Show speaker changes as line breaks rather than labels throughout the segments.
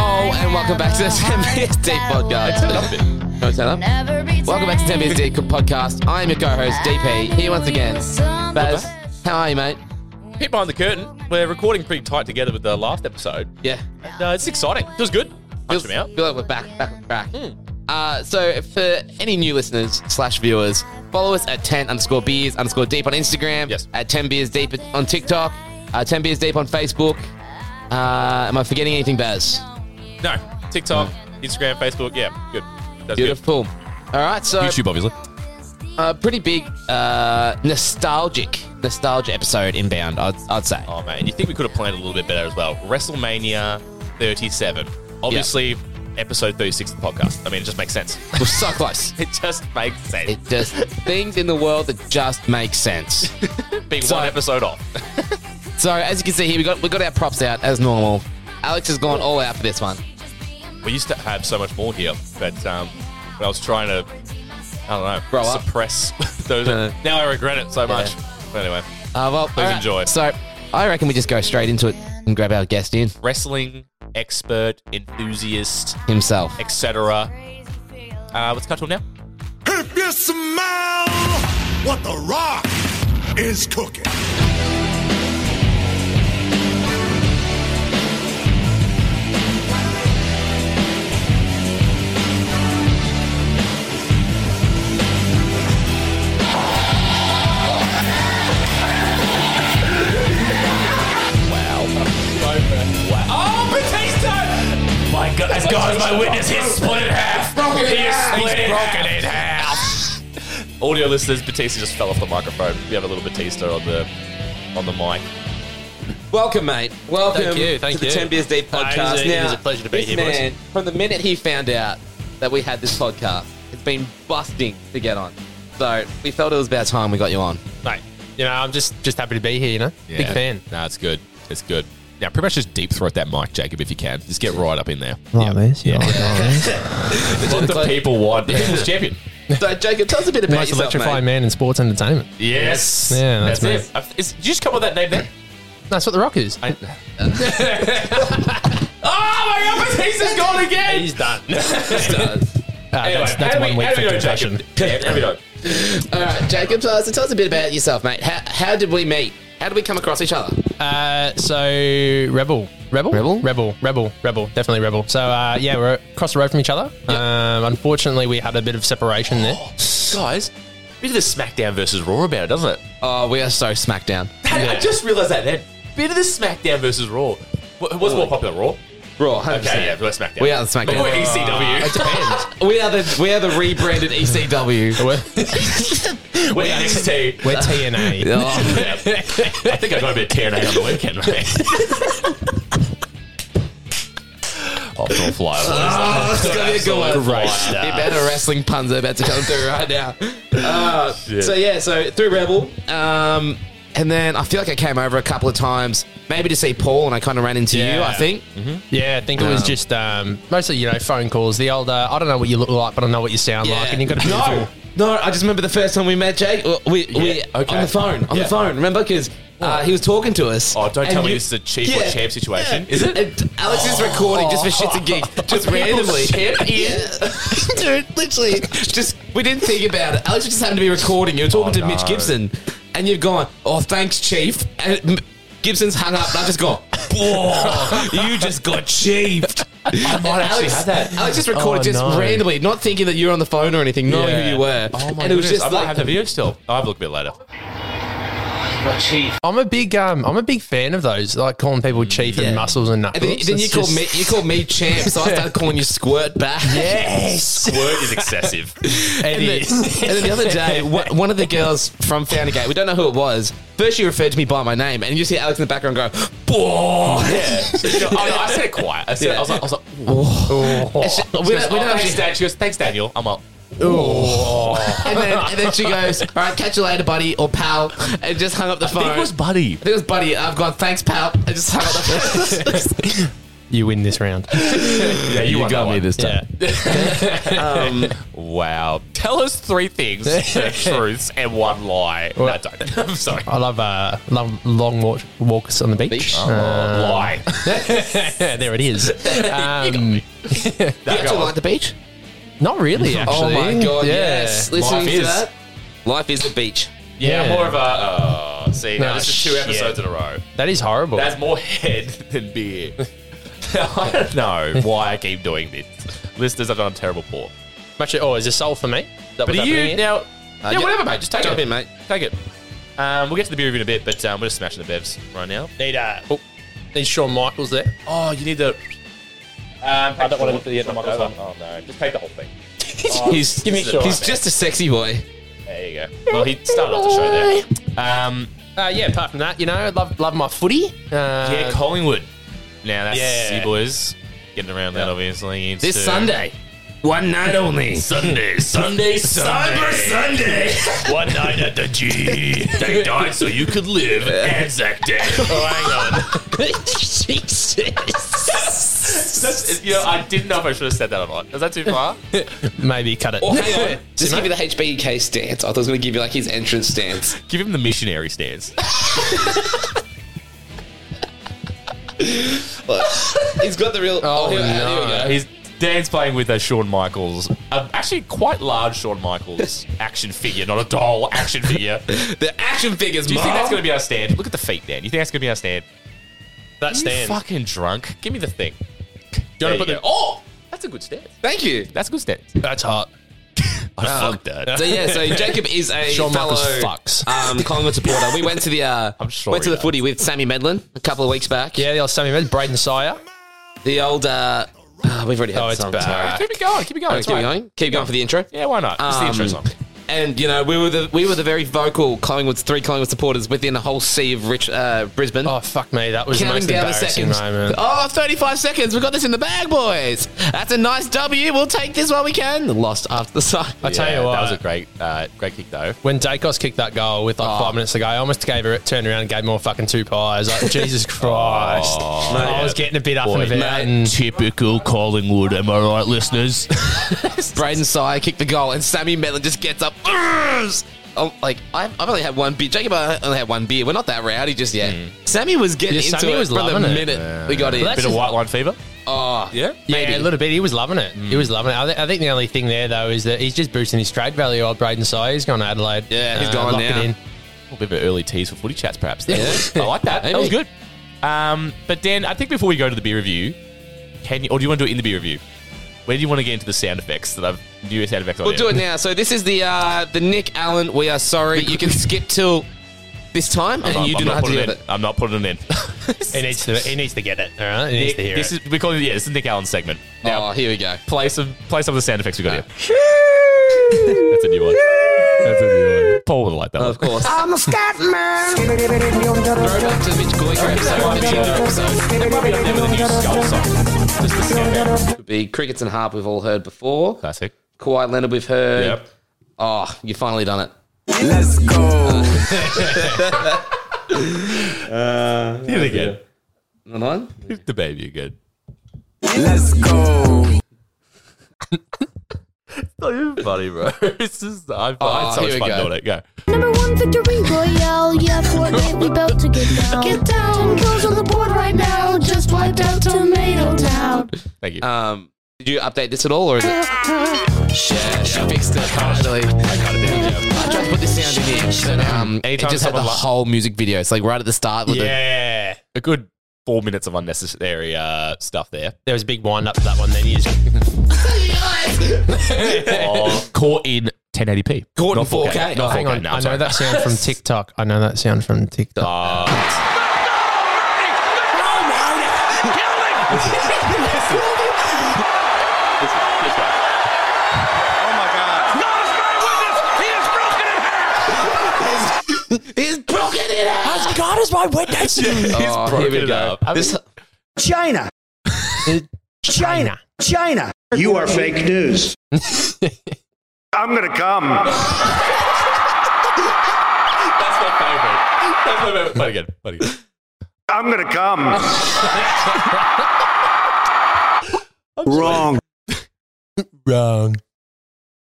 welcome back to the 10 Minutes Deep Podcast. No, it's not up. Welcome back to 10 Minutes Deep Podcast. I'm your co-host, DP, here once again. Baz, how are you, mate?
Peek behind the curtain. We're recording pretty tight together with the last episode.
Yeah.
And, uh, it's exciting. Feels good. Punch Hmm.
Feels-
them out.
Feel like we're back, back, back. Uh, so for any new listeners slash viewers, follow us at 10 underscore beers underscore deep on Instagram.
Yes.
At 10 beers deep on TikTok. Uh, 10 beers deep on Facebook. Uh, am I forgetting anything, Baz?
No. TikTok, Instagram, Facebook. Yeah, good. That's
Beautiful. All right, so
good. YouTube, obviously.
a pretty big uh, nostalgic nostalgia episode inbound. I'd, I'd say.
Oh, man. You think we could have planned a little bit better as well? WrestleMania 37. Obviously, episode 36 of the podcast. I mean, it just makes sense.
We're so close.
It just makes sense.
It just things in the world that just make sense.
Being
so-
one episode off.
So as you can see here, we got we got our props out as normal. Alex has gone all out for this one.
we used to have so much more here, but um, when I was trying to, I don't know,
Grow up.
suppress those.
Uh,
now I regret it so much. But anyway,
Uh, well,
Please
all right.
enjoy.
So I reckon we just go straight into it and grab our guest in
wrestling expert, enthusiast,
himself.
etc. Uh, what's cut till now?
If you smell what the rock is cooking.
Oh, Batista! My God, as God is my witness, he's split in half. He is split in broken in half. Audio listeners, Batista just fell off the microphone. We have a little Batista on the on the mic.
Welcome, mate. Welcome
Thank you, thank
to
you.
the 10 Beers Deep
Uh, it is
podcast.
a- it
now,
is a pleasure to be
this
here, boys.
man, From the minute he found out that we had this podcast, it's been busting to get on. So we felt it was about time we got you on.
mate. You know, I'm just just happy to be here. You know, big fan.
No, it's good. It's good. Now, pretty much just deep throat that mic, Jacob, if you can. Just get right up in there.
Like this, yeah.
What the people want. The people's champion.
So, Jacob, tell us a bit about
Most
yourself,
electrifying
mate.
man in sports entertainment.
Yes.
Yeah, that's
it. Uh, Is, did you just come up with that name then?
That's what the Rock is. Uh,
Oh my god, Batista's gone again! He's done.
Uh, that's that's one week for confession.
All right, Jacob, so so tell us a bit about yourself, mate. How, how did we meet? How did we come across each other?
Uh, so Rebel, Rebel,
Rebel?
Rebel, Rebel, Rebel, definitely Rebel. So uh, yeah, we're across the road from each other. Um, unfortunately, we had a bit of separation there.
Guys, bit of the SmackDown versus Raw about it, doesn't it?
Oh, we are so smackdown.
I just realised that then. Bit of the SmackDown versus Raw. What, what's more popular, Raw?
Raw, 100%.
Okay, yeah, we're SmackDown.
We are the SmackDown.
But we're E ECW.
We are the we are the rebranded E ECW.
We're,
we're NXT.
we're TNA.
Oh,
Yeah. I think I got a bit of TNA on the weekend, mate. Off to a fly.
that's gonna be a good one.
Great.
The amount of wrestling puns are about to come through right now. Uh, so yeah, so through Rebel, um, and then I feel like I came over a couple of times, maybe to see Paul, and I kind of ran into you.
Yeah.
I think.
Yeah, I think it was just um, mostly you know phone calls. The old uh, I don't know what you look like, but I know what you sound like, and you got a beautiful.
no, no. I just remember the first time we met Jake. uh, We, we
okay.
on the phone, on
Yeah.
the phone. Remember because uh, he was talking to us.
Oh, don't
and
tell me
you-
this is a chief or
Yeah.
champ situation.
Is it? And Alex is recording just for shits and gigs, just randomly. Dude, literally, just we didn't think about it. Alex just happened to be recording. You were talking
Oh,
to
no.
Mitch Gibson, and you've gone, "Oh, thanks, Chief." And M- Gibson's hung up, and I've just gone, "Whoa, you just got chiefed." I might
actually have that.
Alex just recorded
Oh,
just
no.
randomly, not thinking that you were on the phone or anything, knowing
Yeah.
who you were.
Oh my
and it was
goodness,
just
I might
like,
have the video still. I'll have a look a bit later.
I'm a big um, I'm a big fan of those, like calling people chief
Yeah.
and muscles and
and
knuckles.
then, then you
It's
called
just-
me, you called me champ, so I started calling you squirt back.
Yes,
Word is excessive.
it
And,
is.
the, and then the other day, wha- one of the girls from Foundergate, we don't know who it was, first she referred to me by my name, and you just hear Alex in the background go, Boy!
Yeah. oh, no, I said it quiet. I said it. I was like, I was like,
And she- we don't, we
oh,
don't
thanks,
actually-
Dan. She goes, thanks, Daniel. I'm up.
and, then, and then she goes, All right, catch you later, buddy, or pal, and just hung up the phone.
buddy.
I think it was buddy. I've gone, thanks, pal. I just hung up the phone.
you win this round.
Yeah, you, won that
got me
one.
this time.
Wow. Tell us three things, two truths, and one lie.
Well-
no, don't. I'm sorry.
I love uh, love long walk, walks on the beach. Uh,
lie.
there it is. Um,
You actually like the beach?
not really, actually.
oh my god,
Yeah.
yes. Listening
Life
to
is.
that. Life is the beach.
Yeah,
Yeah.
more of a. Uh, see,
Nah,
now this is two
shit.
episodes in a row.
That is horrible.
That's more head than beer. I don't know why I keep doing this. Listeners, I've done a terrible pour.
Much, oh, is this soul for me? Is that
But
what's
are you
happening here?
now? yeah,
yeah.
whatever, mate. Just take
Jump
it,
in, mate.
Take it. Um, we'll get to the beer review in a bit, but um, we're just smashing the bevs right now.
need uh, oh, need Shawn Michaels there.
Oh, you need the. Um, I don't want to get the microphone. Oh no, just take the whole thing.
he's
Give me a shot.
he's just a sexy boy.
There you go. Well, he started off the show there. Um,
Uh, yeah, apart from that, you know, love love my footy. Uh,
yeah, Collingwood. Now that's
Yeah.
you boys getting around that obviously. uh, Into
This Sunday. One night only.
Sunday, Sunday, Cyber Sunday. One night at the G. They died so you could live. Anzac Day. Oh, hang on. That's, you know, I didn't know if I should have said that or not. Is that too far?
maybe cut it.
Oh, hang on. Just give me the HBK stance. I thought I was going to give you like his entrance stance.
Give him the missionary stance.
But he's got the real. Oh, here, here we go.
Uh, He's Dan's playing with a Shawn Michaels, a actually quite large Shawn Michaels action figure, not a doll action figure. Do you
The action figures,
think that's
Mom.
going to be our stand? Look at the feet, Dan. You think that's going to be our stand?
that stand.
You fucking drunk. Give me the thing.
Do you
There
want to put
you go.
the?
Oh, that's a good stance.
Thank you. Um,
That's a good stance.
That's hot.
Oh, fuck that.
So yeah, so Jacob is a
Shawn
fellow
Michaels fucks.
um, Collingwood supporter. We went to the uh,
I'm sure
went to
he
the
does.
footy with Sammy Medlin a couple of weeks back.
Yeah, the old Sammy Med, Braden Sire.
the old. Uh, ah, we've already had
Oh,
this
it's
song.
back.
Sorry.
Keep it going. Keep it going.
Okay,
it's
keep
fine.
going. Keep going for the intro.
Yeah, why not? It's the intro
Um,
song.
And you know we were the we were the very vocal Collingwood's three Collingwood supporters within a whole sea of rich uh, Brisbane.
Oh fuck me, that was the
Counting
most
down the
embarrassing
seconds.
moment.
Oh, 35 seconds. We've got this in the bag, boys. That's a nice W. We'll take this while we can. Lost after the side.
I tell
Yeah,
you what,
that was a great, uh, great kick though.
when Dacos kicked that goal with like
Oh.
five minutes to go, I almost gave her turned around and gave more fucking two pies. Like Jesus Christ,
Oh.
I was getting a bit up and about. And
Typical Collingwood, am I right, listeners?
Braden Sire kicked the goal, and Sammy Medlin just gets up. Urgh! Oh, like I've, I've only had one beer. Jacob and I only had one beer. We're not that rowdy just yet. Sammy was getting
Hmm. Yeah,
into
Sammy
it
was
from the
loving it.
minute we got in.
Well,
Bit of white line fever.
oh,
Yeah.
maybe.
yeah, a little bit. He was loving it.
Mm.
He was loving it. I, thi- I think the only thing there though is that he's just boosting his trade value. Old Braden Sire, he's gone to Adelaide.
Yeah, he's
Uh,
gone
lock it
now.
in.
A bit of an early tease for footy chats, perhaps. I like that. That was
Maybe.
good. Um, but Dan, I think before we go to the beer review, can you, or do you want to do it in the beer review? Where do you want to get into the sound effects that I've new sound effects on?
We'll
here?
do it now. So this is the uh, the Nick Allen. We are sorry. You can skip till this time, and
I'm-
you
I'm
do not, have to
putting
deal
it
with
in.
it.
I'm not putting it in.
He needs to. He needs to get it. All right. He needs to hear
this
it.
is we call it. Yeah, this is Nick Allen's segment. Now
oh, here we go.
play some play some of the sound effects we got here. That's a new one. That's a new one. Paul would like that.
Of course. Throw
I'm a scat man.
it up to the Mitch Goiker episode. Mitch Goiker episode.
It might be up there with a new skull song. Just the sound effects.
Could be crickets and harp we've all heard before.
Classic.
Kawhi Leonard we've heard.
Yep.
Oh, you finally done it.
Let's go.
Hit it again.
Another one?
Hit the baby again.
Let's go.
Not even funny, bro. It's just I
Oh,
I had so
here we
much fun
go.
doing it. Go.
Number one victory royale, yeah, Fortnite we built to get down. Get down, girls on the board right now, just wiped out Tomato Town.
Thank you.
Um, did you update this at all, or is it? Yeah, she fixed it partially. I
Kinda did it, yeah.
tried to put this sound in here, but um, it
Anytime
just had the
someone la-
whole music video. It's like right at the start with the.
Yeah.
A good four minutes of unnecessary uh, stuff there.
There was a big wind up to that one. Then he just
Oh, caught in 1080p.
Caught in
Not 4K.
4K.
Not
Oh,
Hang
4K.
on,
No,
I
I'm
know
sorry.
that sound from TikTok. I know that sound from TikTok.
Uh,
Oh, He's broken it out.
God is my witness.
Oh,
broken
here we
it
go.
up. I mean-
This,
China. China. China.
You are fake news. I'm gonna come.
that's my favorite. That's my favorite. Play it again. Play it again.
I'm gonna come. Wrong.
Wrong.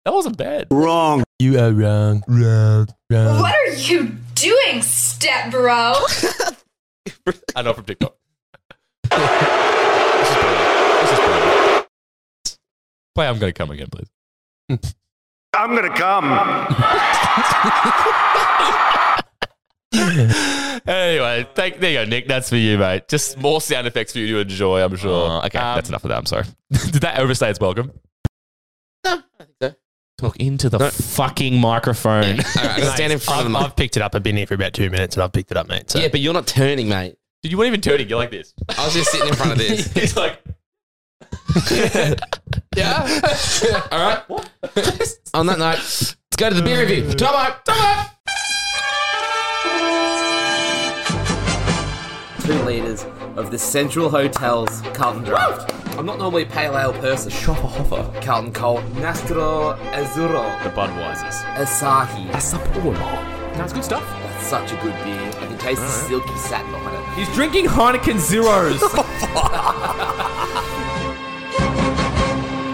That wasn't bad.
Wrong.
You are wrong. Wrong. Wrong.
What are you doing, step bro?
I know from TikTok. this is brilliant. This is brilliant. Play I'm Gonna Come again, please.
I'm gonna come.
Anyway, thank, there you go, Nick. That's for you, mate. Just more sound effects for you to enjoy, I'm sure. Oh, okay, that's enough of that. I'm sorry. Did that overstay its welcome? Talk into the fucking microphone.
All right,
Mate,
stand in front
I've,
of them.
I've picked it up. I've been here for about two minutes and I've picked it up, mate. So.
yeah, but you're not turning, mate.
Dude, you weren't even turning. You're like this.
I was just sitting in front of this.
He's like,
yeah. All right. On that note, let's go to the beer review. Tomo, Tomo.
two litres of the Central Hotel's Carlton Draft. I'm not normally a pale ale person. Schopperhofer. Carlton Cold. Nastro Azzurro.
Budweiser's.
Asahi. That's
That's good stuff.
such a good beer. I can taste the silky satin on it. He's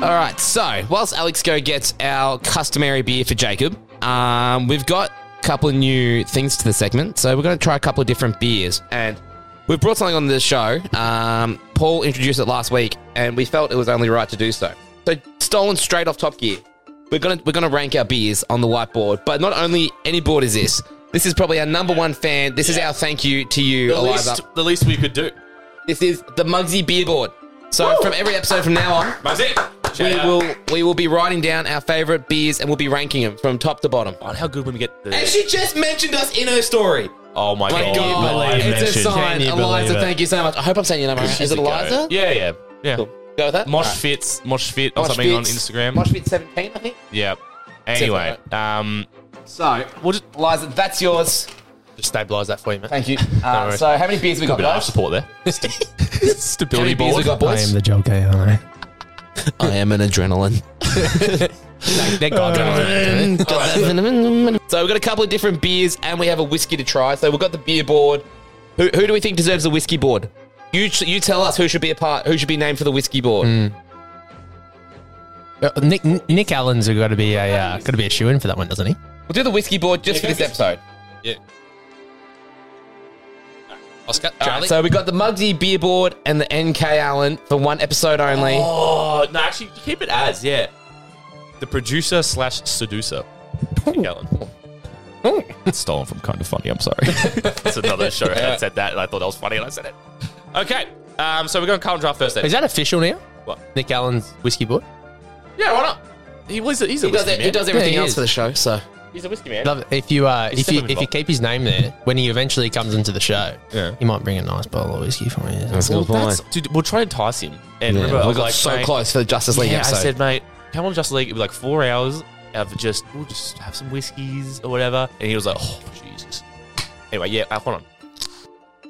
All right, so whilst Alex Go gets our customary beer for Jacob, um, we've got a couple of new things to the segment. So we're going to try a couple of different beers. And we've brought something on the show. Um, Paul introduced it last week, and we felt it was only right to do so. So, stolen straight off Top Gear. We're going to we're gonna rank our beers on the whiteboard, but not only any board is this. This is probably our number one fan. This is our thank you to you,
The
Eliza.
least, the least we could do.
This is the Mugsy Beer Board. So, from every episode from now on,
That's it.
we
Shout out.
will we will be writing down our favorite beers and we'll be ranking them from top to bottom.
God, Oh, how good when we get the.
And she just mentioned us in her story.
oh my
Like,
god.
God,
Live
it's
mention.
a sign.
Can you
Eliza,
believe it?
thank you so much. I hope I'm saying your name right. Is it
Go.
Eliza?
Yeah, yeah, yeah.
Cool. Go with that.
Mosh fits, mosh fit or
Mosh
something on
Fits-
Instagram.
Mosh Fit 17, I think.
yeah. Anyway, um,
So, we'll just, Eliza, that's yours.
Just stabilise that for you, mate.
Thank you. Uh,
worries.
so, how many beers we got,
bit of arse
guys?
support there.
How many
Stability
beers we got,
board.
boys?
the joker, aren't I?
I am an adrenaline.
Thank God.
so we've got a couple of different beers and we have a whiskey to try. So we've got the beer board. Who, who do we think deserves the whiskey board? You you tell us who should be a part, who should be named for the whiskey board.
Uh, Nick Nick Allen's got to be a uh, got to be a shoe in for that one, doesn't he?
We'll do the whiskey board just for this episode.
Oscar,
All right, so we got the Mugsy beer board and the NK Allen for one episode only.
Oh no, actually, keep it as yeah. The producer slash seducer. Nick Allen. It's stolen from kind of funny. I'm sorry. That's another show. I said that, and I thought that was funny, and I said it. Okay, um, so we're going Carlton draft first. Then.
Is that official now?
What?
Nick Allen's whiskey board.
Yeah, why not? He was. He's a
he, does
whiskey
it,
man.
he does everything
he
else
is.
for the show, so
He's a whiskey man.
Love it. If you uh,
He's
if you
definitely
if you
involved.
keep his name there when he eventually comes into the show,
Yeah.
he might bring a nice bottle of whiskey for me.
Well, that's, dude, we'll try and entice him. And remember, I
we
was
got
like,
so
mate,
close for the Justice League
Yeah,
episode.
I said, mate, come on, Just League. It'd be like four hours of just we'll just have some whiskeys or whatever. And he was like, oh Jesus. Anyway, yeah, uh, hold on.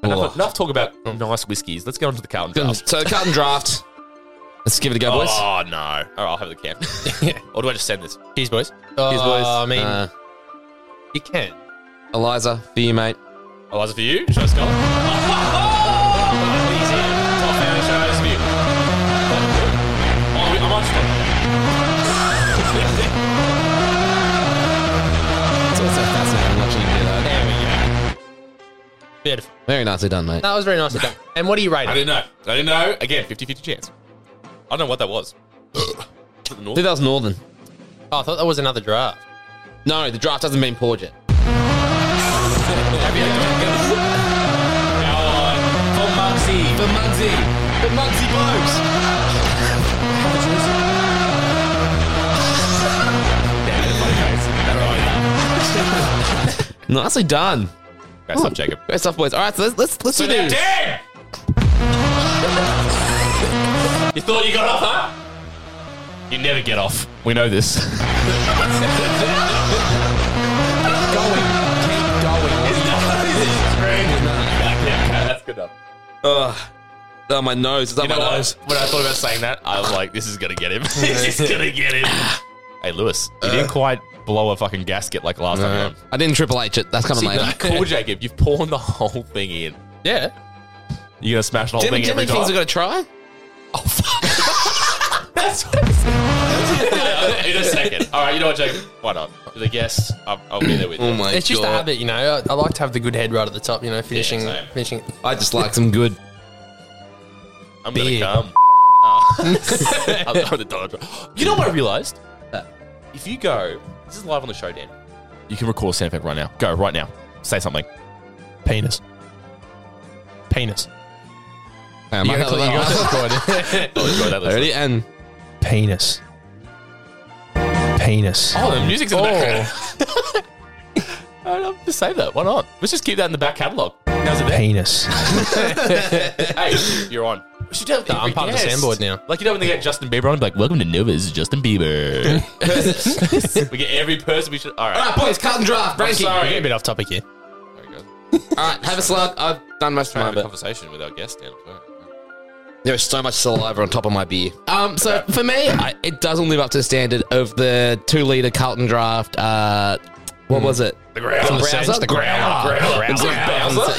Oh.
Enough, enough talk about nice whiskeys. Let's go on to the Carlton draft.
so the Carlton draft. Let's give it a go, boys.
Oh no! All right, I'll have the camp. or do I just send this?
Cheers, boys.
Oh, Cheers, boys.
I mean,
Uh,
you can.
Eliza, for you, mate.
Oh, that's for you. Show us go. Oh,
It's also fascinating watching you do that.
Beautiful.
Very nicely done, mate.
That was very nicely done. And what do you rate
I
it?
didn't know. I didn't know. Again, 50-50 chance. I don't know what that was.
I think that was Northern.
Oh, I thought that was another draft.
No, the draft hasn't been poured yet. For Mugsy. For Mugsy Bogues. Nicely done.
Guys, stop, Jacob.
Great stuff, boys. All right, so let's let's, let's do this.
Damn! you thought you got off, huh? You never get off. We know this.
Oh, my nose. Is that
You
my
know
nose?
what? When I thought about saying that, I was like, this is gonna get him. this is gonna get him. Uh. hey, Lewis, you didn't quite blow a fucking gasket like last time. you
I didn't triple H it. That's coming
were on.
later.
Cool, Jacob. You've poured the whole thing in.
Yeah.
You're gonna smash the whole
Do you
thing
do you
every
think things we're going to try?
time. oh, fuck. In a second. All right, you know what, Jacob? Why not? You're the guest. I'll, I'll be there with you.
Oh my
It's just a
god.
habit, you know. I, I like to have the good head right at the top, you know, finishing,
same.
finishing.
I just like some good.
I'm going to
Beer.
come. Oh. I'm going to Donald Trump. You know what I realized? That if you go, this is live on the show, Dan. You can record a sound effect right now. Go, right now. Say something.
Penis. Penis.
Um,
You
I have
gotta click- you
that
gotta record it.
Oh, enjoy that
one.
listen.
Ready? And
Penis. Penis.
Oh, the music's in the background.
Oh.
I don't have to say that. Why not? Let's just keep that in the back catalogue. How's it there?
Penis.
Hey, you're on. We should have
I'm
every
part of the
guest.
soundboard now.
Like, you know, when they get Justin Bieber on, be like, welcome to Nova, this is Justin Bieber. we get every person we should. All right.
all right, boys, cut and draft.
I'm
Ranking. All
We're
sorry.
getting a bit off topic here.
right, have a slug. I've done most of
Trying
mine, but
to have a conversation with our guest now.
there is so much saliva on top of my beer. Um, so for me, I, it doesn't live up to the standard of the two-liter Carlton draft. Uh, what was it? The
From the Saints, the growler.
growler.
Growler.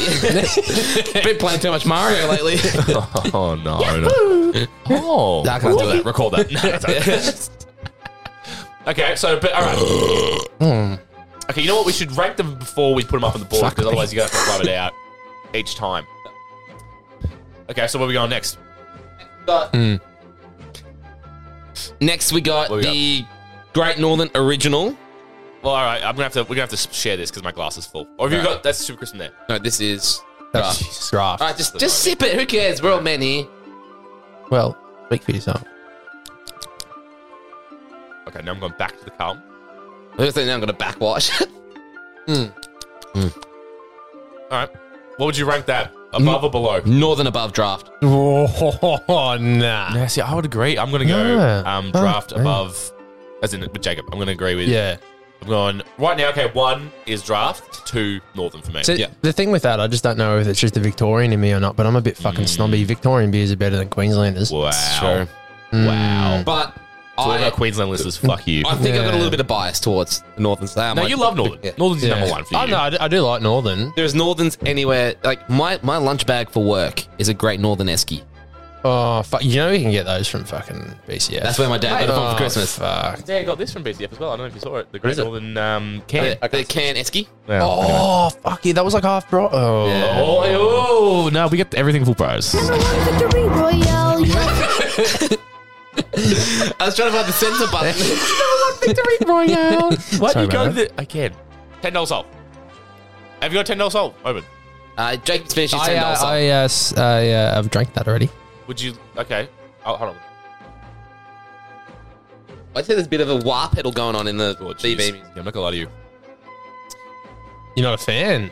Been playing too much Mario lately.
Oh, no. no. Oh.
Nah, I can't do that.
Record that. No, it's okay. okay, so, but, all right. okay, you know what? We should rank them before we put them up on the board because otherwise you're going to have to rub it out each time. Okay, so where we going next?
Next, we got
What we
the Great Northern Original.
Well, all right, I'm gonna have to. We're gonna have to share this because my glass is full. Or have you got that's super crisp in there?
No, this is.
That's
Draft.
draft.
All right, just just sip it. Who cares? We're all men here.
Well, speak for yourself.
Okay, now I'm going back to the Carlton.
I don't think I'm going to backwash.
All right, what would you rank that? Above or below?
Northern above draft.
Oh, nah.
Yeah, see, I would agree. I'm gonna go
Yeah.
um, draft
Oh, yeah.
above, as in with Jacob. I'm gonna agree with.
Yeah.
I'm going right now. Okay, one is draft, two Northern for me.
So
Yeah.
The thing with that, I just don't know if it's just the Victorian in me or not, but I'm a bit fucking snobby. Victorian beers are better than Queenslanders.
Mm. Wow,
Mm.
wow.
But
So all
I,
our Queensland listeners, fuck you.
I think I've got a
Yeah.
little bit of bias towards the Northerns. They are
no,
my-
you love Northern.
Yeah.
Northern's
Yeah.
number one for you.
Oh, no, I do, I do like Northern.
There's Northerns anywhere. Like, my, my lunch bag for work is a Great Northern Esky.
Oh, fuck. You know, you can get those from fucking BCF.
That's where my dad got it from
oh,
for Christmas.
Fuck.
Yeah, I got this from BCF as well. I don't know if you saw it. The Great Northern um, can.
Uh, The, the can Esky.
Oh, fuck yeah. That was like half bro. Oh.
Oh, oh, oh, no, we got everything full pros.
Number one victory royale. Yeah.
I was trying to find the censor button.
Why do
Sorry
you go to
about
the again? Ten dollars off. Have you got ten dollars off? Open.
uh, Jacob's finished his $10
I, uh,
off.
I, uh, s- I, uh, I've drank that already.
Would you? Okay. Oh, hold on.
I think there's a bit of a wah pedal going on in the
Oh, jeez.
DB.
Yeah, I'm not gonna lie to you.
You're not a fan?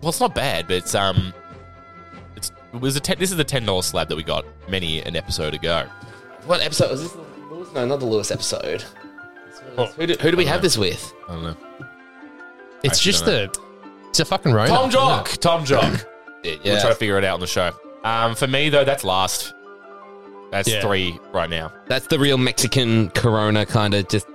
Well, it's not bad, but it's um, it's it was a ten, this is the ten dollars slab that we got many an episode ago.
What episode was this? Lewis? No, not the Lewis episode.
Oh.
Who do, who do we have this with?
I don't know.
It's
Actually,
just
no.
the. It's a fucking road.
Tom Jock. Tom Jock.
Yeah,
We'll try to figure it out on the show. Um, for me though, that's last. That's
Yeah.
three right now.
that's the real Mexican Corona kind of just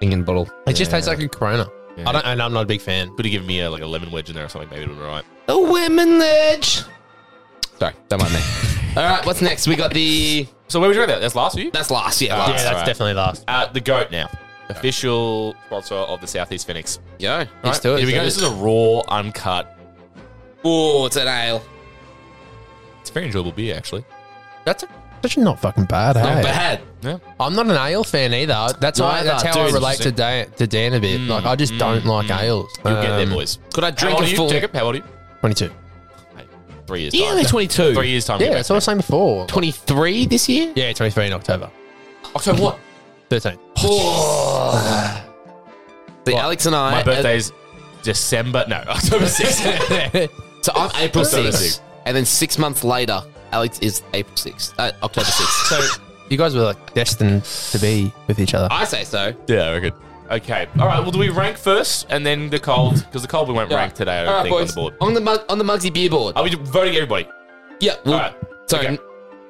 thing in bottle.
It just tastes like a Corona.
Yeah.
I don't, and I'm not a big fan.
Could have given me a, like a lemon wedge in there or something. Maybe it would have been right.
A women edge. Sorry, don't mind me. All right, what's next? We got the
So where would you go? That that's last for you.
that's last. Yeah,
Yeah,
last.
that's
right.
definitely last.
Uh, the goat now. Official sponsor of the Southeast Phoenix.
Yo,
All right, Here we go. This is a raw, uncut.
Oh, it's an ale.
It's a very enjoyable beer, actually.
That's actually not fucking bad.
Not
hey?
bad.
I'm not an ale fan either. That's why.
Neither,
That's how
dude.
I relate to Dan, to Dan a bit. like I just don't like ales.
You'll get there,
Um,
boys.
Could I drink
How old
a
are you,
full?
Jacob? How old are you?
Twenty-two.
Three years.
Yeah,
time.
only 22.
Three years time.
Yeah, that's what I was saying before.
Twenty-three this year.
yeah, twenty-three in October.
October what?
Thirteen.
See, Alex and I.
My birthday's December. No, October sixth.
uh, So I'm April
October
6th.
sixth.
And then six months later, Alex is April 6th. Uh, October 6th.
so you guys were like destined to be with each other.
I say so.
yeah, I reckon. Okay. All right. Well, do we rank first and then the cold? Because the cold we won't rank today. I don't think on the board.
On the, mug, on the Mugsy beer board.
Are we voting everybody?
Oh, yeah. Well,
Alright,
So,
okay.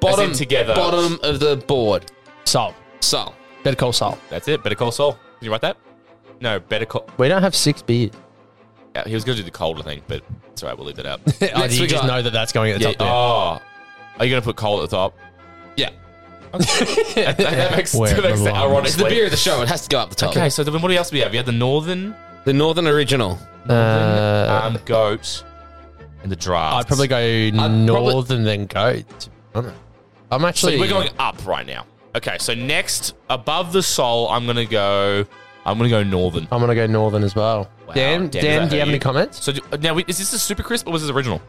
bottom,
As in together.
bottom of the board.
Salt.
So,
Better call salt.
That's it. Better Call Saul. Did you write that? No, Better Call.
We don't have six beers.
Yeah, he was going to do the cold, I think, but it's all right. We'll leave that out.
I
Next we
just
got-
know that that's going at the top there.
Oh, are you going to put cold at the top?
yeah.
that, that makes,
Where
that makes
the
it
line is.
ironic.
It's the beer of the show. It has to go up the top.
Okay, so then what else do we have? We had the Northern
The Northern Original.
Oh, Uh,
um, Goat and the Draft.
I'd probably go
probably-
northern then goat. to be honest. I'm
So
actually.
we're going up right now. Okay, so next above the Soul, I'm gonna go. I'm gonna go Northern.
I'm gonna go northern as well.
Wow,
Dan,
Dan, does that
Dan, do you
hurt
have
you?
any comments?
So do, uh, now, we, is this a super crisp or was this original?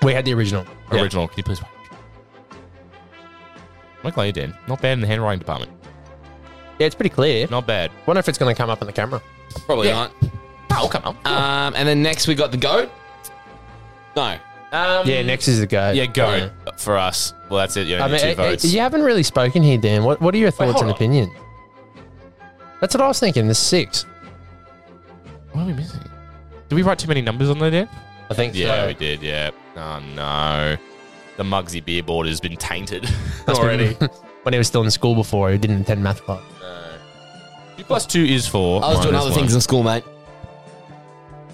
We had the original.
Original. Can you please? Mike Lane, Dan. Not bad in the handwriting department.
Yeah, it's pretty clear.
Not bad.
Wonder if it's gonna come up on the camera.
Probably
Oh, come on.
not. Um, and then next we got the goat. No.
Um,
Yeah, next is the goat.
Yeah, go for us. Well, that's it. You
I
only
mean,
need two
eh, eh,
votes.
you haven't really spoken here, Dan. What What are your thoughts
hold
and
on.
opinions? That's what I was thinking. The six.
What are we missing? Did we write too many numbers on there, Dan?
I think.
Yeah,
so.
we did. Yeah. Oh no, the Mugsy beer board has been tainted already.
when he was still in school before, he didn't attend math class.
two plus two is four.
I was doing
minus
other
one.
things in school, mate.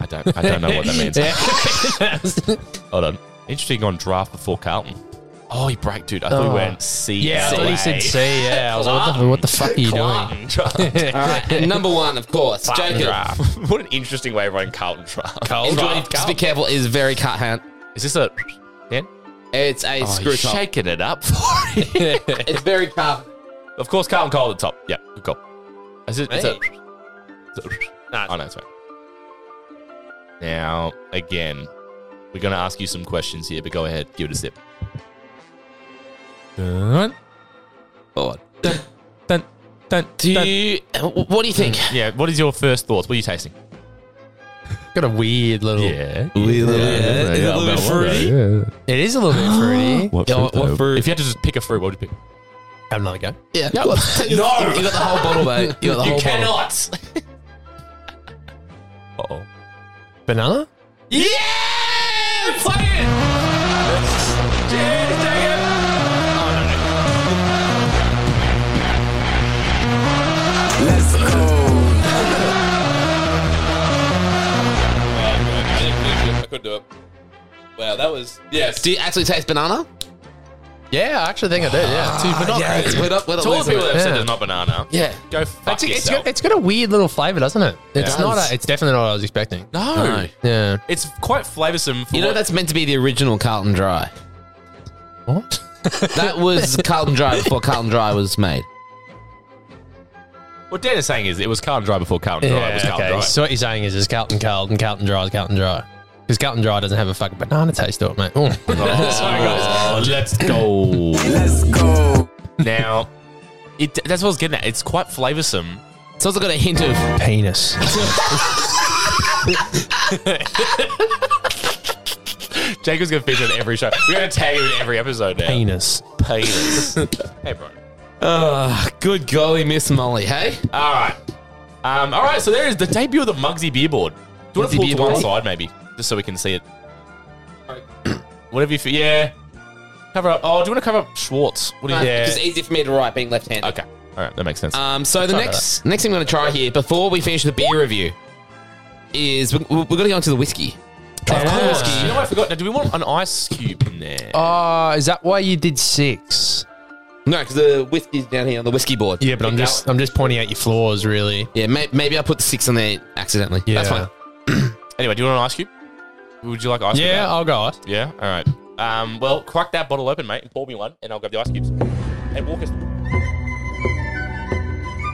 I don't. I don't know what that means.
Yeah.
Hold on. Interesting on draft before Carlton. Oh, he break, dude. I thought
Oh.
he went C.
Yeah, I
C.
thought he said C. Yeah, I was like, what the, what the fuck are you
Carlton
doing?
draft.
All right. And number one, of course,
Carlton
Jacob.
draft. What an interesting way of running Carlton draft.
Enjoy-
Carlton
Just be careful. It is very cut hand.
Is this a Dan?
It's a
Oh,
screw
he's
top.
shaking it up for you.
It's very cut.
of course, Carlton Cole at the top. Yeah, good call. Is it, it's a, it's a- oh, no, it's fine. Now, again, we're going to ask you some questions here, but go ahead. Give it a sip. Dun. Oh. Dun, dun, dun,
Do you? What do you think?
Yeah, what is your first thoughts? What are you tasting?
Got a weird little.
yeah, Uh, yeah, uh, about one, right?
It is a little bit fruity.
Yeah, what- what fruit?
If you had to just pick a fruit, what would you pick?
Have another go.
Yeah. no. You got the whole bottle, mate. You got the whole bottle.
cannot. oh.
Banana.
Yeah! Play it! Cheers, Jacob!
Let's go.
I couldn't do it. Wow, that was. Yes.
Do you actually taste banana?
Yeah, I actually think I did. Ah, Yeah, Dude, banana.
Yeah. It's lit up. Lit up.
To all
lit
the
up.
people that have said
Yeah.
there's not banana.
Yeah.
Go fuck
It's, it's,
yourself.
got, it's got a weird little flavour, doesn't it? It's
It
not.
does.
A, it's definitely not what I was expecting.
No.
Yeah.
It's quite flavoursome. For
You know
what-
that's meant to be the original Carlton Dry.
What?
That was Carlton Dry before Carlton Dry was made.
what Dan is saying is it was Carlton Dry before Carlton Dry was Carlton Dry.
So what you're saying is, is Carlton Carlton Carlton Dry is Carlton Dry because Carlton Dry doesn't have a fucking banana taste to it, mate. Mm.
oh, let's go.
Let's go.
now, it, that's what I was getting at. It's quite flavoursome.
It's also got a hint of
Penis.
Jacob's gonna feature in every show. We're gonna tag him in every episode now.
Penis.
Penis. hey, bro.
Oh, good golly, Miss Molly, hey? Uh,
All right. Um, all right. So there is the debut of the Mugsy beer board. Do you
Mugsy
want to pull to
beer
one
board?
side, maybe, just so we can see it? Whatever you feel. Yeah. Cover up. Oh, do you want to cover up Schwartz? What do you?
It's easy for me to write being left-handed.
Okay. All right. That makes sense.
Um, so the next next thing I'm going to try here before we finish the beer review is we- we're, going to go into the whiskey.
Of course. You know what I forgot? Now, do we want an ice cube in there?
Oh, is that why you did six?
No, because the whiskey's down here on the whiskey board.
Yeah, but I'm just I'm just pointing out your flaws, really.
Yeah, may- maybe I put the six on there accidentally.
Yeah.
That's fine.
Anyway, do you want an ice cube? Would you like ice?
Yeah,
cube?
I'll go. Ice.
Yeah. All right. Um, well, crack that bottle open, mate, and pour me one, and I'll grab the ice cubes and walk us.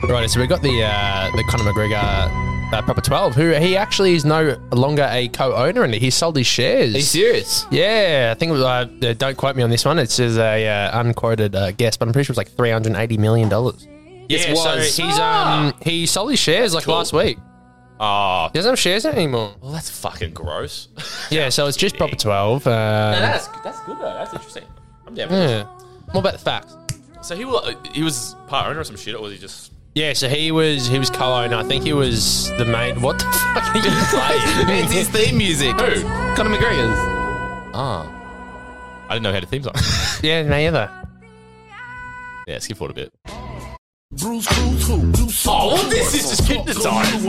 Right, so we've got the uh, the Conor McGregor uh, proper twelve, who he actually is no longer a co-owner in it. He sold his shares.
Are you serious?
Yeah, I think it was, uh, uh, don't quote me on this one. It's just a uh, unquoted uh, guess, but I'm pretty sure it was like 380 million dollars.
Yes,
So he's um he sold his shares like last week.
Ah,
He doesn't have shares anymore.
well, that's fucking gross.
Oh, Yeah, so it's just proper 12. Uh,
that's that's good though. That's interesting. I'm down. with
yeah. What about the facts?
that. So he was he was part owner of some shit, or was he just?
Yeah, so he was he was co-owner. I think he was the main. What the fuck are you
it's his
playing?
theme music.
Who?
Conor McGregor's.
Ah, I didn't know how to theme song.
yeah, me either.
yeah, skip forward a bit.
Bruce Cruz, who? Bruce
Oh, well, this is just hypnotized.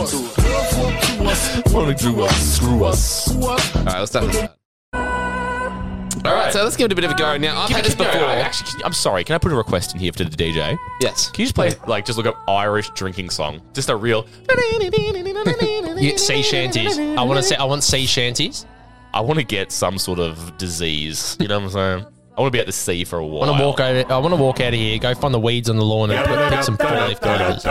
Wanna do us, screw us.
All right, let's start. All All right, so let's give it a bit of a go. Now, I've had this before.
Actually, can- I'm sorry. Can I put a request in here for the DJ?
Yes.
Can you just play like just look up Irish drinking song? Just a real.
You get sea shanties. I want to say I want sea shanties.
I want to get some sort of disease. You know what I'm saying? I want to be at the sea for a while.
I want to walk over. I want to walk out of here. Go find the weeds on the lawn and put, pick some four leaf clovers.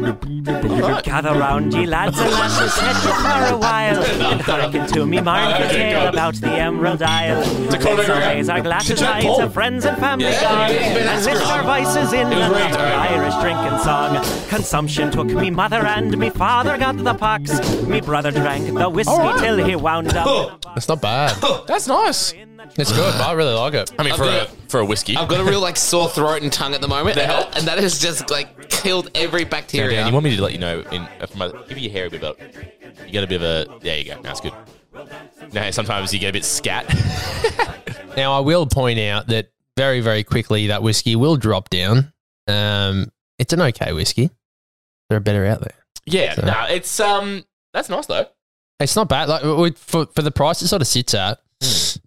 Gather round, ye lads and lasses, head for for a while, and hearken to me mind the tale about the Emerald Isle. Let's raise our glasses high to friends and family gone, and lift our voices in another Irish drinking song. Consumption took me mother and me father got the pox. Me brother drank the whiskey till he wound up.
That's not bad.
That's nice.
It's good. but I really like it.
I mean, for a
got-
for a whiskey.
I've got a real like sore throat and tongue at the moment, and, and that has just like killed every
Now,
bacteria.
Dan, you want me to let you know? In, if my, give you your hair a bit. About, you got a bit of a. There you go. Now it's good. Now sometimes you get a bit scat.
Now I will point out that very very quickly that whiskey will drop down. Um, it's an okay whiskey. There are better out there.
yeah. Nah. It's um. That's nice though.
It's not bad. Like we- for for the price it sort of sits at,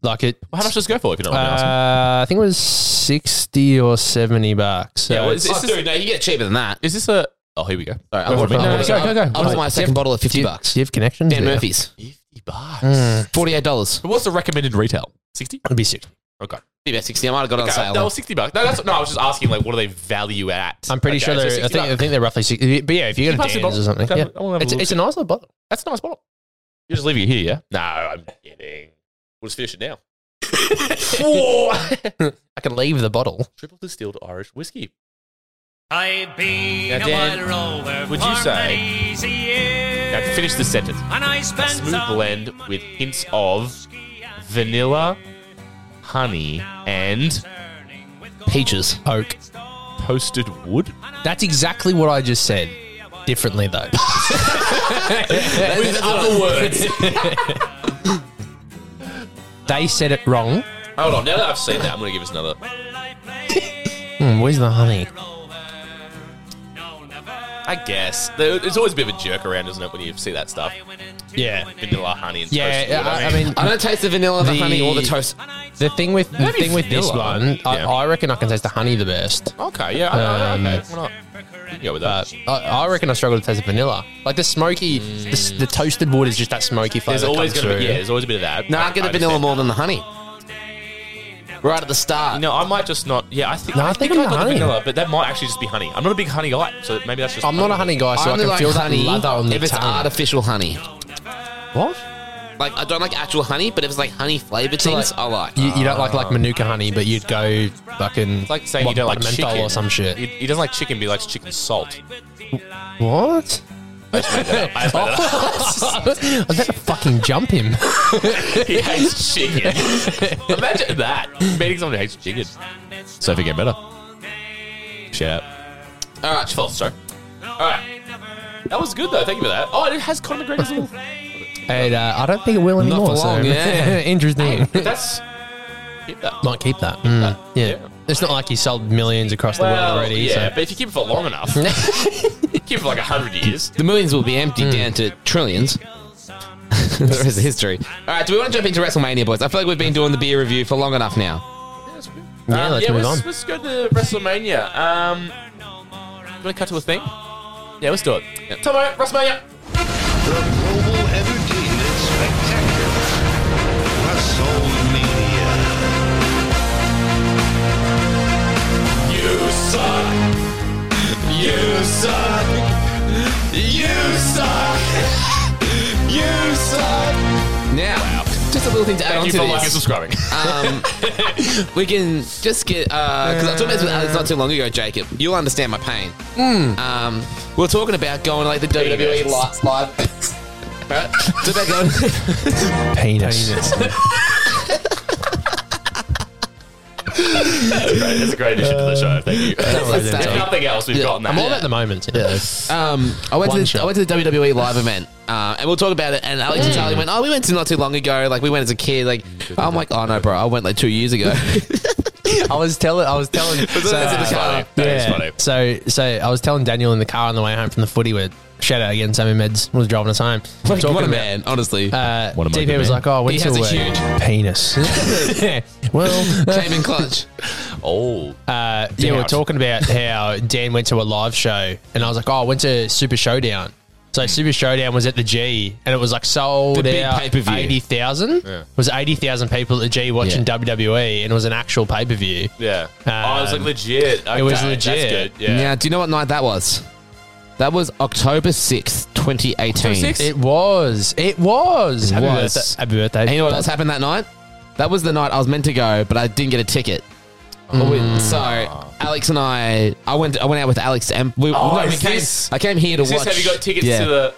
like it.
Hmm. Well, how much does it go for? If you don't mind me asking.
Uh, I think it was sixty or seventy bucks. So
Yeah, well,
it's-
is,
oh,
this,
dude, no, you get cheaper than that.
is this a? Oh, here we go.
Sorry, I'm
Go,
no,
go, go.
I'll buy my second bottle at
do
fifty
you,
bucks.
do you have connections?
Dan
there?
Murphy's,
Fifty bucks.
Mm,
forty-eight dollars.
But what's the recommended retail? Sixty.
it'd be sick.
Okay.
sixty. I might have got it on
Okay,
sale.
that was sixty bucks. No, that's, no, I was just asking like, what do they value at?
I'm pretty
Okay,
sure
so
they're. I
60
think I
bucks.
think they're roughly sixty. But yeah, if you
Can you
go
pass
to
the
Dan's
bottle?
or something,
Okay,
yeah,
I wanna have a
it's,
look.
it's a nice little bottle.
That's a nice bottle. You just leave it here, yeah? No, I'm kidding. We'll just finish it now.
I can leave the bottle.
Triple distilled Irish whiskey.
I've been
Now, Dan,
roller
would you say?
easy year,
Now, finish this sentence.
and I spent
Smooth blend with hints of vanilla, honey, and
Peaches.
Oak.
toasted wood.
That's exactly what I just said. Differently though.
With other words.
they said it wrong.
Hold on, now that I've seen that, I'm going to give us another.
Hmm, where's the honey?
I guess. There- It's always a bit of a jerk around, isn't it, when you see that stuff?
Yeah.
Vanilla, honey, and
Yeah,
toasted wood.
I, I mean,
I don't taste the vanilla, the,
The-
honey, or the toast.
the thing with the
Maybe
thing with this
vanilla.
one, I,
Yeah.
I reckon I can taste the honey the best.
okay, yeah. I-
Um,
I- okay, why not? You can go with that.
I, I reckon I struggle to taste the vanilla. Like the smoky, the, s- the toasted wood is just that smoky flavor.
there's always going to be, yeah,
yeah.
there's always a bit of that.
No, I get the vanilla more than the honey. Right at the start.
No, I might just not. Yeah, I think.
No, I think I'm
got the
honey.
vanilla, but that might actually just be honey. I'm not a big honey guy, so maybe that's just.
I'm not a honey guy,
I
so I,
only
can
like
feel that
honey
leather on the
if it's
tongue.
artificial honey.
what?
Like I don't like actual honey, but if it's like honey flavored things, I like.
You, you don't like like manuka honey, but you'd go fucking
Ah. like saying
what,
you don't like
menthol
chicken
or some
He,
shit.
he doesn't like chicken, but he likes chicken salt.
What?
I just made
Oh.
uh,
that up.
I was about to fucking jump him.
he hates chicken. Imagine that. Meeting someone who hates chicken. So get better. Shout out. All right, false. Sorry. All right. That was good though. Thank you for that. Oh, and it has Conor McGregor's little.
and uh, I don't think it will anymore.
for long,
so
yeah.
interesting.
That's. Keep that.
Might keep that. Mm, yeah.
yeah.
It's not like he sold millions across the
Well,
world already.
yeah,
so.
but if you keep it for long enough, keep it for like hundred years.
The millions will be emptied down to trillions. the rest is history. All right, do we want to jump into WrestleMania, boys? I feel like we've been doing the beer review for long enough now.
Yeah, let's
Um, yeah,
move
let's,
on.
let's go to WrestleMania. Um, you want to cut to a thing? Yeah, let's do it. Tomo, WrestleMania.
Global Entertainment Spectacular. WrestleMania.
You suck. You suck. You suck. You suck.
Now, just a little thing to add
Thank
on
you
to
for
this.
liking and subscribing.
um, we can just get because I was talking about this with Alex not too long ago, Jacob. You'll understand my pain.
Hmm.
Um, we were talking about going like the WWE live. live. Right? Talking about going,
Penis.
That's a great addition to the show. Thank you.
Let's
If
start.
nothing else, we've gotten that.
I'm all about the moment. Yeah.
um, I went to
One
the,
shot.
I went to the WWE live event, uh, and we'll talk about it. And Alex
Hmm.
and Charlie went, "Oh, we went to not too long ago. Like we went as a kid. Like I'm like, oh no, bro, I went like two years ago.
I was telling, I was telling. uh,
That's in the car.
That is funny.
So, so I was telling Daniel in the car on the way home from the footy. We're Shout out again, Sammy Meds was driving us home.
What a
Talking about-
man, honestly.
Uh,
What a
DP
mugger
was
man.
like, "Oh, I went
He
to
has a
penis." yeah. Well,
Came in clutch.
Oh,
uh, yeah, we were
Doubt.
talking about how Dan went to a live show, and I was like, "Oh, I went to Super Showdown." So Super Showdown was at the G, and it was like sold
Hmm. The big
out
pay-per-view.
eighty thousand. Was eighty thousand people at the G watching WWE, and it was an actual pay per view.
Yeah. oh, I was like
Um,
legit.
it
Okay,
was
that's
legit.
good, Yeah.
Now, do you know what night that was? That was October 6th, 2018.
It was. It was. Happy
was.
birthday. Happy birthday.
And you know what else happened that night? That was the night I was meant to go, but I didn't get a ticket.
Ah.
So Alex and I, I went, I went out with Alex, and we,
Oh,
no, we
is
came,
this-
I came here to
Is
watch.
this, have you got tickets
Yeah.
to the.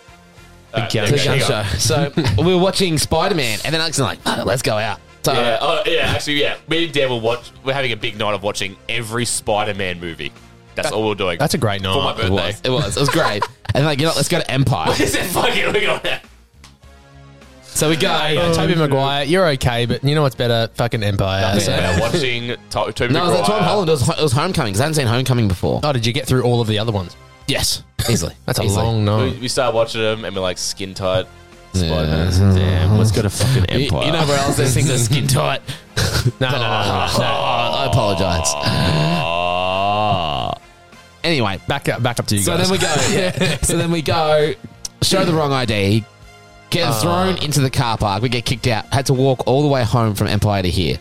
Uh,
gun
to the gun
hang on.
show? So we were watching Spider Man, and then Alex and I, "Fuck it, let's go out. So
Yeah. Oh, yeah. Actually, yeah. Me and Dan will watch. We're having a big night of watching every Spider-Man movie. That's all we're doing.
That's a great night.
for my
it
birthday.
was, it was, it was great. and like, you know, what, let's go to Empire.
Is it fucking? We got that.
So we go.
Toby Maguire, you're okay, but you know what's better? Fucking Empire. so-
We're watching to- Tobey
No, it was
Maguire.
at Tom Holland. It was, it was Homecoming because I hadn't seen Homecoming before.
Oh, did you get through all of the other ones?
yes, easily.
That's a
Easily.
long
We,
night.
we started watching them and we're like skin tight. Spider-Man.
Damn, let's go to fucking
You, you know where else there's things that are skin tight.
No, no, no, no, no, no.
I apologize. anyway,
Back up, back up to you
so
guys.
then we go. yeah. So then we go. Show the wrong ID. Get
Uh.
thrown into the car park. We get kicked out. Had to walk all the way home from Empire to here.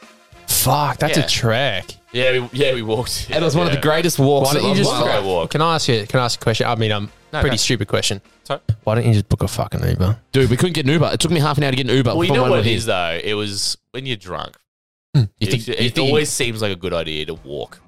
Fuck, that's
Yeah.
a track.
Yeah, we, yeah, we walked.
And it was one of the greatest walks.
Why don't
of
you
my
just
life.
Great walk.
Can I ask you? Can I ask a question? I mean, I'm pretty
no.
stupid question.
Sorry?
Why don't you just book a fucking Uber?
dude? We couldn't get an Uber. It took me half an hour to get an Uber.
Well, you
from
know
where
what
we
it
were.
is though. It was when you're drunk.
You think,
it
you
it
think-
always seems like a good idea to walk.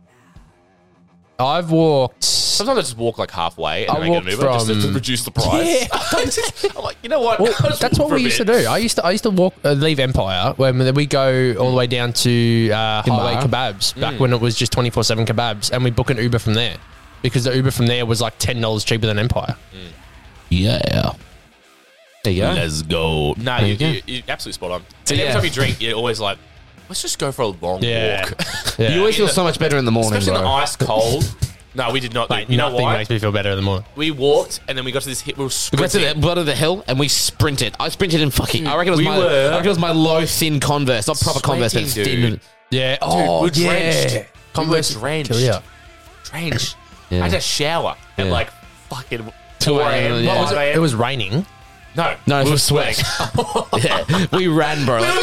I've walked.
Sometimes I just walk like halfway and
I
then I get an
walked
Uber just to-
from-
to reduce the price. I'm, just- I'm like, you know what?
Well,
I'll just
that's
walk for
what
a
we used to
bit.
do. I used to I used to walk uh, leave Empire when then we go all the way down to uh, Highway Kebabs back
Hmm.
when it was just twenty four seven kebabs, and we book an Uber from there because the Uber from there was like ten dollars cheaper than Empire.
Yeah. There you go.
Let's go. No, you,
There you
you, you're absolutely spot on.
So,
So every
yeah.
time you drink, you're always like, let's just go for a long
Yeah.
walk.
Yeah.
You always feel so much better in the morning,
Especially in the
bro.
ice cold. No, we did not.
Mate,
you know
nothing
why?
makes me feel better in the morning.
we walked and then we got to this hit. We were
We got to the
sprinting.
bottom of the hill and we sprinted. I sprinted in fucking. I reckon it was
We
my.
were-
I reckon it was my low thin Converse, not proper Converse, but
Sweating,
thin.
dude.
Yeah. Oh,
we're drenched.
yeah.
Converse drenched.
Kill ya.
Drenched.
Yeah.
I had a shower at
Yeah.
like fucking
2
2
a.m.,
a.m.
yeah.
What was
5
it?
a.m.
It was raining.
no.
No,
we
it
were
was sweat.
sweating.
yeah, we ran, bro.
were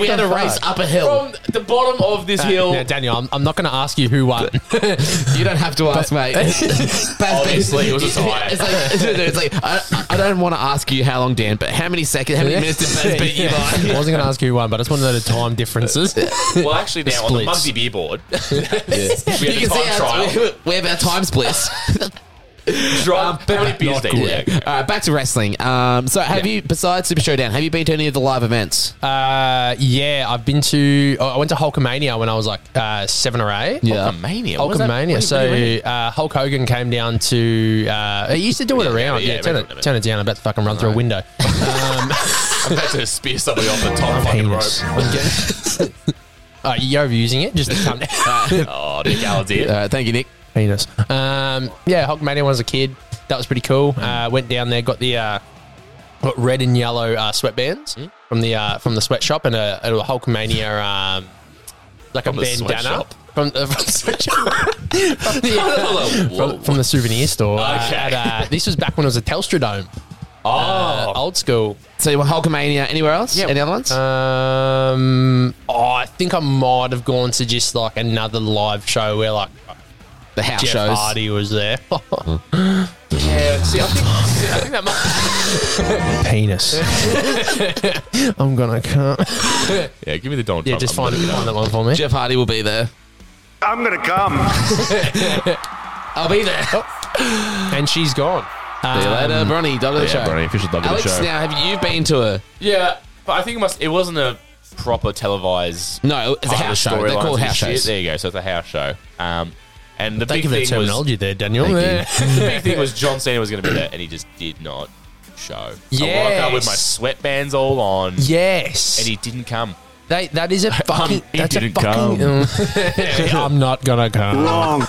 We had a
What the
race
fuck?
up a hill.
From the bottom of this hill.
Now, Daniel, I'm, I'm not going to ask you who won.
You don't have to ask, mate.
Obviously, it was a tie.
It's like, dude, it's like I, I don't want to ask you how long, Dan, but how many seconds, how many minutes did Baz beat you by?
I wasn't going to ask you who won, but I just want to know the time differences.
Well, actually, now on the
splits.
Mugsy Beer Board, we had
You
the
can see
time
how
trial.
we have our time splits.
Drop. Um, How many beers they did.
All right, back to wrestling. Um, so, have you besides Super Showdown, have you been to any of the live events?
Uh, yeah, I've been to. oh, I went to Hulkamania when I was like uh, seven or eight.
Mania. what was that?
Hulkamania. So uh, Hulk Hogan came down to. Uh, he used to do it around.
yeah,
Yeah,
yeah,
turn
we
it
don't know.
turn it down. I'm about to fucking run through a window.
I'm about to spear somebody off the top fucking rope.
Penis. Uh, you're overusing it. Just come
Oh, Nick Allen's here.
Uh, thank you, Nick.
penis. Um, yeah, Hulkamania when I was a kid. That was pretty cool.
Mm.
Uh, went down there, got the uh, got red and yellow uh, sweatbands
Mm.
from the uh, from the sweatshop and a, a Hulkamania um, like
From
a
the
bandana
sweatshop?
from, uh, from the sweatshop. from, the,
Whoa.
from, from the souvenir store. Uh,
Okay.
at, uh, this was back when it was a Telstra Dome,
Oh,
uh, old school.
So, you were Hulkamania anywhere else?
Yeah. Uh,
Any other ones?
Um, oh, I think I might have gone to just like another live show where like
the house
Jeff
shows.
Hardy was there.
yeah. See, I think, see, I think that might.
penis. I'm gonna cut.
Yeah, give me the Donald
Yeah, just find, find that one for me.
Jeff Hardy will be there.
I'm gonna come.
I'll be there.
And she's gone.
See you later,
Oh. Um,
Bronny. Dog of the show.
official dog
Alex, now have you been to a
Yeah, but I think it must. It wasn't a proper televised.
no? It's a
part of
house
the
show. They're
storylines
called
and
house
shit.
shows.
There you go. So it's a house show. Um, and the
Thank
big
you for the
thing was
terminology there, Daniel. Yeah.
the big thing was John Cena was going to be there, and he just did not show. So I walked up with my
Yes.
sweatbands all on,
Yes.
and he didn't come.
They- that is a fucking.
he
that's a
didn't
fucking. I'm not gonna come.
Wrong.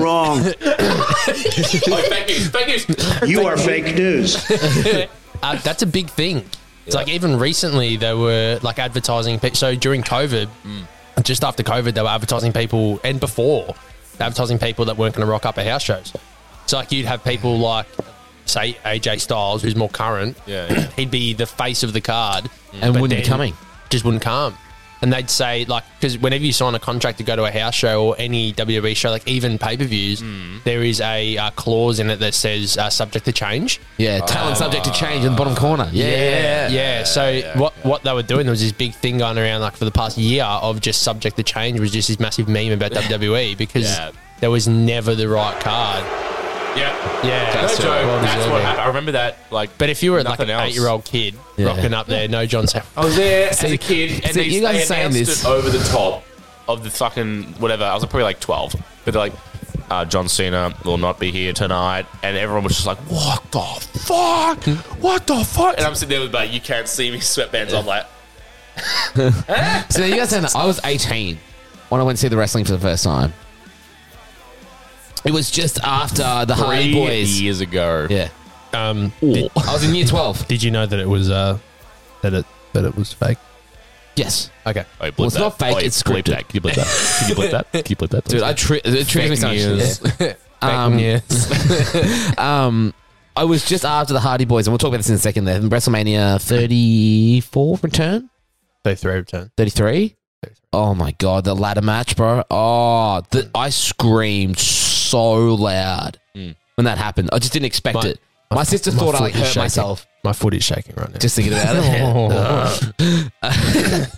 Wrong.
fake news, fake news.
You are fake news.
uh, that's a big thing. It's like even recently they were like advertising. Pe- so during COVID,
Mm.
just after COVID, they were advertising people, and before advertising people that weren't going to rock up at house shows. So like you'd have people like say AJ Styles, who's more current.
Yeah, yeah. Mm.
he'd be the face of the card,
And
but
wouldn't be
then
coming.
Just wouldn't come. And they'd say like because whenever you sign a contract to go to a house show or any WWE show, like even pay per views,
Mm.
there is a uh, clause in it that says uh, subject to change.
Yeah,
Oh.
talent subject to change in the bottom corner. Yeah,
Yeah, yeah. So what what they were doing there was this big thing going around like for the past year of just subject to change was just this massive meme about WWE because
Yeah.
there was never the right card.
Yeah.
Yeah,
No
that's
joke.
right. Well
That's what
deserved.
happened. I remember that. Like,
But if you were like
Nothing
an
else. Oh.
eight year old kid
Yeah.
rocking up there, no John's
I was there as a kid, and
see,
they,
you guys
they
are saying
announced
this.
it over the top of the fucking whatever. I was probably like twelve, but they're like, uh, John Cena will not be here tonight, and everyone was just like, "What the fuck?
Hmm.
What the fuck?" And I'm sitting there with like, "You can't see me, sweatbands." I'm like,
So you guys saying that I was 18 when I went to see the wrestling for the first time. It was just after the Hardy
three
Boys.
years ago.
Yeah.
Um,
I was in year 12.
did you know that it was uh, that it that it was fake?
Yes.
Okay.
Oh, you bleeped
Well, it's
that.
not fake,
Oh, you
it's
bleeped
scripted.
that. Can you believe that? Can you believe that? Can you believe that?
Dude, I tri- it triggers me so much.
news.
Um,
yeah.
Um, I was just after the Hardy Boys, and we'll talk about this in a second. There, WrestleMania 34 return,
so three return.
33. Oh my god, the ladder match, bro! Oh,
Mm.
the, I screamed so loud when that happened. I just didn't expect
Mm. My-
it. My, sister
my
thought I
foot
like
is
hurt
shaking.
myself
My foot is shaking right now. Oh.
just thinking about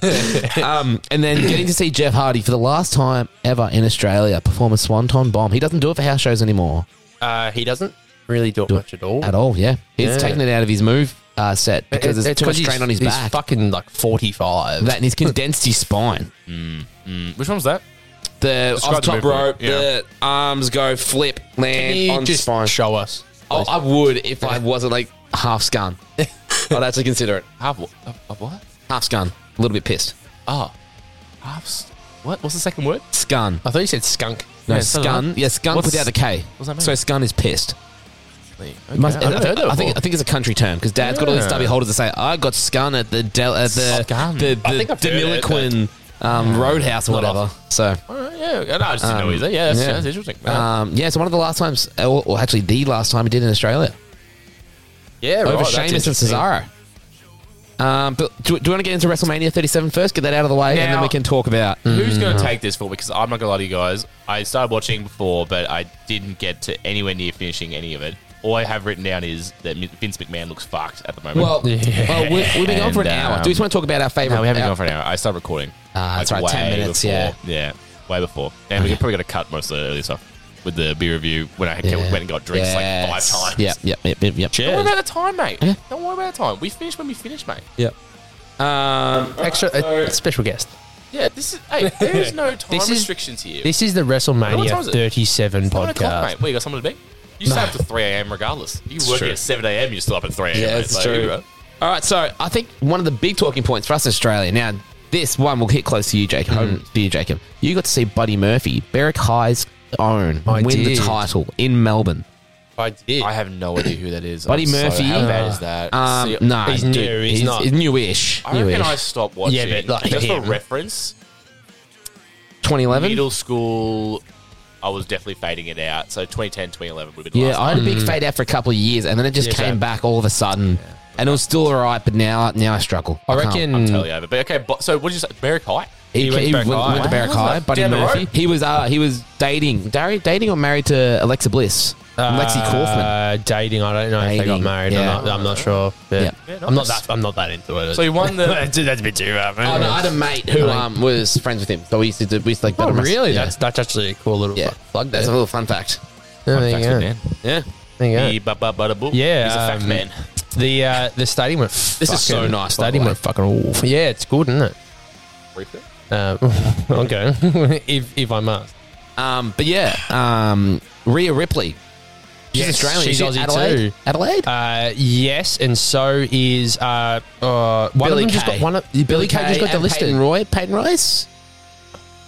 it. um, and then getting to see Jeff Hardy for the last time ever in Australia perform a swanton bomb. He doesn't do it for house shows anymore.
uh, he doesn't really do it much at all.
at all. Yeah, he's
Oh. Yeah.
taken it out of his move uh, set because it's, too much
he's-
strain on his
he's
back.
fucking like forty five.
that and he's condensed his spine.
Which one was that?
The
Describe
off
the
top
movement,
rope,
yeah.
the arms go flip, land
Can you
on
just
spine.
show us?
Oh, I would if I wasn't like half scun. I'd actually consider it
Half what? Half what?
half scun. A little bit pissed.
Oh, half. s- What? What's the second word? Oh,
Scun.
I thought you said skunk.
No,
Yeah, so
scun.
that-
Yeah, scun
what's-
without the K.
what's that mean?
So scun is pissed. Must-
I've never heard that
I think
before.
I think it's a country term because Dad's got all these
Yeah.
stubby holders that say I got scun at the del- at the
Scun.
the,
I
the,
think I've heard it, but-
Demiliquin um, Roadhouse or
Not
whatever. So
Uh, yeah, no, I just didn't
Um,
know either. Yeah, that's,
yeah.
that's interesting. Uh,
Um, yeah, it's one of the last times, or, or actually the last time he did in Australia
Yeah,
Oh,
over Sheamus and Cesaro. Um, but do, do you want to get into WrestleMania 37 first? Get that out of the way, and then
Now- Mm.
we can talk about.
Who's going to take this for? Because I'm not going to lie to you guys. I started watching before, but I didn't get to anywhere near finishing any of it. All I have written down is that Mi- Vince McMahon looks fucked at the moment.
Well, well, we- we've, been going for an
And,
hour.
um,
do we just want to talk about our favorite?
no, we haven't
our-
gone for an hour. I started recording.
Ah, that's right, 10
way
minutes,
before.
yeah.
Yeah, way before. And we we probably got to cut most of the early stuff with the beer review when I
Yeah.
went and got drinks like five
Yes.
times.
Yep, yep, yep, yep, yep.
Don't worry about the time, mate.
Yeah.
Don't worry about the time. We finish when we finish, mate.
Um,
Extra
uh,
a special guest.
Yeah, this is. Hey, there is no time
This is-
restrictions here.
This is the
What time is
WrestleMania
it?
37
Nine o'clock,
podcast.
mate. What, you got something to be? You stay up to 3 a.m. regardless. You work
true.
at 7 a.m., you're still up at 3 a.m.
yeah,
mate.
it's
Like,
true.
right?
All right, so I think one of the big talking points for us in Australia now. This one will hit close to you, Jacob.
Mm-hmm.
Home to you, Jacob. You got to see Buddy Murphy, Berwick High's own,
I
win the
did.
title in Melbourne.
I did.
I have no idea who that is.
Buddy
I'm sorry.
Murphy.
How bad
Uh,
is that?
Um,
See,
no,
he's
dude,
new, he's not-
he's newish.
I reckon
newish.
I stopped watching.
Yeah, but, like,
just
him.
for reference,
2011.
middle school, I was definitely fading it out. So 2010, 2011 would have been the
Yeah,
last
I
time.
had a big fade out for a couple of years, and then it just
Yeah,
came
so-
back all of a sudden, and it was still alright. But now, now I struggle.
I
can't.
reckon
Totally over. But okay, but, so what did you say? Barry Kite?
He, he went,
went to Berwick
went
High.
to Berwick
Wow.
High, Buddy
Down the
Murphy.
road?
He was uh, he was dating, Dari, dating or married to Alexa Bliss, Lexi Kaufman.
Uh, dating. I don't know if they got
Dating,
married
yeah.
or not. I'm not sure. But
Yeah.
I'm not that. I'm not that into it.
So you won the.
that's that's a bit too uh, rough.
Oh no, I had a mate who um, was friends with him, so we used to do, we used to like.
Oh,
better mess-
really?
Yeah.
That's that's actually a cool little
yeah.
plug there.
That's a little fun fact.
Yeah, there you
Facts
go.
with Dan.
Yeah,
There you go.
He ba- ba- bada boo.
Yeah,
He's a fact
um,
man.
The uh, the stadium went.
This is so nice, by the
Stadium
way.
went fucking off. Yeah, it's good, isn't it? Uh, okay, if if I must.
um, but yeah, um, Rhea Ripley. She's
Yes,
Australian.
she's
Is she
Aussie
Adelaide?
too.
Adelaide.
Uh, yes, and so is uh, uh, one
Billy
of them just
Kay.
got one. Of, Billy, Kay, just got
and
delisted.
Peyton Roy, Peyton Royce.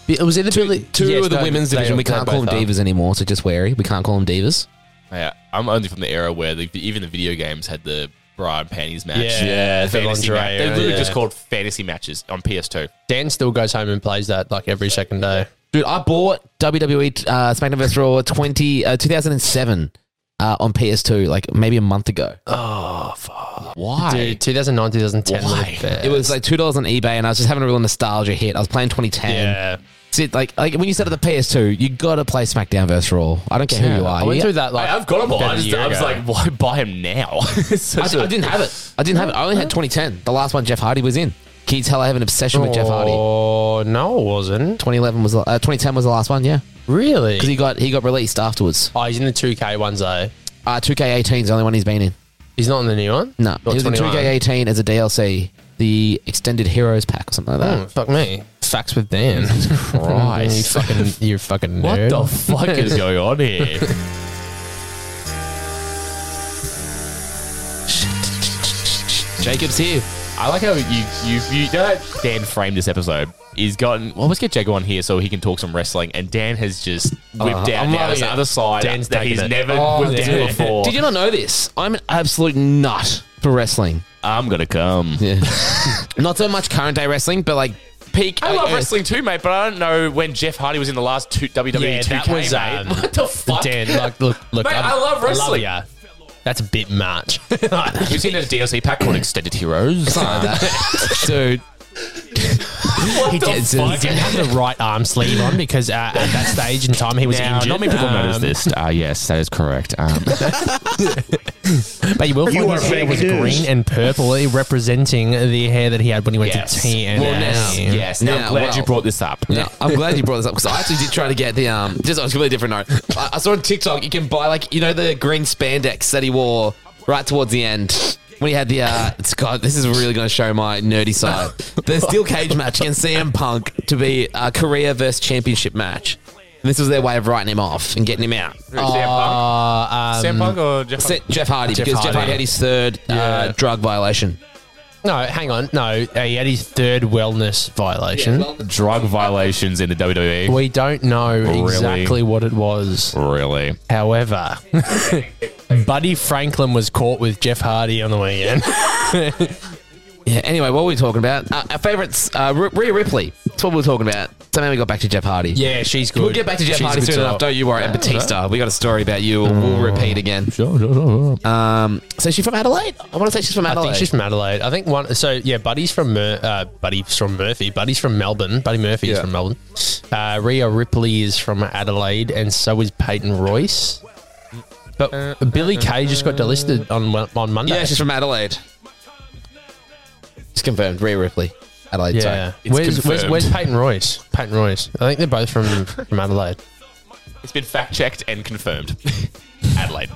It was either two,
Two of the women's division. We can't call them divas anymore, so just wary. We can't call them divas.
Yeah, I'm only from the era where the, even the video games had the bra and panties match.
Yeah, Yeah, the
fantasy
lingerie
match. They
era,
literally
yeah.
just called fantasy matches on PS2.
Dan still goes home and plays that like every second day.
Dude, I bought WWE uh, SmackDown vs. Raw 20, uh, 2007 uh, on PS2, like maybe a month ago.
Oh fuck!
Why?
Dude, 2009, 2010. were the best.
It was like two dollars on eBay, and I was just having a real nostalgia hit. I was playing 2010.
Yeah.
Sit like like when you set up the PS2, you gotta play SmackDown vs. Raw. I don't care who you are.
I went
You-
through that like
Hey, I've got them all.
about
I,
a
just,
year
I was
ago.
like, why buy him now? It's such
I,
a-
I didn't have it. I didn't have it. I only had 2010, the last one Jeff Hardy was in. Can you tell I have an obsession with Jeff Hardy?
Oh no, it wasn't.
2011 was the- uh, 2010 was the last one. Yeah,
Really?
because he got he got released afterwards.
Oh, he's in the 2K ones though.
Uh, 2K18 is the only one he's been in.
He's not in the new one.
No,
Not
he was in
21.
2K18 as a DLC, the Extended Heroes Pack or something like that.
Oh, fuck me.
Mm,
Facts with Dan.
Christ.
you fucking, you fucking nerd.
What the fuck is going on here?
Jacob's here.
I like how you you, you you know how Dan framed this episode. He's gotten well. Let's get Jago on here so he can talk some wrestling. And Dan has just whipped out
I'm
now
loving
this
it.
other side
Dan's
that
taking
he's
it.
never
Oh,
whipped
Dan.
out before.
Did you not know this? I'm an absolute nut for wrestling.
I'm gonna come.
Yeah. Not so much current day wrestling, but like peak.
I love
uh,
wrestling too, mate, but I don't know when Jeff Hardy was in the last two WWE
Yeah,
2K,
that was,
mate.
um,
what the fuck?
Dan, like, look, look.
Mate,
I'm-
I love wrestling.
I love ya. That's a bit much.
We've seen a DLC pack called Extended Heroes.
Something like that. Dude,
what
he
the
did.
fuck?
He had the right arm sleeve on because uh, at that stage in time he was
Now,
injured.
not many people notice
Um,
this. Uh, yes, that is correct. Um,
But you will find
are
his hair
fake
was
news.
green and purple, eh, representing the hair that he had when he went
Yes.
to TNA.
Well, now- yeah.
yes, now
Now,
I'm glad
well.
you brought this up.
No, I'm glad you brought this up because I actually did try to get the um. Just on a completely different note, I, I saw on TikTok you can buy like you know the green spandex that he wore right towards the end when he had the uh. It's, God, this is really going to show my nerdy side. The steel cage match against CM Punk to be a Korea versus championship match. And this was their way of writing him off and getting him out.
Sam Punk?
Uh, um,
Sam Punk or Jeff Punk?
Se- Jeff Hardy because Jeff
Hardy.
Hardy had his third uh, drug violation.
no, hang on. No, uh, he had his third wellness violation.
Drug violations in the WWE.
we don't know
Really?
exactly what it was.
Really?
However, Buddy Franklin was caught with Jeff Hardy on the weekend.
Yeah. Anyway, what were we talking about? Uh, our favorites, uh, R- Rhea Ripley. That's what we were talking about. So now we got back to Jeff Hardy.
yeah, she's good.
We'll get back to Jeff
She's a
Hardy
good
soon
sell.
enough. Don't you worry. And Batista, we got a story about you.
Mm.
We'll repeat again. Um, so she's from Adelaide. I want to say she's from
I
Adelaide.
think she's from Adelaide. I think one. So yeah, Buddy's from Mur- uh, Buddy's from Murphy. Buddy's from Melbourne. Buddy Murphy is
Yeah.
from Melbourne. Uh, Rhea Ripley is from Adelaide, and so is Peyton Royce. But Billy Kay just got delisted on on Monday.
yeah, she's from Adelaide. It's confirmed. Rhea Ripley, Adelaide.
yeah.
Sorry.
Where's, where's
confirmed.
where's Peyton Royce? Peyton Royce. I think they're both from from Adelaide,
It's been fact checked and confirmed. Adelaide.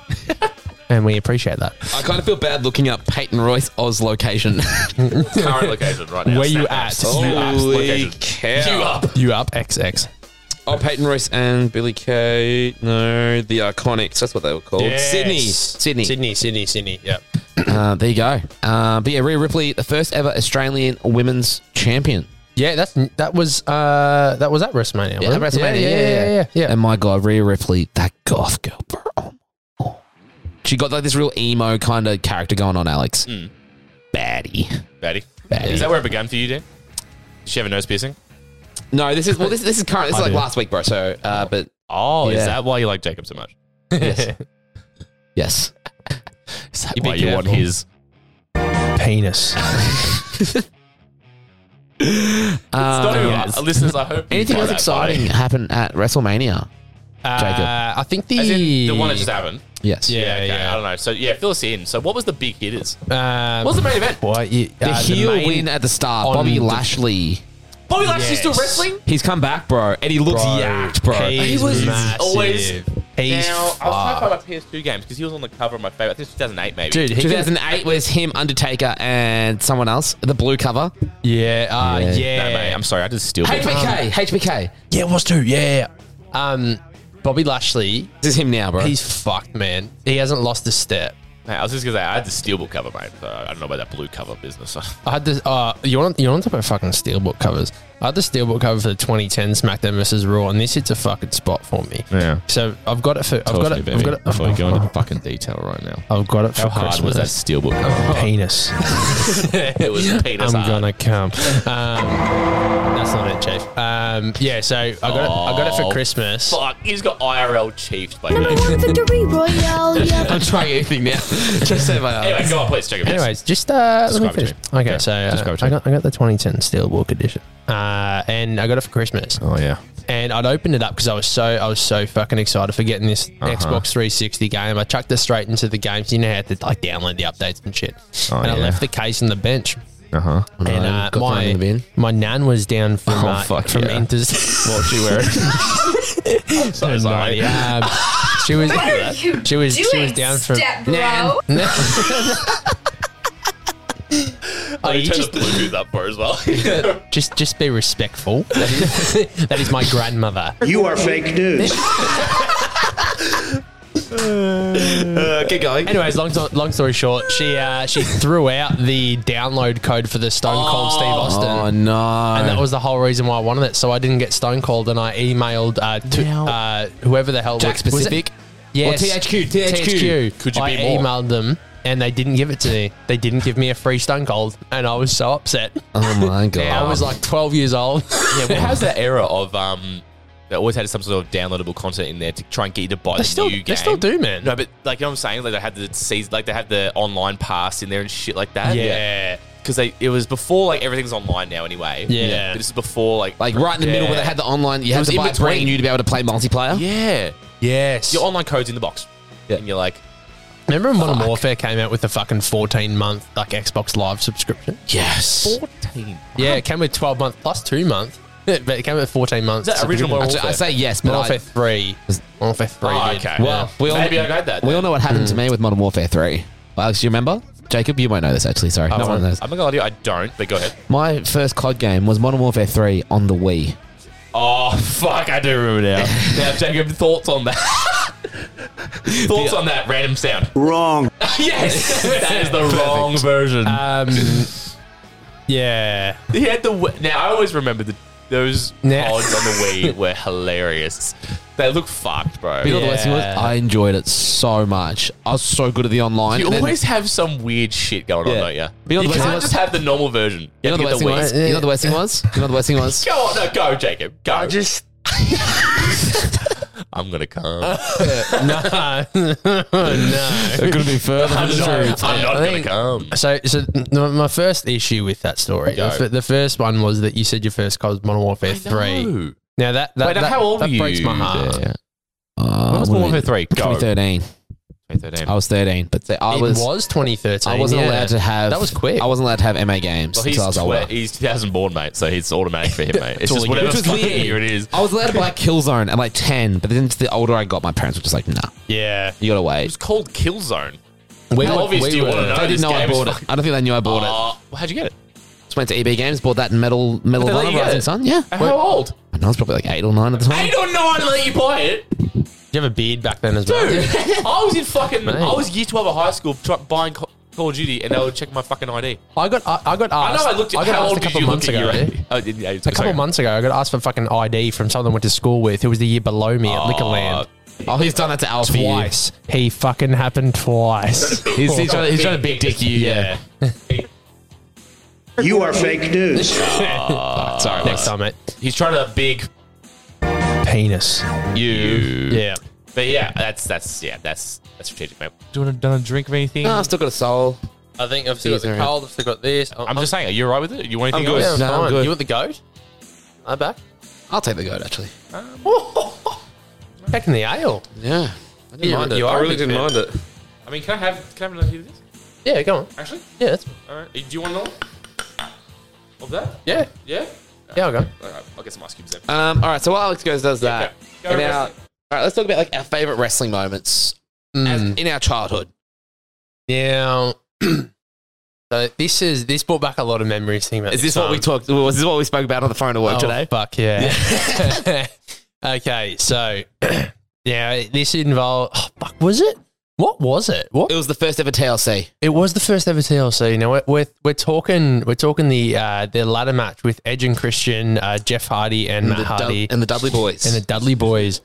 and we appreciate that.
I kind of feel bad looking up Peyton Royce Oz location.
Current location right now.
Where you
Snap
at?
apps. Snap apps
Oh,
location.
cow!
You up.
You up XX?
Oh, Peyton Royce and Billy Kay. No, the Iconics. That's what they were called. Sydney. Sydney.
Sydney, Sydney, Sydney. Yeah.
Uh, there you go. Uh, but yeah, Rhea Ripley, the first ever Australian women's champion.
Yeah, that's that was uh that was at WrestMania.
Yeah,
wasn't it?
WrestMania.
Yeah, yeah, yeah. yeah, yeah.
And my God, Rhea Ripley, that goth girl, bro. Oh, oh. She got like this real emo kind of character going on, Alex. Baddie.
Batty.
Batty.
Is that where it began for you, Dan? Did she have a nose piercing?
No, this is well, this, this is current. This is
I
like
do.
last week, bro. So, uh, but
Oh,
Yeah.
is that why you like Jacob so much?
yes, yes.
Is that
You be
why you want
careful.
his?
penis.
Um,
Sorry,
yes.
uh, listeners, I hope you
Anything
find
else
that funny.
exciting happened at WrestleMania? Jacob.
Uh, I think the
As in the one that just happened.
Yes.
yeah,
Okay, I
yeah.
don't know. So yeah, fill us in. So what was the big hitters?
Um,
What was the main event?
Boy, you,
The
uh,
heel
main-
win at the start.
on
Bobby
the-
Lashley.
Bobby Lashley's still
Yes.
wrestling.
He's come back, bro, and he looks yacked, bro.
He's
He was
massive.
always-
He's
now I was
fucked.
trying to find my PS2 games because he was on the cover of my favorite. I think it's 2008 maybe.
dude. He can,
2008 was him, Undertaker, and someone else. The blue cover.
yeah,
Yeah.
uh, yeah.
No,
Yeah,
mate, I'm sorry, I just steal.
HBK. HBK.
it was too. Yeah. Um, Bobby Lashley,
This is him now, bro.
he's fucked, man. He hasn't lost a step.
Hey, I was just gonna say I had the steelbook cover, mate. So I don't know about that blue cover business. I
I had this. Uh, you're on. You're on top of fucking steelbook covers. I had the steelbook cover for the 2010 SmackDown vs. Raw, and this hits a fucking spot for me.
Yeah.
So I've got it for. I've got it. I've got it.
Before you go into fucking detail right now.
I've got it
How
for
hard was that
Christmas.
steelbook cover?
penis.
it was penis
I'm
hard.
gonna come. Um, that's not it, Chief. Um, yeah. So I got it. I got it
Oh,
for Christmas.
Fuck, he's got IRL chiefed, baby.
One victory royale, yeah.
trying anything now. Just say my
anyway, go on, please, Jacob. yes.
Anyways, just uh, let me
Subscribe to
finish.
it.
Okay,
Yeah,
so uh,
subscribe to
I
it.
got I got the 2010 Steelbook edition, uh, and I got it for Christmas.
Oh yeah.
and I'd opened it up because I was so I was so fucking excited for getting this
Uh-huh.
Xbox 360 game. I chucked it straight into the games. You know how to like download the updates and shit.
Oh,
and I
yeah.
left the case on the bench.
Uh-huh.
and uh,
got thrown
my
in the bin?
my nan was down from
Oh,
uh,
fuck
from
yeah.
Inter's.
What was she wearing?
No,
sorry.
um, she was
What are you
she was
doing,
she was down from.
step bro?
oh, you
you
turn
just-
the Bluetooth up for as well.
Just, just be respectful. That is, that is my grandmother.
You are fake news.
Uh, keep going.
Anyways, long, sto- long story short, she uh, she threw out the download code for the Stone Cold Steve Austin.
Oh no!
and that was the whole reason why I wanted it. So I didn't get stone cold, and I emailed uh, to,
Now-
uh, whoever the hell
Jack
was- was it-
specific.
Yes,
Or THQ, THQ.
Could you
I
be more?
emailed them, and they didn't give it to me. They didn't give me a free stone cold, and I was so upset.
Oh my god!
I was like 12 years old.
yeah, well, how's that era of um? They always had some sort of downloadable content in there to try and get you to buy the
they still,
new game.
they still do, man.
No, but like you know what I'm saying, like they had the season, like they had the online pass in there and shit like that.
Yeah.
because they it was before like everything's online now anyway.
Yeah. Yeah.
but this is before like
like right in the middle where they had the online. You had
was
to
in
buy it brand
between.
new to be able to play multiplayer.
yeah
yes.
your online code's in the box, and you're like
Remember when Modern Warfare came out with the fucking 14 month like Xbox Live subscription?
Yes.
fourteen.
Yeah, it came with 12 month plus two months. But it came with 14 months.
Is that original Modern
Actually, I
Warfare?
say yes, but
Modern Warfare
I,
3. Modern Warfare 3.
Oh,
dude.
okay.
Well, we all-
maybe I got that.
we all know what happened to me with Modern Warfare Three. Alex, do you remember? Jacob, you won't know this actually. Sorry, no one knows.
Oh, I'm not gonna lie to you, I don't. But go ahead.
My first COD game was Modern Warfare Three on the Wii.
Oh fuck, I do remember now. now, Jacob, thoughts on that? thoughts on that random sound?
Wrong.
yes, that is the wrong version.
Um, yeah.
He had the Wii- now. I always remember the those
Now-
odds on the Wii were hilarious. They look fucked, bro.
You know what the worst thing was?
Yeah.
I enjoyed it so much. I was so good at the online.
You
and then-
always have some weird shit going
Yeah.
on, don't
But you
you?
know
You
the worst thing
can't
was-
just have the normal version.
you know the
have to
worst
get
thing was.
Wii.
You know what the worst thing was. You know what the worst thing was.
Go on, no, go, Jacob. Go.
I just
I'm gonna come. I'm,
no, no.
It could be further.
not, I'm not
I
gonna
think-
come.
So, so no, my first issue with that story,
Go.
the fir- the first one was that you said your first call was Modern Warfare Three.
No.
Now that that,
Wait, now
that,
how old
that
were
breaks
you
my heart.
there?
Uh,
When was
what do
Modern Warfare
you mean?
Three? Go.
2013.
2013.
I was 13, but th- I
It
was,
was, 2013.
I wasn't
yeah.
allowed to have.
That was quick.
I wasn't allowed to have MA games
Well, he's,
until I was older.
twe- he's 2000 born, mate, so he's automatic for him, mate. It's
all
just
you get.
whatever
Which was
fucking
weird.
year it is.
I was allowed to buy Killzone at like 10, but then the older I got, my parents were just like, "Nah,
yeah.
you gotta
It
wait."
was called Killzone.
We
How obvious do you want to know?
They
this
didn't know I
game is
bought it.
fucking-
I don't think they knew I bought it.
Uh, well, how'd you get it?
Just went to EB Games, bought that metal metal
But they let
Honor
you get
Rising
it.
Sun. Yeah,
How old?
I know it's probably like eight or nine at the time.
Eight or nine to let you buy it?
Did you have a beard back then as well?
Dude, I was in fucking. I was year 12 at high school try, buying Ca- Call of Duty and they were checking my fucking ID.
I got I, I got
I know
asked.
I looked at
I got
how
asked
old
a
did
couple
you
months
look at
ago.
your
dude.
ID? Oh, yeah, it's-
A couple
sorry.
months ago, I got asked for fucking ID from someone I went to school with who was the year below me at Liquorland.
Oh, he's done that to Alfie.
Twice. He fucking happened twice.
He's, he's, trying, he's trying to big dick you. Yeah.
You are fake news.
Sorry,
Next
Lex.
time, mate.
He's trying to big
Penis.
you.
Yeah.
But yeah, that's that's yeah, that's that's strategic, mate. Do you want to done a drink or anything?
Uh,
No, I've still got a soul.
I think I've
still got the These are-
cold. I've still got this.
I'm just saying, are you alright with it? You want anything else?
No, I'm good.
You want the goat? I back.
I'll take the goat actually.
Pecking the ale.
Yeah. I didn't mind it. Um,
you are a big fan.
it.
I mean, can I have can I have another few of this?
Yeah, go on.
Actually,
Yeah, that's,
all right. Do you want another? Of that?
yeah,
Yeah.
yeah, I'll go.
All right, I'll get some ice cubes then.
Uh,
Um, all right, so while Alex goes does that,
Yeah, okay. Go
now, all
wrestling.
right, let's talk about like our favorite wrestling moments as, in our childhood.
Now, so this is this brought back a lot of memories. Thinking about
Is this what we talked? Was this what we spoke about on the phone at work
oh,
today?
Fuck yeah. okay, so yeah, this involved. Oh, fuck, was it? What was it? What?
It was the first ever TLC.
It was the first ever TLC. Now we're we're, we're talking we're talking the uh, the ladder match with Edge and Christian, uh, Jeff Hardy and, Matt
the Dud-
Hardy
and the Dudley Boys.
and the Dudley Boys,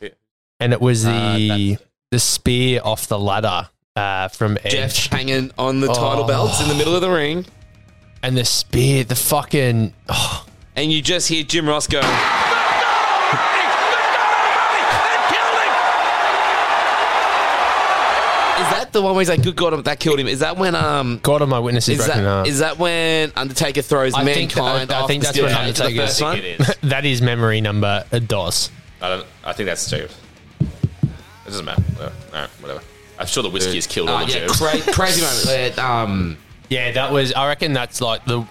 and it Uh, was the the spear off the ladder uh, from Edge.
Jeff hanging on the title
Oh.
belts in the middle of the ring,
and the spear, the fucking
and you just hear Jim Ross go. Is that the one where he's like, "Good God, that killed him"? Is that when um,
God of my witnesses
is
broken
that
up.
is that when Undertaker throws
I think,
mankind?
I, I
off
think
the
that's
steel
what
cage? Is that the
Undertaker
first one?
it is.
that is memory number a DOS.
I don't. I think that's stupid. It doesn't matter. Uh, all right, whatever. I'm sure the whiskey has
Oh,
killed all
Uh,
the
yeah,
germs.
cra- crazy moment. Uh, um,
Yeah, that was. I reckon that's like the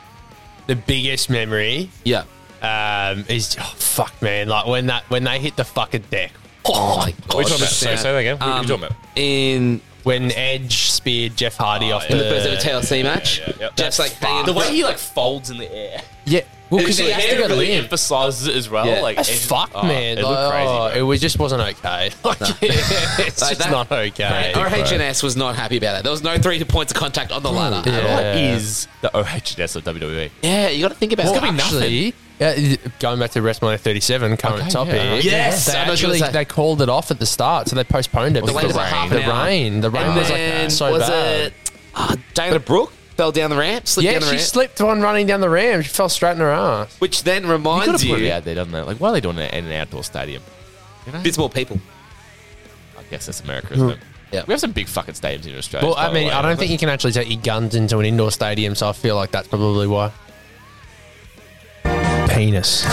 the biggest memory.
yeah.
Um, is oh, fuck man, like when that when they hit the fucking deck,
Oh my god!
Which one is-
that
sorry, say that again. What are you
Um,
talking about?
In
when Edge speared Jeff Hardy off
in
the,
the first ever TLC match,
yeah, yeah.
Jeff's like hanging.
The way he like folds in the air.
Yeah, well, because
It
he has to go
really
limp.
emphasizes it as well.
Yeah.
Like,
That's
it-
fucked,
oh,
man.
It looked
Like,
crazy.
oh,
bro.
it was just wasn't okay. Like, it's
Like
just
that-
not okay.
RHNS was not happy about that. There was no three points of contact on the ladder.
Yeah.
What is the OHS of E. WWE?
Yeah, you got to think about
Well,
it.
actually, uh, going back to WrestleMania 37, current topic.
Yes,
they
I was gonna
actually
say.
they called it off at the start, so they postponed it.
The
because
wait was half
the
an hour.
rain, the rain
And
was
then
like so
was
bad.
it uh, Dana Brooke fell down the ramp, slipped
Yeah,
down the
she
ramp,
slipped on running down the ramp. She fell straight in her ass.
which then reminds you,
out there, doesn't it? Like, why are they doing it in an outdoor stadium?
there's more people.
I guess that's America, isn't it?
Yeah.
We have some big fucking stadiums in Australia.
Well,
by
I
the
mean,
way.
I don't think you can actually take your guns into an indoor stadium, so I feel like that's probably why. Penis.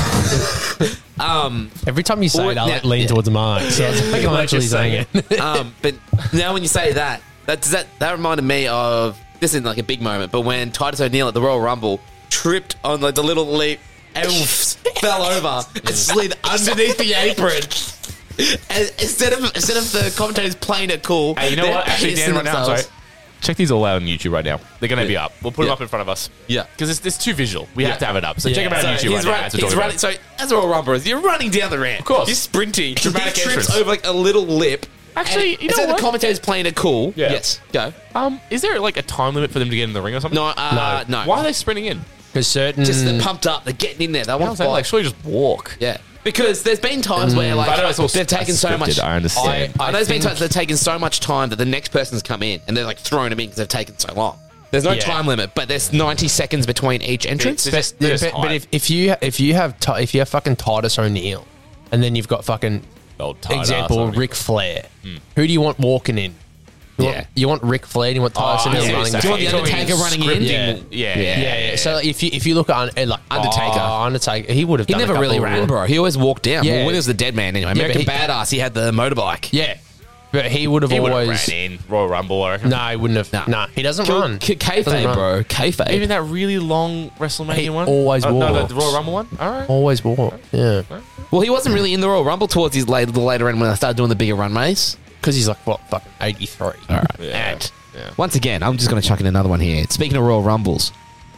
Um,
Every time you say
Well,
it, I
yeah,
like, lean
yeah.
towards mine. So it's like I'm actually saying it.
um, but now when you say that, that does that that reminded me of this isn't like a big moment, but when Titus O'Neil at the Royal Rumble tripped on like the little leap and fell over and slid underneath the apron. And instead of instead of the commentators playing it cool,
Hey, you know
they're
what? Actually, Dan,
pissing
right now, I'm
themselves.
sorry. Check these all out on YouTube right now. They're going to be
Yeah.
up. We'll put
Yeah.
them up in front of us.
Yeah.
Because it's, it's too visual. We
Yeah.
have to have it up. So check them out
So
on YouTube
he's
right
run-
now. That's what we're
he's
talking
running.
about.
So as a Royal Rumble is, you're running down the ramp. Of
course.
you're sprinting.
Dramatic
he trips
entrance.
over like a little lip.
Actually,
and
you know
instead of
what?
the commentators playing it cool.
Yeah.
Yes, go.
Um, is there like a time limit for them to get in the ring or something?
No, uh, no. Mm.
Why are they sprinting in?
Because certain.
Just they're pumped up. They're getting in there. They
I
want
was
to
saying,
fight.
like, surely just walk.
Yeah. Because there's been times where like
But I know it's all
they've
s-
taken so
scripted,
much.
I understand.
Mm. I know there's been
think-
times they've taken so much time that the next person's come in and they're like throwing them in because they've taken so long. There's no
Yeah.
time limit, but there's 90 seconds between each entrance.
It's- it's-
Yeah,
They're just
but, but
hype.
if, if you if you have Ti- if you have fucking Titus O'Neil, and then you've got fucking
Old tight
example
ass, I mean.
Ric Flair, who do you want walking in?
Hmm.
You
Yeah.
want, you want Ric Flair? You want Titus
Oh, I see
O'Neil
what
running?
you're
the
saying.
fucking-
Do you want the Undertaker running in?
Scripting. Yeah. Yeah.
Yeah, yeah. So like, if you if you look at Un- eh, like
Undertaker.
oh, Undertaker, he would have.
He never really ran, bro. He always walked down.
Yeah.
Well, when he was the dead man, anyway. American
reckon he-
Badass, he had the motorbike.
Yeah, but he would have
He would have
always.
ran in Royal Rumble, I reckon.
No, he wouldn't have.
Nah.
Nah, he doesn't run.
K-
Doesn't
kayfabe,
run.
bro. Kayfabe.
Even that really long WrestleMania
He
one?
always
Uh, no,
walks.
the Royal Rumble one? All right.
Always walk. Yeah,
well, he wasn't really in the Royal Rumble towards his later, the later end when I started doing the bigger run race.
because he's like what fucking eighty three. All right.
And once again, I'm just going to chuck in another one here. Speaking of Royal Rumbles,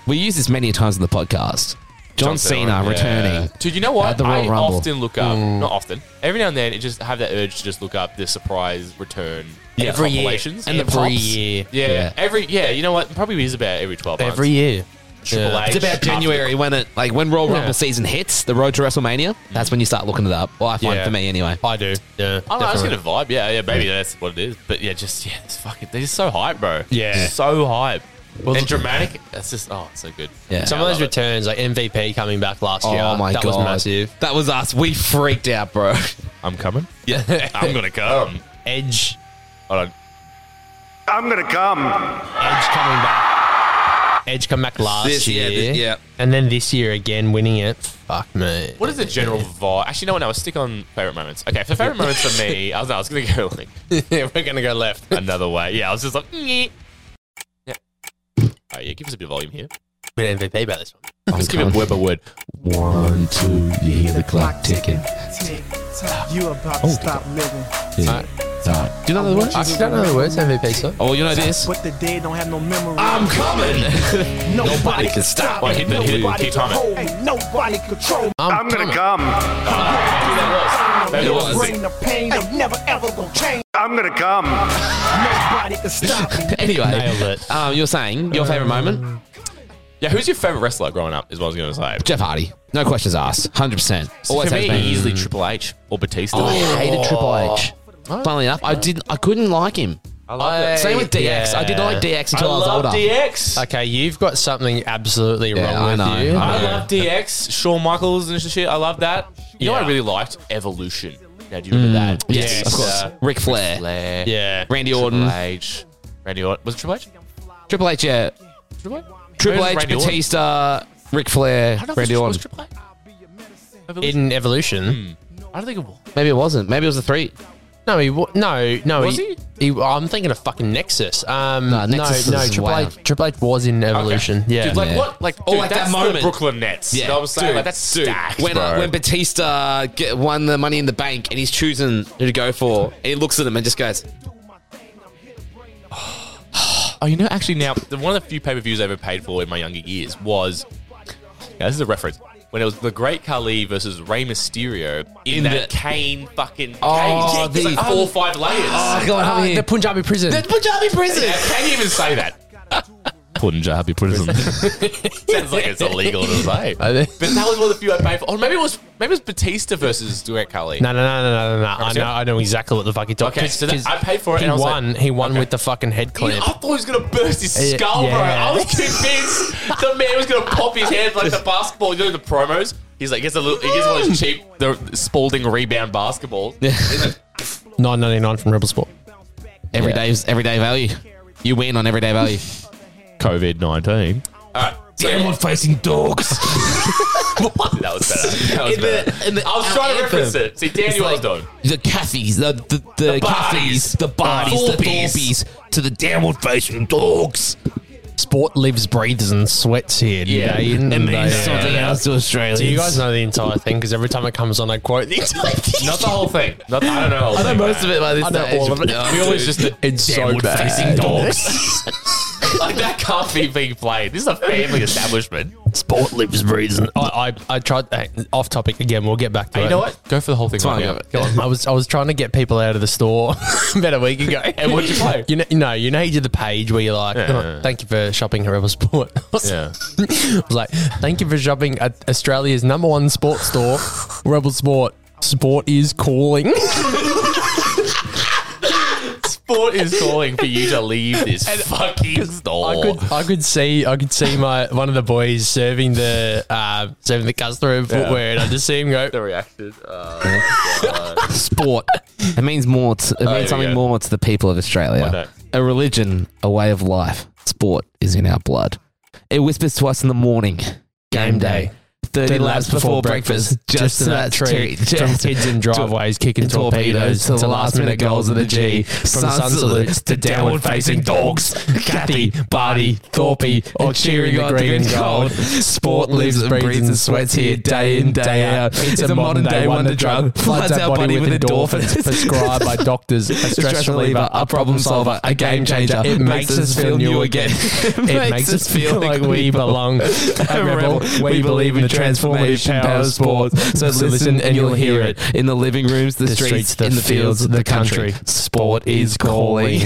we use this many times in the podcast. John, Cena
yeah.
returning.
Dude, you know
At
what?
the Royal
I
Rumble.
often look up, not often, every now and then, it just have that urge to just look up the surprise return
Yeah. Every year.
compilations.
And the
Every
pops.
year.
yeah,
Yeah.
every yeah, you know what? Probably is about every twelve months.
Every year.
Triple
Yeah.
H,
It's about
after the-
January when it like when Royal
Yeah.
Rumble season hits, the road to WrestleMania. That's when you start looking it up. Well, I find
Yeah.
for me anyway.
I do.
I
Yeah.
don't know, I was
definitely.
gonna vibe. Yeah, yeah, maybe that's what it is. But yeah, just yeah, it's fucking. They're just so hype, bro.
Yeah.
so hype.
Well,
and
the-
dramatic. That's just oh, it's so good.
Yeah.
Some
I
of those
love it.
returns, like MVP coming back last year,
oh my
that
god,
was massive.
That was us. We freaked out, bro.
I'm coming. Yeah, Um, I'm gonna come.
Edge,
Hold on.
I'm gonna come.
Edge coming back. Edge come back last
This- yeah,
year,
this- yeah.
and then this year again winning it. Fuck me.
What is the general vibe? Actually, no, no. I'll stick on favorite moments. Okay, for favorite moments for me, I was, I was gonna go like
We're gonna go left.
another way. Yeah, I was just like, "Nyeh." yeah. Oh yeah, give us a bit of volume here.
We're MVP about this one.
Let's give it word by word.
One, two, you hear the clock ticking.
You about to stop living.
Do you know the words?
I don't know the words MVP song.
Oh, you know this.
But the dead don't have no memory.
I'm coming.
nobody
can stop
me. Hit the- hit the-
nobody
keep timing.
control me. Nobody control me.
I'm gonna come.
That was.
Bring the pain. I'm never ever gonna change.
I'm gonna come.
Nobody can stop me.
anyway, Um, you're saying your favorite moment?
Yeah, who's your favorite wrestler growing up? Is what I was going to say.
Jeff Hardy. No questions asked. Hundred percent. Always
for
has
me,
been.
easily Triple H or Batista.
Oh, I hated Triple H. Funnily enough, I did. I couldn't like him.
I
love that.
Same with DX. I did not like DX until I, was older.
DX.
Okay, you've got something absolutely wrong
I
with
know,
you.
I
I love DX, Shawn Michaels and shit. I love that. You know, what I really liked Evolution. Now, do you remember
Mm,
that?
yes, of
Uh,
course. Ric Flair.
Yeah.
Randy
Triple
Orton.
H. Randy Orton. Was it Triple H?
Triple H, yeah.
Triple H.
Triple
Where's
H,
Randy Orton?
Batista, Ric Flair,
I don't know if
Randy
it was
Orton.
Triple H.
In Evolution.
I don't think Hmm. it was.
Maybe it wasn't. Maybe it was the three.
No, he wa- no no.
Was
he? I'm thinking of fucking Nexus. Um,
Nah,
no,
Nexus
no.
is
Triple
way
H, Triple H was in Evolution. Yeah,
Dude, like
Yeah.
what? Like, dude,
Oh, like that
that's the
moment.
Brooklyn Nets. You know what I'm saying?
Dude,
like, that's
dude.
stacked,
When, uh,
bro.
when Batista get, won the money in the bank and he's choosing who to go for, and he looks at him and just goes,
Oh, you know, actually, now the, one of the few pay per views I ever paid for in my younger years was. Now, this is a reference. When it was the Great Khali versus Rey Mysterio in,
In
that
the-
Kane fucking
Oh,
cage. It's
the-
like four or five layers.
Oh, God, help
Ah,
me here.
the Punjabi prison.
The Punjabi prison.
Yeah, can you even say that? Punjabi prison. Sounds like it's illegal to say.
I
But
think-
that was one of the few I paid for. Or maybe it was maybe it was Batista versus Great Khali.
No, no, no, no, no, no, no. I
Okay, so-
know, I know exactly what the fuck you're talking.
Okay, so that- I paid for it
He
and I was like-
won. he won with the fucking
Dude,
head clamp.
I thought he was gonna burst his
Yeah,
skull,
yeah.
bro. I was convinced the man was gonna pop his head like the basketball. You know the promos. He's like, gets a little, he gets one of those cheap, the Spalding rebound basketballs.
Nine ninety nine from Rebel Sport.
everyday's everyday value. You win on everyday value.
COVID nineteen.
Demon facing dogs.
That was better. That was
In the-
better.
in the-
I was trying to
anthem.
reference it. See, Dan,
It's
you was
like-
doing.
The Cathies, the the, the,
The bodies.
Cathies, the bodies, the
Thorpies.
Thorpies, to the downward facing dogs.
Sport lives, breathes, and sweats here.
Yeah,
Day in
it
and
means
day out.
something else to Australians.
Do you guys know the entire thing? Because every time it comes on, I quote the entire thing.
Not the whole thing. Not the, I don't know. the whole
I know
thing,
most
man.
of it by this
I know
stage.
all of it.
Oh,
We always
dude.
just
It's so
Downward facing
bad.
dogs.
like that can't be being played. This is a family establishment.
Sport lives, breathes, and I, I, I tried hey, off topic again. We'll get back to it.
you know what? Go for the whole thing.
fine,
Right
go
now.
for it.
Go on. I was I was trying to get people out of the store about a week ago.
And what'd you play?
You know, you know, you know, you did the page where you're like,
Yeah,
"Oh,
yeah, yeah.
"Thank you for shopping at Rebel Sport." I was
Yeah.
like, "Thank you for shopping at Australia's number one sports store, Rebel Sport." Sport is calling.
Sport is calling for you to leave this fucking
I
store.
could, I could see, I could see my one of the boys serving the, uh, serving the customer in footwear, and I just see him go.
the reaction. Uh,
Sport. It means more. To, it
here
means
we
something
go.
more to the people of Australia.
not?
A religion, a way of life. Sport is in our blood. It whispers to us in the morning. Game day. Thirty laps before breakfast. Just to that tree.
From
Just
kids in driveways kicking torpedoes to last minute goals of the G. From sun salutes to downward facing dogs. Kathy, Barty, Thorpe, or cheering the green and gold. Sport lives and breathes and sweats here day in, day out. It's a modern day wonder drug. Floods our body with endorphins. Prescribed by doctors. A stress reliever, a problem solver, a game changer. It makes us feel new again. It makes us feel like we belong. A rebel, we believe in the transformative power of sports. So listen and you'll hear it.
in the living rooms, the,
The
streets,
streets, the
in the fields,
fields,
the
the
country.
country.
Sport is calling.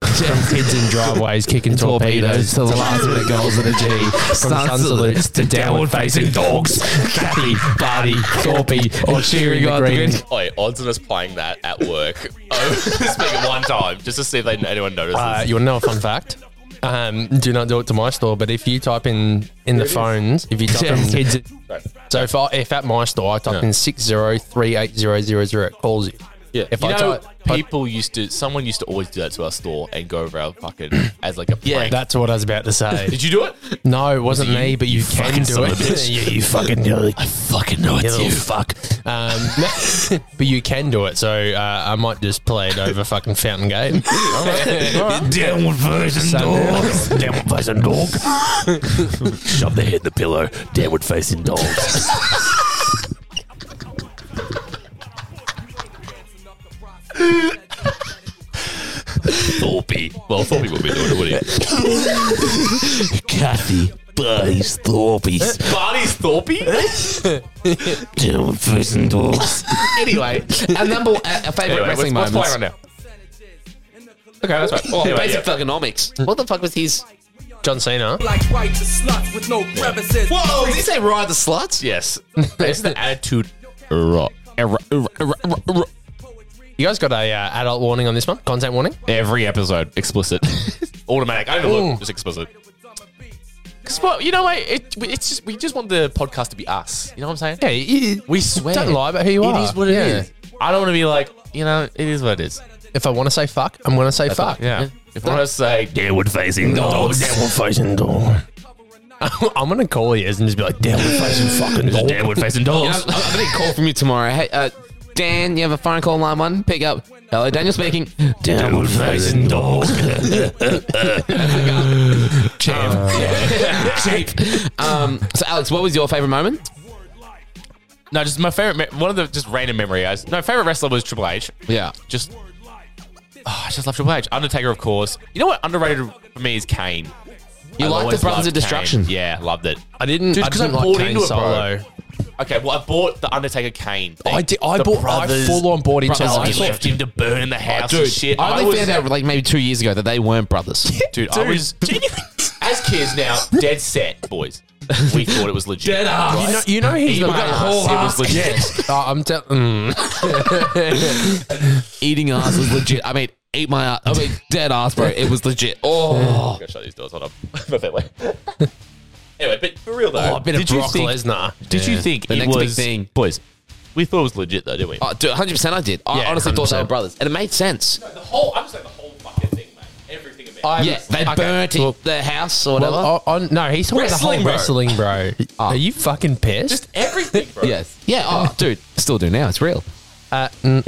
From kids in driveways kicking torpedoes to the last minute goals of the G. From sun salutes to downward facing dogs. Kathy, Barty, Thorpe, or cheering on the green.
Oi, odds on us playing that at work. Oh, speaking one time, just to see if they, anyone notices.
Uh, you want to know a fun fact? Um, do not do it to my store, but if you type in in the phones, if you type in kids, so if, I, if at my store I type in six zero three eight zero zero zero, it calls you.
yeah.
if
you
I
know,
type-
people used to, someone used to always do that to our store and go over our fucking as like a prank.
That's what I was about to say.
Did you do it?
no, it wasn't me, but you, can do
son of a
it.
bitch.
you, you fucking do it. I fucking know it's you. Fuck. Um, but you can do it, so uh, I might just play it over fucking Fountain Gate.
Downward facing dogs. Downward facing dog. Shove their head in the pillow. Downward facing dogs. Thorpey. Well, Thorpey would be doing it, would he?
Kathy,
Barney's Thorpies.
Barney's Thorpy?
Doofus and dogs.
anyway, our number our favorite
Anyway,
wrestling
what's- what's
moments.
playing right Okay, that's right.
Oh,
Anyway,
basic
yeah.
thugonomics. What the fuck was his?
John Cena.
Black white to sluts with no crevices.
Oh,
Whoa, did he say ride the sluts?
Yes. This is the attitude.
Rock.
You guys got a uh, adult warning on this one? Content warning?
Every episode, explicit. Automatic. I don't even look. Just explicit. Because what you know, what it, it's just we just want the podcast to be us. You know what I'm saying?
Yeah, it-
we swear.
Don't lie about who you are.
It is what it is.
Yeah.
I don't want to be like you know. It is what it is.
If I want to say fuck, I'm going to say
That's
fuck.
what- yeah. If I want to say downward facing dogs,
Downward facing dog. I'm going to call you and just be like, downward facing fucking dog.
Downward facing dogs.
You know, I'm going to call from you tomorrow. Hey, uh, Dan, you have a phone call line one? Pick up. Hello, Daniel speaking.
Downward facing dogs.
Cheap. Um, so, Alex, what was your favorite moment?
No, just my favorite. Me- one of the just random memory guys. No, favorite wrestler was Triple H.
Yeah.
Just. Oh, I just love Triple H. Undertaker, of course. You know what? Underrated for me is Kane.
You like the
I've always
Brothers
loved
of Destruction.
Kane. Yeah, loved it.
I didn't-
Dude,
I
because I,
didn't like
bought
Kane
into it,
solo.
bro. Okay, well, I bought the Undertaker Kane. Thing.
I did- I
The
bought- I full-on bought into
brothers,
it.
He left him to burn in the house
Dude,
and shit.
I only
was-
found out like maybe two years ago that they weren't brothers.
Dude, I was as kids now, dead set, boys. We thought it was legit.
Dead ass.
right?
You know, you know he's
Eat
the
my
best.
ass. Mm, It was legit.
oh, I'm telling.
Eating ass was legit. I mean, eat my ass. I mean, dead ass, bro. It was legit.
I'm
Oh.
gonna shut these doors. Hold on. My bad way. anyway, but for real though,
Oh, a bit of
did you
Brock
think-
Lesnar.
Did you
Yeah.
think
The
it
next big
was-
thing.
boys? We thought it was legit though, didn't we?
Oh, dude, 100% I did. I
Yeah,
honestly thought they were
100%.
brothers. And it made sense.
the whole. I'm just like the whole fucking thing, man. Everything about.
yeah, they burnt
well-
the house or whatever.
Well, on, on, no, he's talking about the whole
Wrestling, bro.
wrestling, bro.
Ah.
Are you fucking pissed?
everything, bro.
Yes. Yeah, oh, dude. Still do now. It's real.
Uh, mm.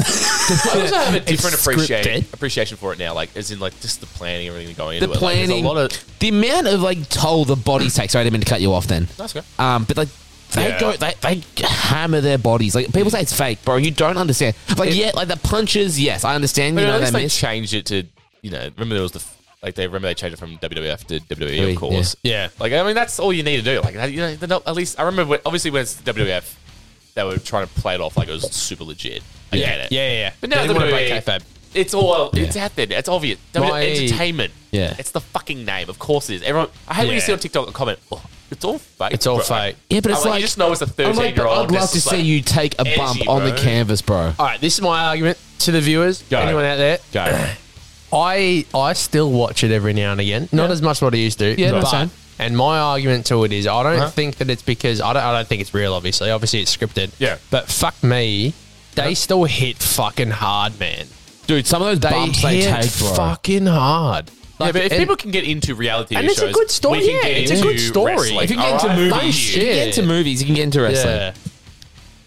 I also have a different
It's
appreciation appreciation for it now, like as in like just the planning, everything going
The
into it.
planning,
Like, there's a lot of
the amount of like toll the bodies take. Sorry, I didn't mean to cut you off then.
That's okay.
Um, but like they
Yeah.
go, they, they hammer their bodies. Like people say it's fake, bro. You don't understand. Like yeah, like the punches. Yes, I understand.
But
You know
at
they
least they
miss.
changed it to you know. Remember there was the f- like they remember they changed it from WWF to WWE,
Yeah.
of course.
Yeah.
Like I mean that's all you need to do. Like you know they're not- at least I remember when, obviously when it's WWF they were trying to play it off like it was super legit. I
Yeah.
get it.
Yeah, yeah, yeah.
But
They
now
didn't wanna
WWE,
break kayfabe.
it's all it's out there. It's obvious. E
My-
Entertainment.
Yeah.
It's the fucking name. Of course it is. Everyone. I hate when you
Yeah.
see on TikTok a comment. "Oh, it's all fake.
It's all
bro."
fake.
Yeah, but it's
I'm
like-
you just know it's a
I'm
thirteen
like,
year
but
old.
I'd love to see you take a
edgy,
bump on the
bro.
canvas, bro.
All right, this is my argument to the viewers.
Go.
Anyone out there?
Go.
I I still watch it every now and again. Not as much what I used to.
Yeah,
but,
that's fine.
And my argument to it is, I don't think that it's because I don't. I don't think it's real. Obviously, obviously it's scripted.
Yeah.
But fuck me, they still hit fucking hard, man.
Dude, some of those
They
bumps they
hit
take, bro.
fucking hard.
Yeah, but if
and-
people can get into reality
and it's a
shows,
good story,
we can
yeah,
get
it's a
into
good story.
wrestling,
If you get
all
into
right?
movies,
Fuck
You can get into movies, you can get into wrestling.
Yeah.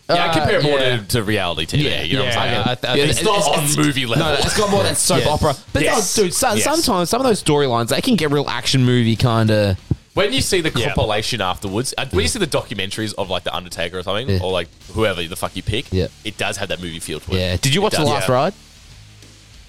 Yeah, I
Uh,
compare it more
yeah.
to, to reality TV.
Yeah,
you know what I'm
yeah,
saying?
I th- I
it's,
think-
not
it's-
on
it's-
movie level.
No, no, it's got more than soap
Yes.
opera. But
Yes.
no, dude, so,
Yes.
sometimes some of those storylines they can get real action movie kind of.
When you see the
Yeah.
compilation afterwards, uh, when you see the documentaries of like the Undertaker or something,
Yeah.
or like whoever the fuck you pick,
Yeah.
it does have that movie feel to it.
Yeah. Did you
It
watch the
does.
Last
Yeah.
Ride?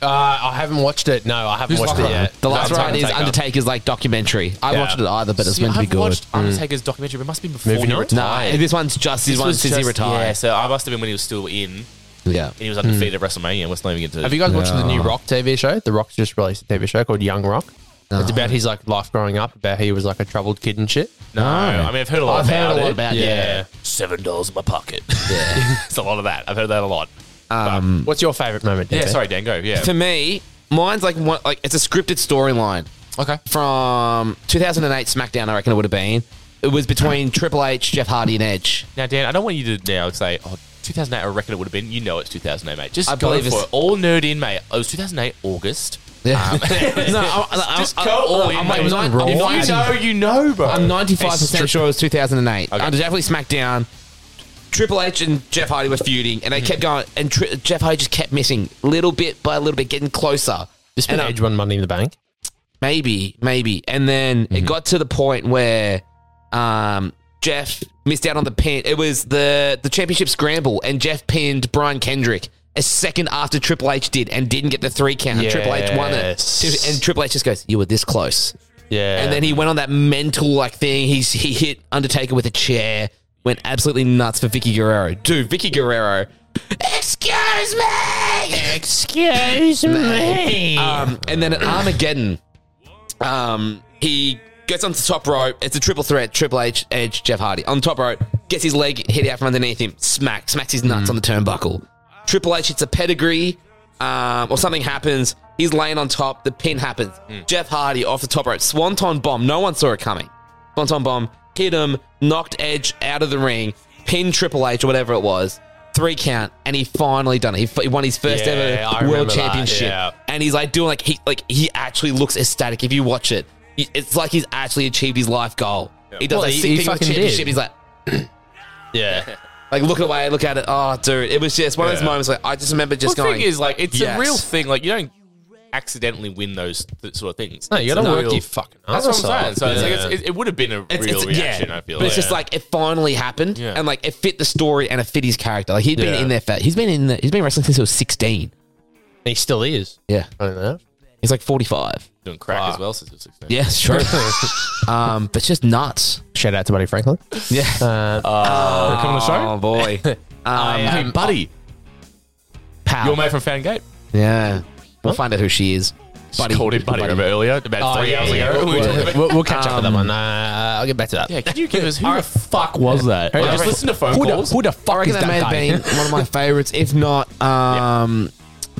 Uh, I haven't watched it. No, I haven't watched it yet.
The Last
No,
Ride is
Undertaker.
Undertaker's like documentary. I
Yeah.
watched it either, but it's
See,
meant to be
I've
good.
watched Undertaker's documentary, but it must be before
Moving
he
on.
retired.
Nah, this one's just his one
was
since he
just-
retired. Hmm.
Yeah, so I must have been when he was still in, and
Yeah.
he was undefeated at WrestleMania. Let's not even get to.
Have you guys watched the new
No.
Rock TV show? The Rock's just released a TV show called Young Rock.
No.
It's about his like life growing up, about how he was like a troubled kid and shit.
No, I mean I've heard a lot
Oh. I've heard
about
a lot
it.
about it, yeah.
seven dollars in my pocket. Yeah, it's a lot of that. I've heard that a lot.
Um,
What's your favorite moment?
Yeah,
Dante?
sorry, Dango. Yeah,
For me, mine's like one, like it's a scripted storyline.
Okay.
From 2008 SmackDown, I reckon it would have been. It was between Triple H, Jeff Hardy, and Edge.
Now, Dan, I don't want you to now say, oh, 2008, I reckon it would have been. You know it's 2008, mate. Just
I
go
believe
for
it's-
it. All nerd in, mate. Oh, It was 2008, August.
Yeah.
Um,
no, I, I,
just
I,
go all in,
I'm like
mate.
nine-
if
I'm
you know,
ninety-
you know, bro.
I'm 95 percent sure it was 2008.
Okay.
I'm definitely SmackDown. Triple H and Jeff Hardy were feuding, and they kept going, and tri- Jeff Hardy just kept missing, little bit by little bit, getting closer.
This been
And um, I-
Edge won Money in the Bank.
Maybe, maybe. And then it got to the point where um, Jeff missed out on the pin. It was the the championship scramble, and Jeff pinned Brian Kendrick a second after Triple H did, and didn't get the three count. Triple H won it,
Yes.
and Triple H just goes, "You were this close."
Yeah.
And then he went on that mental like thing. He's he hit Undertaker with a chair. Went absolutely nuts for Vicky Guerrero. Dude, Vicky Guerrero. Excuse me.
Excuse me.
Um, and then at Armageddon, um, he gets onto the top rope. It's a triple threat: Triple H, Edge, Jeff Hardy. On the top rope, gets his leg hit out from underneath him. Smack, smacks his
Mm-hmm.
nuts on the turnbuckle. Triple H hits a pedigree, um, or something happens. He's laying on top. The pin happens.
Mm.
Jeff Hardy off the top rope, swanton bomb. No one saw it coming. Swanton bomb hit him, knocked Edge out of the ring, pinned Triple H or whatever it was. Three count, and he finally done it. He, f- he won his first
Yeah, I
ever
remember
world
that,
championship
yeah.
and he's like doing like he like he actually looks ecstatic. If you watch it, He- it's like he's actually achieved his life goal. He does
Well,
that
he-
sick
he
thing with
fucking
championship.
did.
He's like,
yeah.
like look away, look at it. Oh, dude, it was just one of those
Yeah.
moments. Like I just remember just
well, the
going.
thing is, like, it's
yes.
a real thing. Like, you don't accidentally win those th- sort of things.
No, you
It's
gotta
a
work
real-
your fucking
That's what I'm saying.
arse
So
up.
it's like,
Yeah.
it's, it, it would have been a
It's-
real
it's-
reaction.
yeah.
I feel.
but it's just like it finally happened,
Yeah.
and like it fit the story and it fit his character. Like he'd been
Yeah.
in there for he's been in the, he's been wrestling since he was sixteen.
He still is.
Yeah,
I don't know.
He's like forty five.
doing crack as well since it's sixteen.
Yeah, sure. um, but it's just nuts.
Shout out to Buddy Franklin.
Yeah.
Uh,
oh,
coming to the show?
Oh boy. um,
hey, buddy.
Pal.
Your mate from Fangate.
Yeah. We'll find out who she is. Buddy.
called him buddy, remember earlier? About
Oh,
three
yeah,
hours
yeah,
ago.
we'll-
We were talking
we'll,
about-
we'll, we'll catch up with that
Um,
one. Uh, I'll get back to that.
Yeah, could you give us who the fuck
was that?
Like, just listen to phone
who the-
calls.
who the fuck
I reckon
is
that may
guy?
have been one of my favorites, if not um,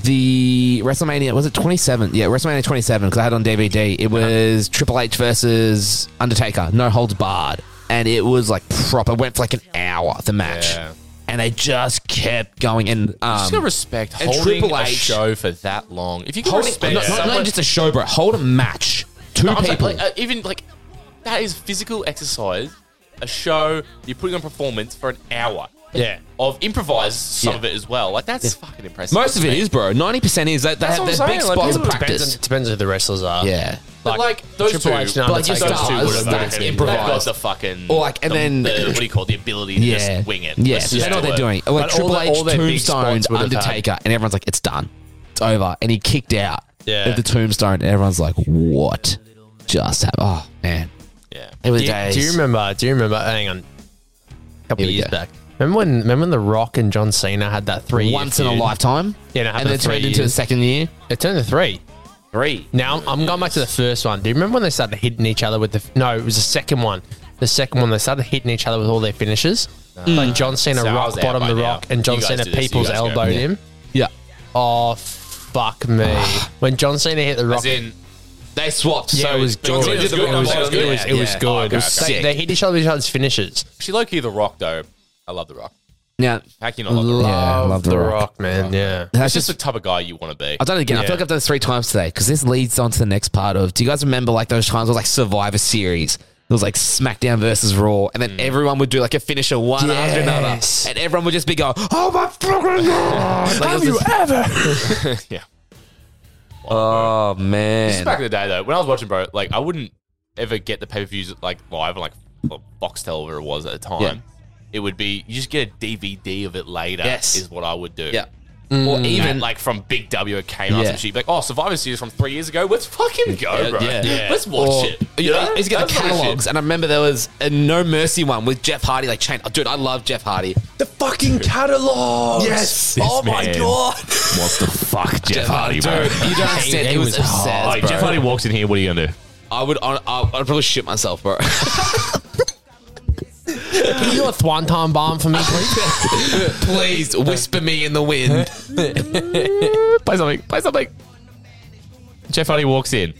the WrestleMania. Was it 27? Yeah, WrestleMania 27 because I had it on DVD.
Uh-huh.
It was Triple H versus Undertaker, no holds barred, and it was like proper. Went for like an hour the match, and they just kept going. And um,
just gotta respect
and
holding a show for that long. If you can
holding,
respect
not, not,
someone-
not just a show, bro. Hold a match, two
No, I'm saying,
people.
like, uh, even like that is physical exercise. A show you're putting on performance for an hour.
Yeah.
Of improvised some
Yeah.
of it as well. Like that's
Yeah.
fucking impressive.
Most of it is, bro. Ninety percent is that they
That's
have
what
their
I'm
big
saying, like,
spots
people
of
depend on-
practice.
Depends who the wrestlers are.
Yeah.
But like, those
Triple
two,
H and
but like,
Undertaker.
those two would have
Stars, that's
fucking-
improvised.
They've got the fucking
Or like, and
the-
then-
the- what do you call it, the ability to
Yeah,
just wing it.
Yeah,
Let's
that's
just
what
do
they're
it.
doing. Like
But all
Triple
their-
H,
all their big
Tombstone,
spots would have had-
Undertaker, and everyone's like, "It's done, it's over." And he kicked out
Yeah.
of the Tombstone, and everyone's like, "What just happened?" Oh man,
yeah.
It was
do, you-
days.
do you remember? Do you remember? Hang on. A couple
Here
of
we
years
go.
back. Remember when? Remember when The Rock and John Cena had that three
Once in a lifetime?
Yeah,
And then it turned into a second year.
It turned to three.
Three.
Now I'm, I'm going back to the first one. Do you remember when they started hitting each other with the? f- No, it was the second one. The second one they started hitting each other with all their finishes.
Mm.
Like John Cena
So I
rock
was out
bottom
by
the
now.
rock, and John
You guys
Cena
do this, you
people's
guys go.
elbowed
Yeah.
him.
Yeah.
Oh fuck me! when John Cena hit the rock,
As in,
they swapped.
yeah,
so
it was
John
good.
Cena
It
did
was
the
good. It
rock
was
bottom,
good. It was-
yeah,
it was
yeah.
good.
Oh,
It was
okay,
sick.
okay.
They hit each other with each other's finishes.
She low key the Rock though. I love the Rock.
Yeah.
How can you not love the Rock?
Yeah, I love The Rock.
Oh,
Oh.
man. Yeah.
That's just the type of guy you want to be.
I've done it again. I feel like I've done it three times today because this leads on to the next part of. Do you guys remember like those times it was like Survivor Series? It was like SmackDown versus Raw, and
Mm.
then everyone would do like a finisher one after another,
Yes.
and everyone would just be going, "Oh my fucking god!" Like, it was this-
ever? yeah.
Oh man.
This is back in the day though. When I was watching, bro, like I wouldn't ever get the pay per views like live on like Fo- Foxtel, where it was at the time.
Yeah.
It would be you just get a DVD of it later.
Yes.
is what I would do.
Yeah.
Or
Mm.
even like from Big W it came out
Yeah.
and she'd be like, "Oh, Survivor Series from three years ago. Let's fucking go, bro. Let's watch
Or-
it."
You know, he's got the
That's what it
catalogs, and I remember there was a No Mercy one with Jeff Hardy, like chain. Oh, dude, I love Jeff Hardy. The fucking catalogs. Yes. oh my god.
What the fuck, Jeff,
Jeff
Hardy, bro?
Hardy, dude, you don't understand. He was obsessed,
Like,
bro.
Jeff Hardy walks in here. What are you gonna do?
I would. I, I'd probably shit myself, bro.
Can you do a Thwanton bomb for me, please?
Please whisper me in the wind.
play something. Play something. Jeff Hardy walks in.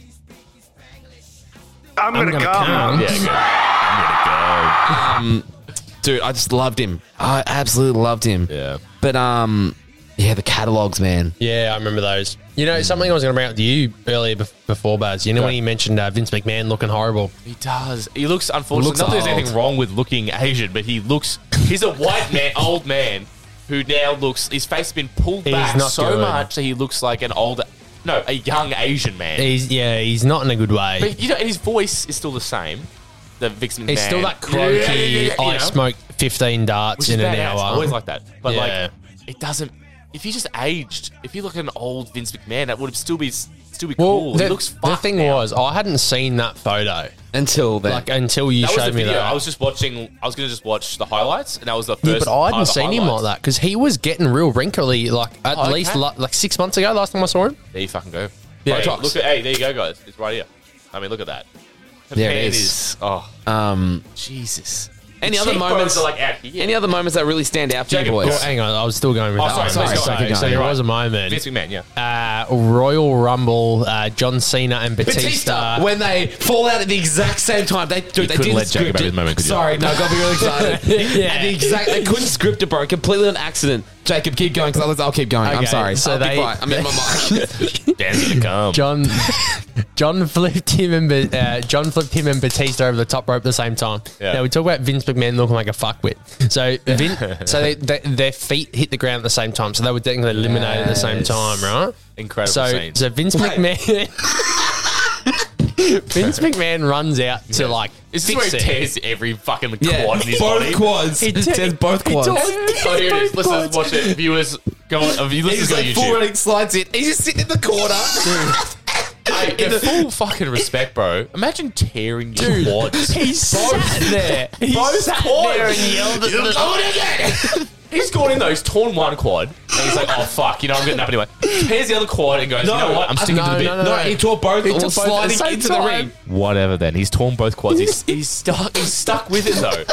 I'm gonna, come.
Yeah,
um, dude, I just loved him. I absolutely loved him.
Yeah.
But um, yeah, the catalogs, man.
yeah, I remember those. You know, something I was going to bring up to you earlier bef- before, Baz. You know, when you mentioned uh, Vince McMahon looking horrible.
He does. He looks unfortunately.
Looks
not that there's
old.
anything wrong with looking Asian, but he looks. He's a white man, old man, who now looks. His face has been pulled
He's
back
not
so
good.
much that he looks like an older, no, a young Asian man.
He's yeah, he's not in a good way.
but you know, and his voice is still the same. The Vixen.
he's still that croaky. I smoked fifteen
Which
darts
is
in an
badass.
hour.
I always like that. But
Yeah.
like, it doesn't. If you just aged, if you look at an old Vince McMahon, that would have still be s- still be
Well,
cool.
the,
he looks
the thing was, I hadn't seen that photo
until then.
Like until you
that was
showed
the
me
video.
that.
I was just watching. I was gonna just watch the highlights, and that was the first.
yeah, but I hadn't
part of the
seen him like
highlights.
that because he was getting real wrinkly, like at
Oh,
least
okay.
lo- like six months ago. Last time I saw him,
There you fucking go.
Yeah.
Hey,
Botox.
look at hey, there you go, guys. It's right here. I mean, look at that.
There it
pan
is.
Oh,
um, Jesus. Any
The
other
cheekbones
moments?
are like out here.
Any other moments that really stand out for you
Jacob,
boys?
go-
hang on, I was still going with
Oh,
that.
sorry,
one.
sorry,
so,
sorry.
so there was a moment.
Vince McMahon, yeah.
Uh, Royal Rumble, uh, John Cena and Batista.
Batista, when they fall out at the exact same time, they dude, they
couldn't
didn't
let
script
Jacob have
it.
his moment, could you?
Sorry, no, I got me real excited.
Yeah.
At the exact, they couldn't script it, bro. Completely an accident. Jacob, keep going, because I'll keep going. I'm
Okay,
sorry.
so
I'll be
they-
quiet. I'm in my mic.
Dan's gonna come.
John John flipped him and Ba- uh, John flipped him and Batista over the top rope at the same time.
Yeah.
Now we talk about Vince McMahon looking like a fuckwit. So Vin, so they, they, their feet hit the ground at the same time. So they were technically eliminated at the same
Yes.
time, right?
Incredible
So
scene.
so Vince McMahon. Vince McMahon runs out to like.
This is
fix
where he
it.
tears every fucking quad
Yeah.
in his
Both
body.
quads. He He te- tears both he quads. tore-
oh, here it is. Let's just watch it. Viewers, go on. uh, you- Let's
He's
just go to
like full
YouTube.
running slides in. He's just sitting in the corner.
Hey, in full fucking respect, bro. Imagine tearing your
Dude,
quads.
He sat there. He
Both
sat
quads.
there and yelled at
You're
the-
going again. He's gone in though. He's torn one quad, and he's like, "Oh fuck, you know I'm getting up anyway." Tears the other quad and goes, "No, you know what? I'm sticking to the bit."
tore both.
He tore both at the same time.
Whatever. Then he's torn both quads. He's, he's stuck. He's stuck with it though.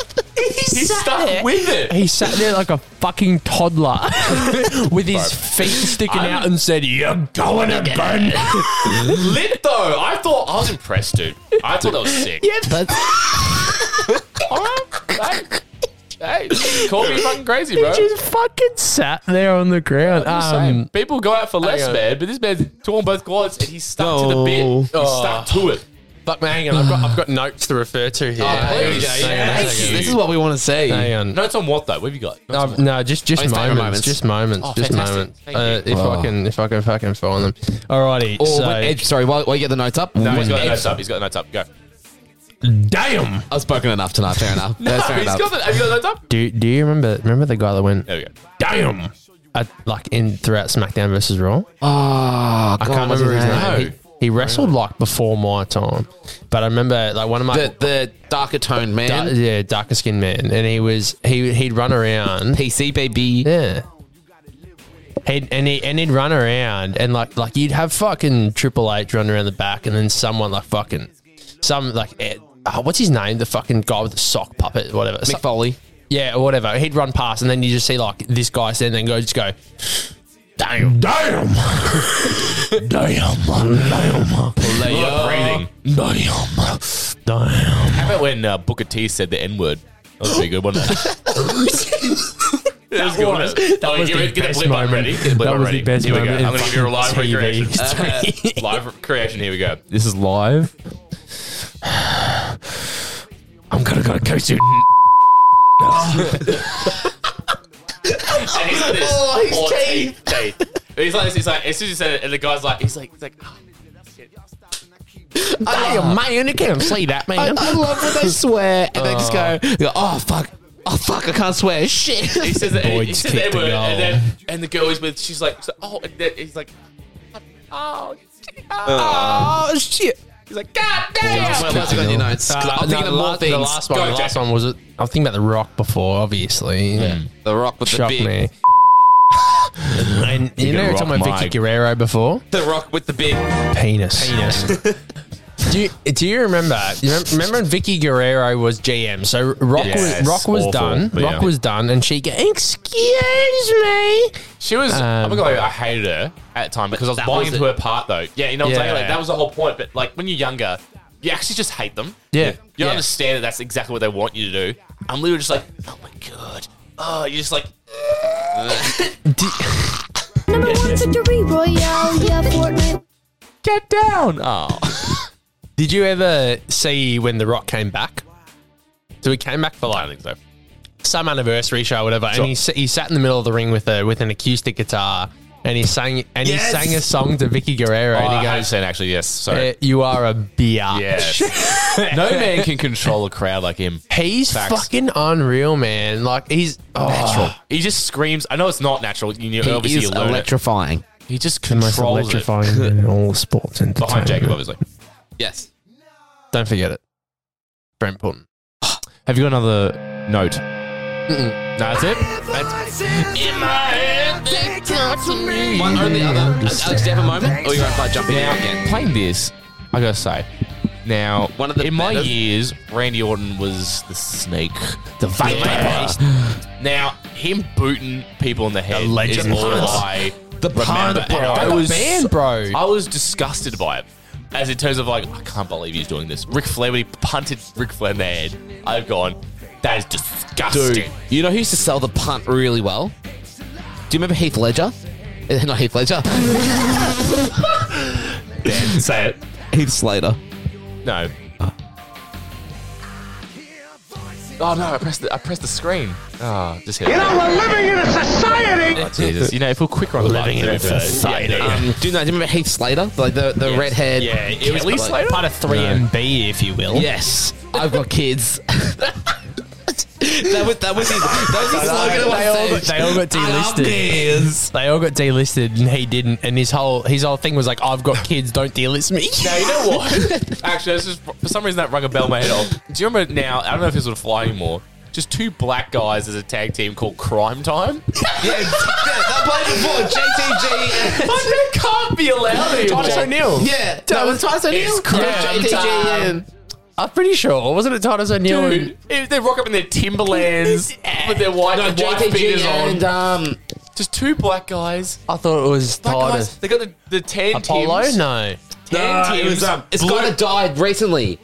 He's
sat
stuck
there.
with it.
He sat there like a fucking toddler with his feet sticking
I'm-
out and said, You're going again.
Lit though. I thought I was impressed, dude. I thought that was sick.
Yeah, that's
Hey, call me fucking crazy, bro.
He just fucking sat there on the ground.
I'm just saying,
Um,
people go out for less,
hang on.
man, but this man's torn both quads and he's stuck to the bit. He's
Oh.
stuck to it.
fuck man, hang on. I've got, I've got notes to refer to here.
Oh,
Here we
please.
go, hang on, hang
Thank
on.
you.
This is what we want to see.
Hang on.
Notes on what though? What have you got?
Uh, no, just just
Oh, he's taking
moments,
moments.
just moments,
Oh,
just
fantastic.
moments.
Thank
Uh,
you.
if
Oh.
I can, if I can fucking find them. Oh, Alrighty,
Or
so
when Edge, sorry, while, while you get the notes up.
No, he's
when
got the
Edge-
notes up. He's got the notes up. Go.
damn.
I've spoken enough tonight. Fair enough. That's fair
He's
enough.
got the, have you got the notes up?
Do Do you remember remember the guy that went
There we go.
damn? At, like in throughout SmackDown versus Raw.
Oh,
I can't remember his name. He, he wrestled like before my time, but I remember like one of my
The, the darker toned man.
da- yeah darker skinned man, and he was he he'd run around.
PC baby.
Yeah. He'd, and he and he'd run around and like like you'd have fucking Triple H run around the back, and then someone like fucking some like eh, oh, what's his name? The fucking guy with the sock puppet, whatever.
Mick Foley.
Yeah, or whatever. He'd run past, and then you just see like this guy stand there and go, just go, damn, damn, damn, damn,
Breathing.
damn, damn.
How about when uh, Booker T said the N word? That was a pretty good one. that was good. one. Oh,
was
give
the
it- get
best
blip button
moment.
ready. Get the blip
That
button
was the
ready.
best
Here we go.
moment
I'm
in
going to give you a live
fucking TV
recreation. live creation. Here we go.
This is live. I'm gonna go go to.
And he's like this.
Oh, his
All
teeth.
teeth, teeth. He's like this. He's like, as soon as he said it, and the guy's like, he's like, he's like, "Ah,
Damn, man, you can't see that, man.
I love when they swear and they just go, they go,
Ah.
oh, fuck. Oh, fuck, I can't swear. Shit.
he says that. He
Boyd's
says the
kicked the
N-word,
goal.
and then and the girl he's with, she's like, she's like, oh, and then he's like, oh, oh, shit. He's like, god damn.
Well, that's got your notes. I'm thinking of more
The
things.
last one, the last one was it. I'm thinking about the Rock before, obviously.
The Rock with
Shocked
the big.
me. and you know,
gonna
we were talking
rock
about
my-
Vicky Guerrero before
The Rock with the big.
penis. Penis. do you, do you remember? You remember, remember when Vicky Guerrero was GM? So Rock
Yes,
was Rock was
awful,
done.
but
Rock
yeah.
was done, and she go, "Excuse me."
She was. I'm
Um,
not gonna lie, I hated her at the time because I was
That
buying
was
into
it.
her part though. Yeah, you know what I'm
Yeah.
saying? Like that was the whole point. But like when you're younger, you actually just hate them.
Yeah.
You don't
Yeah.
understand that that's exactly what they want you to do. I'm literally just like, oh my god. Oh, you're just like,
Number one victory royale, yeah, Fortnite.
get down. Oh.
Did you ever see when The Rock came back? So he came back for
I
like
don't think so.
some anniversary show, or whatever,
Sure.
and he, s- he sat in the middle of the ring with a with an acoustic guitar, and he sang and
Yes!
he sang a song to Vicky Guerrero,
Oh,
and he
I
goes,
understand, actually, yes. Sorry.
"Eh, "You are a bitch."
Yes. no man can control a crowd like him.
He's
Facts.
fucking unreal, man. Like he's oh,
He just screams. I know it's not natural. You know,
He
obviously
is
you learn it.
electrifying.
He just
the most
controls it.
electrifying in all sports and
Behind Jacob, obviously.
Yes.
Don't forget it. Very important.
Have you got another note?
Mm-mm.
No, that's it.
In my head, they talk to me. One or the other. Alex, do you have a moment? Or you're right by jumping
Now,
out again?
playing this, I gotta say, now one of the in my
better-
years, Randy Orton was the snake, the
Viper.
Now him booting people in the head
legend.
is all
Punt.
I
The punt,
remember.
bro.
And I
The
was
band, bro.
I was disgusted by it. As in terms of like, I can't believe he's doing this. Ric Flair, when he punted Ric Flair in the head, I've gone, that is disgusting.
Dude, you know who used to sell the punt really well? Do you remember Heath Ledger? Eh, Not Heath Ledger.
say it.
Heath Slater.
No. Oh no! I pressed the, I pressed the screen. Oh, just hit.
You
it.
know, we're living in a society.
Oh, Jesus. You know, if we're quicker on the
Living
button,
in a
we'll do it.
society.
Yeah, yeah, yeah.
Um, do you know? Do you remember Heath Slater? Like the the
Yes.
redhead.
Yeah, it was
Like-
Heath Slater? Part of 3MB,
if you will.
Yes, I've got kids. that was that was his that was his slogan. at one
they, all got,
stage.
they all got
I love kids.
delisted. They all got delisted, and he didn't. And his whole his whole thing was like, "I've got kids, don't delist me."
Now you know what? Actually, that's just for some reason that rung a bell in my head off. Do you remember now? I don't know if this would fly anymore. Just two black guys as a tag team called Crime Time.
Yeah, that played before JTG.
But they can't be allowed anymore.
Titus O'Neil.
Yeah, that was Titus O'Neil.
It's crime time.
JTG.
I'm pretty sure wasn't it Titus O'Neil?
Dude, if they rock up in their Timberlands with their white,
No,
white beaters
JTG and
on.
um,
Just two black guys.
I thought it was
Black guys.
Titus
They got the, the tan
Apollo.
Tims.
No,
Tan
uh, it
Tims.
was, um, it's
blue-
got to died recently.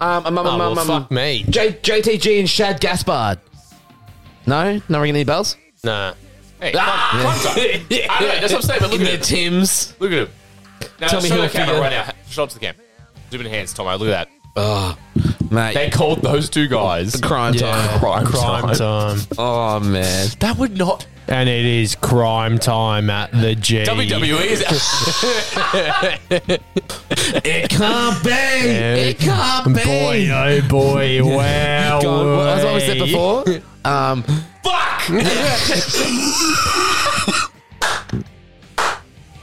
Um, um, um,
oh,
um,
well,
um, um,
fuck me.
J- JTG and Shad Gaspard. No, not ringing any bells.
Nah.
Hey, Ah, crime, crime time. I don't know, that's what I'm saying, but look
In
at
their
it.
Tims.
Look at him.
Tell
Now, Tell
me
me show
who
the
I
camera
figure-
right now. Show up to the camera. Zoom in hands, Tomo. Look at that.
Oh,
They
mate.
called those two guys
Crime time.
crime,
Crime time.
Oh, man.
That would not.
And it is crime time at the G.
WWE E is.
It can't be. It can't be.
Boy, oh boy, wow.
God, well, that's what we said
way.
before. Um,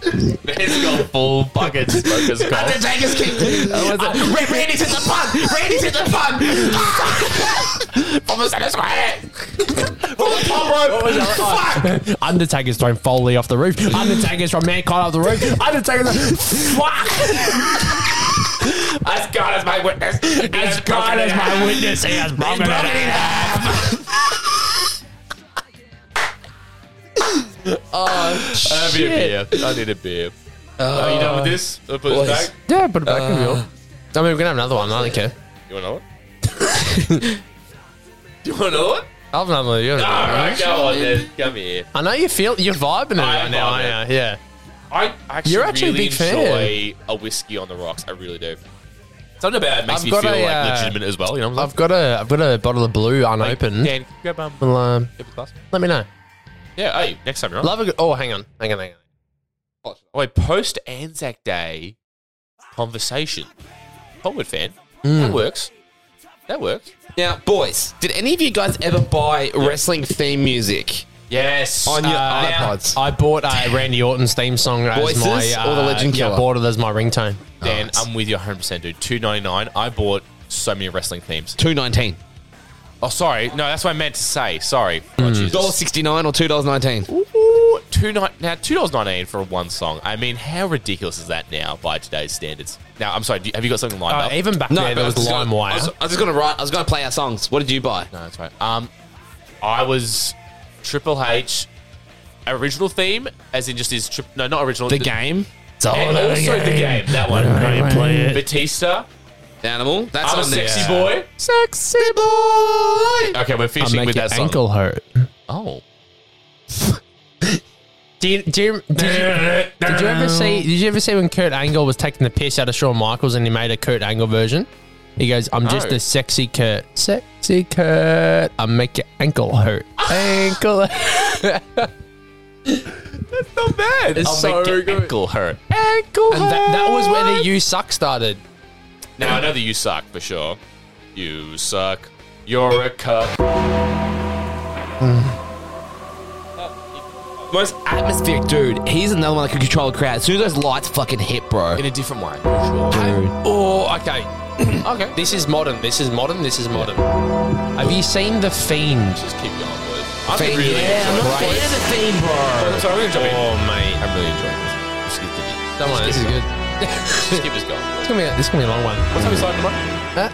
It's got full buckets. Smoker's cough.
Undertaker's kick. Oh,
Uh,
was it? Ra- Randy's in the pun. Randy's in the pun.
From the center square. From the top rope.
Undertaker's thrown Foley off the roof. Undertaker's from Mankind off the roof. Undertaker's fuck.
As God is my witness.
As God is my witness, he has broken it. in half.
I need a beer. I need a beer. Are you done with this? I'll put
boys.
this back.
Yeah, put it back in the wheel. I mean, we're gonna have another one. I don't care.
You want another one? you want another one?
I'll have another. You're
All right, go on then. Come here.
I know you feel you're vibing it
I
right
am
now.
vibing.
aren't you? Yeah.
I actually,
You're actually a
really
big fan.
enjoy a whiskey on the rocks. I really do. Something about it makes
I've
me
got
feel
a,
like
uh,
legitimate as well. You know what I'm
I've got a I've got a bottle of blue unopened.
Dan, grab um,
Well, um,
grab the glass.
let me know.
Yeah, hey, next time you're on.
Love a good. Oh, hang on, hang on, hang on.
Oh, wait, post Anzac Day conversation. Hollywood fan. That works. That works.
Now, boys, did any of you guys ever buy wrestling theme music?
Yes.
On your
Uh,
iPod.
now-
iPods.
I bought uh, Randy Orton's theme song as
Voices
my uh,
or the Legend
Yeah,
Killer?
I bought it as my ringtone. um,
Dan, I'm with you 100%, dude. 299 I bought so many wrestling themes.
Two nineteen.
Oh, sorry. No, that's what I meant to say. Sorry.
Dollar
Oh, Jesus.
sixty nine or two dollars nineteen.
Ooh, two ni- now, $2.98 for one song. I mean, how ridiculous is that now by today's standards? Now, I'm sorry. Do you, have you got something lined
Uh,
up?
even back then, there was
I was,
LimeWire.
I was just gonna write. I was gonna play our songs. What did you buy?
No, that's right. Um, I was Triple H original theme, as in just his trip. No, not original.
The game. It's
And also Oh, the game. That one. Batista.
Animal. That's
I'm a
on there.
sexy boy.
Sexy boy.
Okay, we're
I
finishing
make
with
your
that song.
ankle hurt.
Oh,
Do you, do you, did, you, did you ever see? Did you ever see when Kurt Angle was taking the piss out of Shawn Michaels and he made a Kurt Angle version? He goes, "I'm just
No.
a sexy Kurt, sexy Kurt. I make your ankle hurt, ankle." hurt.
not bad.
It's
I'll
so
make your
good.
ankle hurt.
ankle and that, that was where the you suck started.
Now I know that you suck for sure. You suck. You're a cup.
Most atmospheric dude. He's another one that can control a crowd. As soon as those lights fucking hit, bro.
In a different way.
Dude.
Oh, okay. okay. This is modern. This is modern. This is modern. Have you seen The Fiend? Just keep going, boys.
I'm really
yeah,
enjoying
right.
this.
The Fiend, bro.
Sorry, I'm really enjoying
Oh,
it.
mate.
I'm really enjoying this. Just keep the-
Don't worry, this
just
is
keep
good.
it going. Just keep us going.
It's gonna be a, this is gonna be a long one.
What time is it
Uh,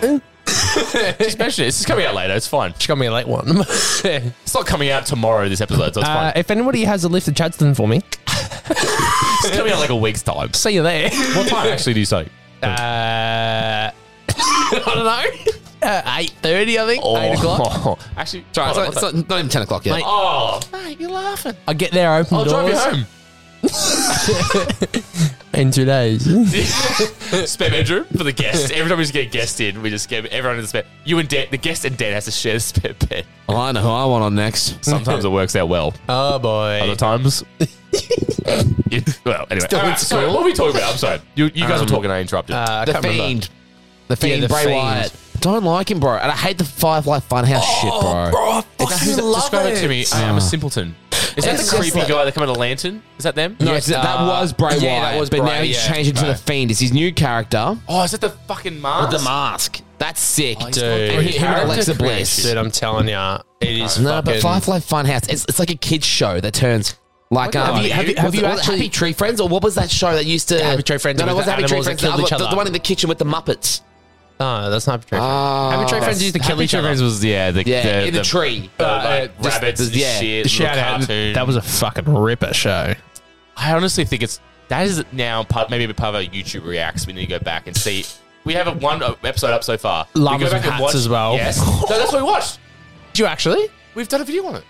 tomorrow? Just mention it. It's just coming out later. It's fine. It's
coming out late one.
it's not coming out tomorrow. This episode. So it's
Uh, if anybody has a lift of Chadston for me,
fine. It's coming out like a week's time.
see you there.
What time actually do you say?
Uh, I don't know. Uh, eight thirty, I think. Eight o'clock.
Actually,
Sorry,
hold
it's not-
on, what's
it's
that?
not, not even 10 o'clock yet.
Mate.
Oh,
Mate, you're laughing.
I get there, I open
I'll
doors.
drive you home.
In two days. Oh,
spare bedroom for the guests. Every time we just get guests in, we just get everyone in the spare. You and Dan, the guest and Dan has to share the spare bed.
Oh, I know who I want on next.
Sometimes it works out well.
Oh boy.
Other times, You- well, anyway.
Still in
Alright, sorry,
school.
what were we talking about? I'm sorry. You, you guys
Um,
were talking. I interrupted.
the Fiend. The Fiend, Bray Wyatt. Don't like him, bro. And I hate the Firefly Funhouse shit,
Oh,
bro.
Is that who's that- describe it. to me. I am
Ah.
a simpleton. Is that
It's
the
just
creepy
like-
guy that come in a lantern? Is that them?
No, it's- that was Bray Wyatt.
Yeah, that was
but
Bray,
now he's
yeah.
changed it to the Fiend. It's his new character. Oh,
Oh, is that the fucking mask?
mask. That's sick,
he's got
Dude,
the
Him and Alexa Bliss.
Dude, I'm telling ya, it is.
No,
fucking,
but Firefly Funhouse, it's, it's like a kids show that turns like um,
Have you- have you- have
was
you
it- was it
actually-
Happy Tree Friends or what was that show that used to
Happy Tree Friends
No, no, it
with
wasn't
the
Happy Tree
animals that
Friends. The,
killed each
other- the,
other.
the one in the kitchen with the Muppets.
No, that's not Happy Tree Friends. Happy Tree Friends used to kill
Happy
each
Tree
other.
Friends
was yeah, the,
Yeah, in the, tree.
Uh, like
just-
rabbits,
just-
and
yeah.
shit.
Shout
little
out.
cartoon.
That was a fucking ripper show.
I honestly think it's that is now part maybe a bit part of our YouTube reacts. We need to go back and see. We have a one episode up so far. We
Llamas
go back
and
and
hats
watch-
as well.
Yes, no, that's what we watched.
Did you actually?
We've done a video on it.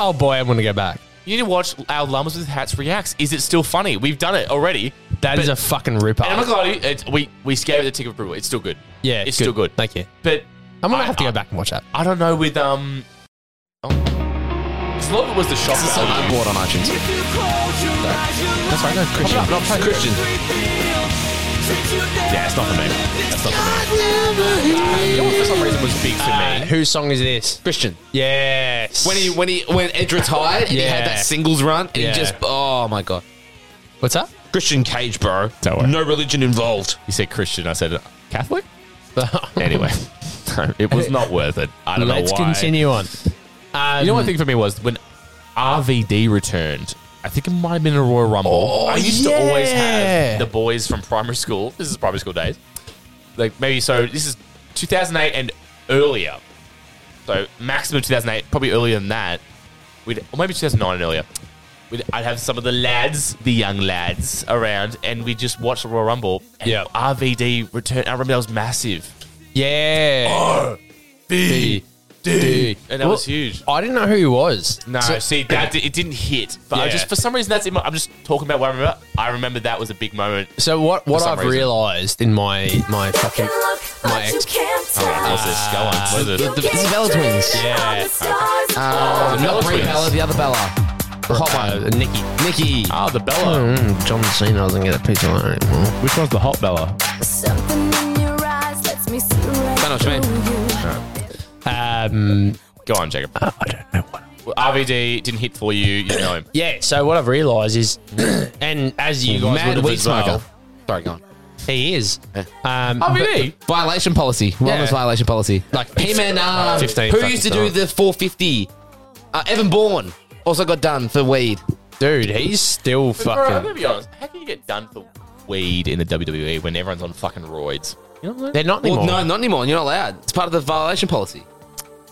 Oh boy, I'm gonna go back.
You need to watch our llamas with hats reacts. Is it still funny? We've done it already.
That is a fucking ripper.
And I'm not gonna lie to you, it's- we we gave it the tick of approval. It's still good.
Yeah,
it's still good.
Thank you.
But
I'm gonna
I-
have to
I-
go back and watch that.
I don't know with um. Oh, it's a lot of it was the shop.
It's a song I bought on iTunes.
That's right, no, Christian.
Not Christian. Yeah, it's not for me. That's not for me. You know what for some reason was big for
Uh,
me.
whose song is this?
Christian.
Yes.
When he when he when Edge retired and he
Yeah.
had that singles run and
Yeah.
he just oh my god.
What's up?
Christian Cage, bro. No religion involved.
You said Christian. I said Catholic. Anyway, it was not worth it. I don't
Let's
know why.
continue on.
You know what I think for me was when RVD returned. I think it might have been a Royal Rumble.
Oh,
I used to always
yeah.
have the boys from primary school. This is primary school days. Like maybe so. This is 2008 and earlier. So maximum 2008, probably earlier than that. We'd, or maybe 2009 and earlier. We'd, I'd have some of the lads, the young lads, around, and we just watched the Royal Rumble. And
Yeah.
RVD returned. I remember that was massive,
Yeah.
B
D.
and that was huge.
I didn't know who he was.
No,
So-
see that di- it didn't hit, but I
Yeah.
just for some reason that's in my, I'm just talking about what I remember. I remember that was a big moment.
So what? What
some
I've
reason.
realised in my my fucking my ex.
Oh, what's this? Go on. What is it?
The, the, it's the Bella twins.
Yeah.
Uh,
the Bella
not Brie
twins.
Bella, the other Bella. The hot
Uh,
one.
Nikki.
Nikki.
Oh, the Bella.
Mm, John Cena doesn't get a piece of that anymore.
Which one's the hot Bella?
Don't know what you mean.
Um,
Go on, Jacob.
I don't know what.
Well, RVD didn't hit for you. You know him.
Yeah. So what I've realised is, and as you guys
Mad
would have
weed
as well,
smoker. Sorry, go on.
he is. Um,
RVD.
Violation policy. Wellness
Yeah.
violation policy.
Like
P-Man, uh,
15
who
fucking
used to do
times.
the 450? Uh, Evan Bourne also got done for weed.
but dude, he's still
Bro, I'm
fucking.
gonna be honest. How can you get done for weed in the WWE when everyone's on fucking roids? You know what I'm
They're not
Well,
anymore.
no, not anymore. You're not allowed. It's part of the violation policy.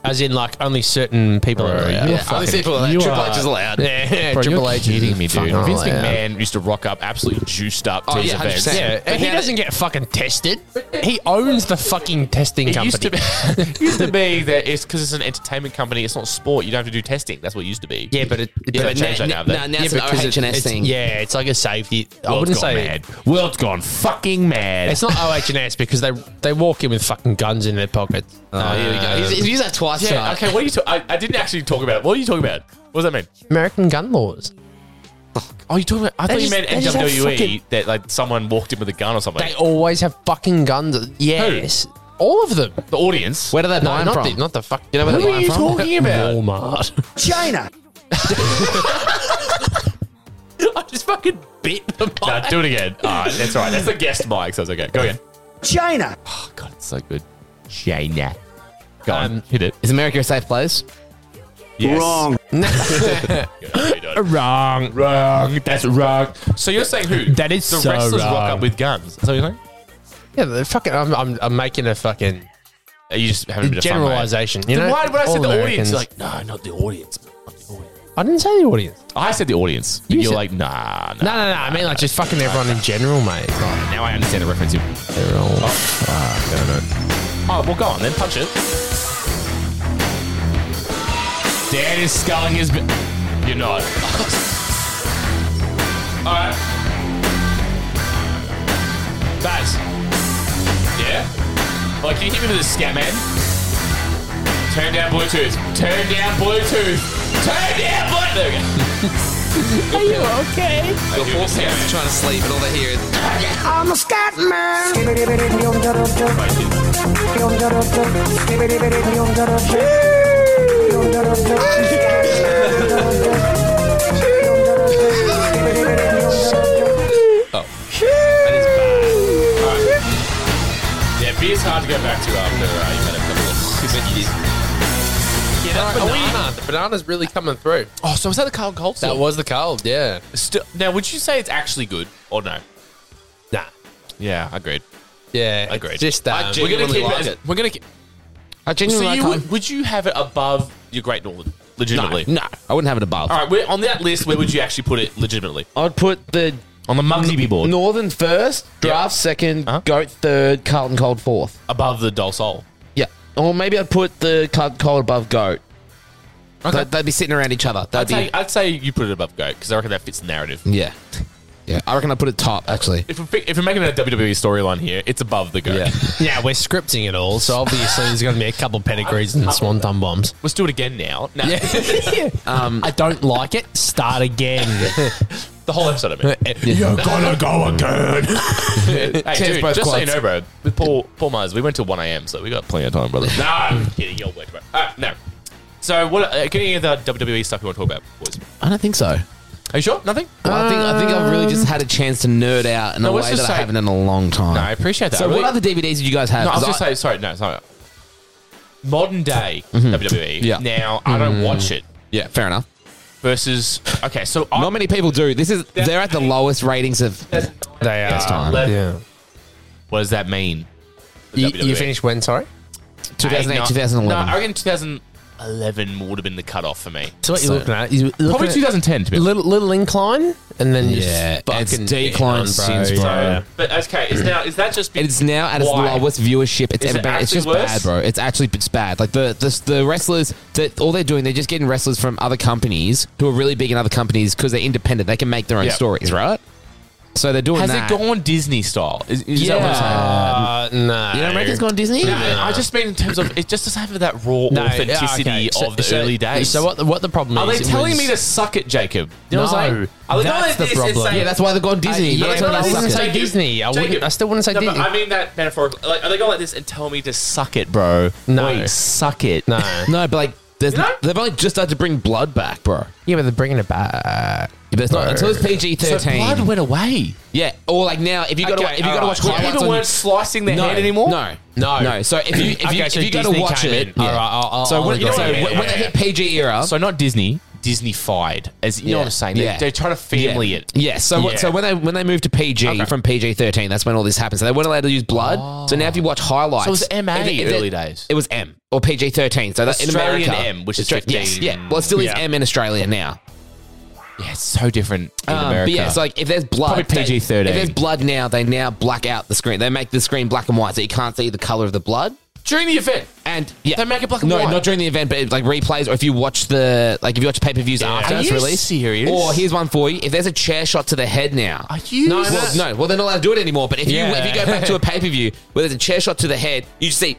As in, like only certain people are allowed.
yeah, only people are allowed.
you
Triple
are-
H is allowed.
Yeah,
Bro,
Triple
you're
H is
kidding me, dude.
fucking
Vince
allowed.
McMahon used to rock up absolutely juiced up to
Oh,
his
yeah,
events.
100%.
Yeah,
But
and he
now that-
doesn't get fucking tested. He owns the fucking testing
It
company.
used to be, it used to be that it's because it's an entertainment company. It's not sport. You don't have to do testing. That's what it used to be.
Yeah, but it, it
Yeah,
doesn't
but
change
now-
that
now-
now. though.
now- now it's
because
an OH&S
it's-
thing.
Yeah, it's like a safety. I
World's
wouldn't
gone
say
mad. World's gone fucking mad.
it's not OHS because they they walk in with fucking guns in their pockets. Um,
Oh, here we go. He's, he's used that twice.
yeah.
tonight.
Okay. What are you? Ta- I, I didn't actually talk about. it. What are you talking about? What does that mean?
American gun laws.
Oh, you talking about? I
They
thought
just-
you meant
they just have
NWE
fucking-
E that like someone walked in with a gun or something.
They always have fucking guns. Yes, all of them.
the audience.
Where do they buy
No,
him
not
from?
the not the fuck.
You know where
Who
they're
are
buying
you
from?
talking about? Walmart.
China.
I just fucking bit the mic.
Nah, do it again. All right, that's all right. That's the guest mic, so it's okay. Go again.
China.
Oh, God, it's so good.
China.
Go on, hit it.
Is America a safe place?
Yes.
Wrong.
wrong.
Wrong. That's wrong. So you're saying who?
That is
the
so
wrestlers rock
wrong.
up with guns. That's what you're saying?
Yeah, they're fucking. I'm, I'm, I'm making a fucking.
Are you just having a bit of fun, mate?
generalization? you
Then
know,
why when I
All
said the audience,
Americans-
you're like, no, not the audience.
I didn't say the audience.
I said the audience.
You
You are
said-
like, nah, nah.
No, no, no. I mean, like, just fucking everyone in general, mate.
Now I understand the reference.
They're all.
I don't know. Oh, well, go on then. Punch it. Dan is sculling his. Bi- You're not. All right. Baz. Yeah. Like, can you hit me with this scat, man? Turn down Bluetooth. Turn down Bluetooth. Turn down Bluetooth. There we go.
Are you okay?
Your force scat,
Trying to sleep, and all they hear is.
I'm a scat man.
Oh. That is bad. Alright. Yeah, beer's hard to go back to after uh, you've had a couple of years.
Yeah, that banana. The banana's really coming through.
Oh, so was that the Carl Cold
That was the cold, yeah.
Still, now, would you say it's actually good or no?
Nah.
Yeah, agreed.
Yeah.
Agreed.
Just
I
that.
genuinely like it. We're gonna. Keep,
I genuinely
so
like
you
Carl-
would, would you have it above your Great Northern? Legitimately.
No, no, I wouldn't have it above.
All right, we're on that list. Where would you actually put it legitimately?
I'd put the
on the Mugsy board.
Northern first, draft second,
Uh-huh.
goat third, Carlton cold fourth.
Above the Dol Sol.
Yeah, or maybe I'd put the Carlton cold above goat.
Okay.
They'd, they'd be sitting around each other.
I'd
That'd
say,
be
I'd say you put it above Goat because I reckon that fits the narrative.
yeah, yeah. I reckon I put it top actually.
If we're, fi- if we're making a WWE storyline here, it's above the Goat.
Yeah, we're scripting it all, so obviously there's going to be a couple pedigrees and swanton bombs.
Let's do it again now. No.
Um, I don't like it. Start again.
the whole episode of it.
You're
gonna go again. hey,
Cheers,
dude,
both
just so you
quads.
know, bro, with Paul, Paul Myers, we went till 1 a.m., so we got plenty of time, brother. no, I'm kidding. You'll work, bro. Uh, no. So, what? Uh, can any of the WWE stuff you want to talk about, boys?
I don't think so.
Are you sure? Nothing?
Well, I think I think I've really just had a chance to nerd out in
Um, No,
a way
let's
that
just
I
say-
haven't in a long time.
No, I appreciate that.
So,
I really-
what other DVDs did you guys have?
No, I was
'Cause
just saying, sorry, no, sorry. Modern day
Mm-hmm.
WWE.
Yeah.
Now, I don't
Mm.
watch it.
Yeah, fair enough.
Versus, okay, so I,
Not many people do. This is they're at the lowest ratings of
they
this time.
Yeah.
what does that mean? for
You,
WWE?
you finished when, sorry?
2008,
Eight, nine-
2011.
No, I reckon 2011 would have been the cutoff for me.
So what you're looking at? You're looking
Probably
at
2010, to be honest.
little, little incline, and then you just
Yeah, it's
fucking
declined
down,
since, bro.
Yeah.
But okay, is now is that just?
And it's now at its
Why?
lowest viewership it's
Is
ever
it
been. It's
actually
just
worse?
bad, bro. It's actually it's bad. Like the the, the wrestlers that all they're doing, they're just getting wrestlers from other companies who are really big in other companies because they're independent. They can make their own
Yeah.
stories, right? So they're doing
Has
that.
it gone Disney style? Is, is that what I'm saying?
Uh, no.
You don't reckon it's gone Disney?
No, I just mean in terms of it just doesn't have that raw authenticity
okay. So-
of the
so-
early days.
So what? The, what the problem
Are
is?
they
it
telling
was-
me to suck it, Jacob? You
No,
know what I'm saying? Are they
that's
going
the
this- it's
problem.
saying-
yeah, that's why they're gone Disney.
yeah,
That's
but
why
I
they
wouldn't
suck
say
it.
Disney. I wouldn't- I still wouldn't say
no, but
Disney.
I mean that metaphorically. Like, are they going like this and tell me to suck it, bro?
No.
Wait, suck it.
No.
No, but like there's
You know?
they've only just started to bring blood back, bro.
Yeah, but they're bringing it back.
But it's not until it's PG
So blood
thirteen.
went away.
yeah, or like now if you got to
Okay,
if you got to
alright.
watch
Where
highlights
Ah, people
on-
weren't slicing their
no,
head anymore.
No,
No.
no. So if you if you,
Okay,
if
so
you got to
Disney
watch
came
it,
in. Alright, I'll- I'll-
so
I'll
when,
agree.
so
Yeah,
when,
yeah,
when they
yeah.
hit PG era,
So not Disney, Disney-fied. As you know
Yeah.
what I'm saying? They,
Yeah.
They're trying to family
yeah.
it.
Yeah. So what-
Yeah.
so when they when they moved to PG
Okay.
from PG thirteen, that's when all this happened. So they weren't allowed to use blood. So now if you watch highlights,
So it was MA
it- it-
early days.
It was M or PG thirteen. So that in
Australian
America,
M, which is
Austra- yes,
15.
yeah. Well, it still is
Yeah.
M in Australia now.
Yeah, it's so different in
Um,
America.
But yeah, it's like if there's blood,
Probably
they-
PG-13.
If there's blood now, they now black out the screen. They make the screen black and white, so you can't see the color of the blood.
during the event.
And yeah,
They make it black and
no,
white.
not during the event, but it's like replays, or if you watch the like if you watch pay per views after
Are
it's
you
released.
serious?
Or here's one for you: if there's a chair shot to the head now,
Are you
no,
serious?
well, no, well they're not allowed to do it anymore. But if you if you go back to a pay per view where there's a chair shot to the head, you see,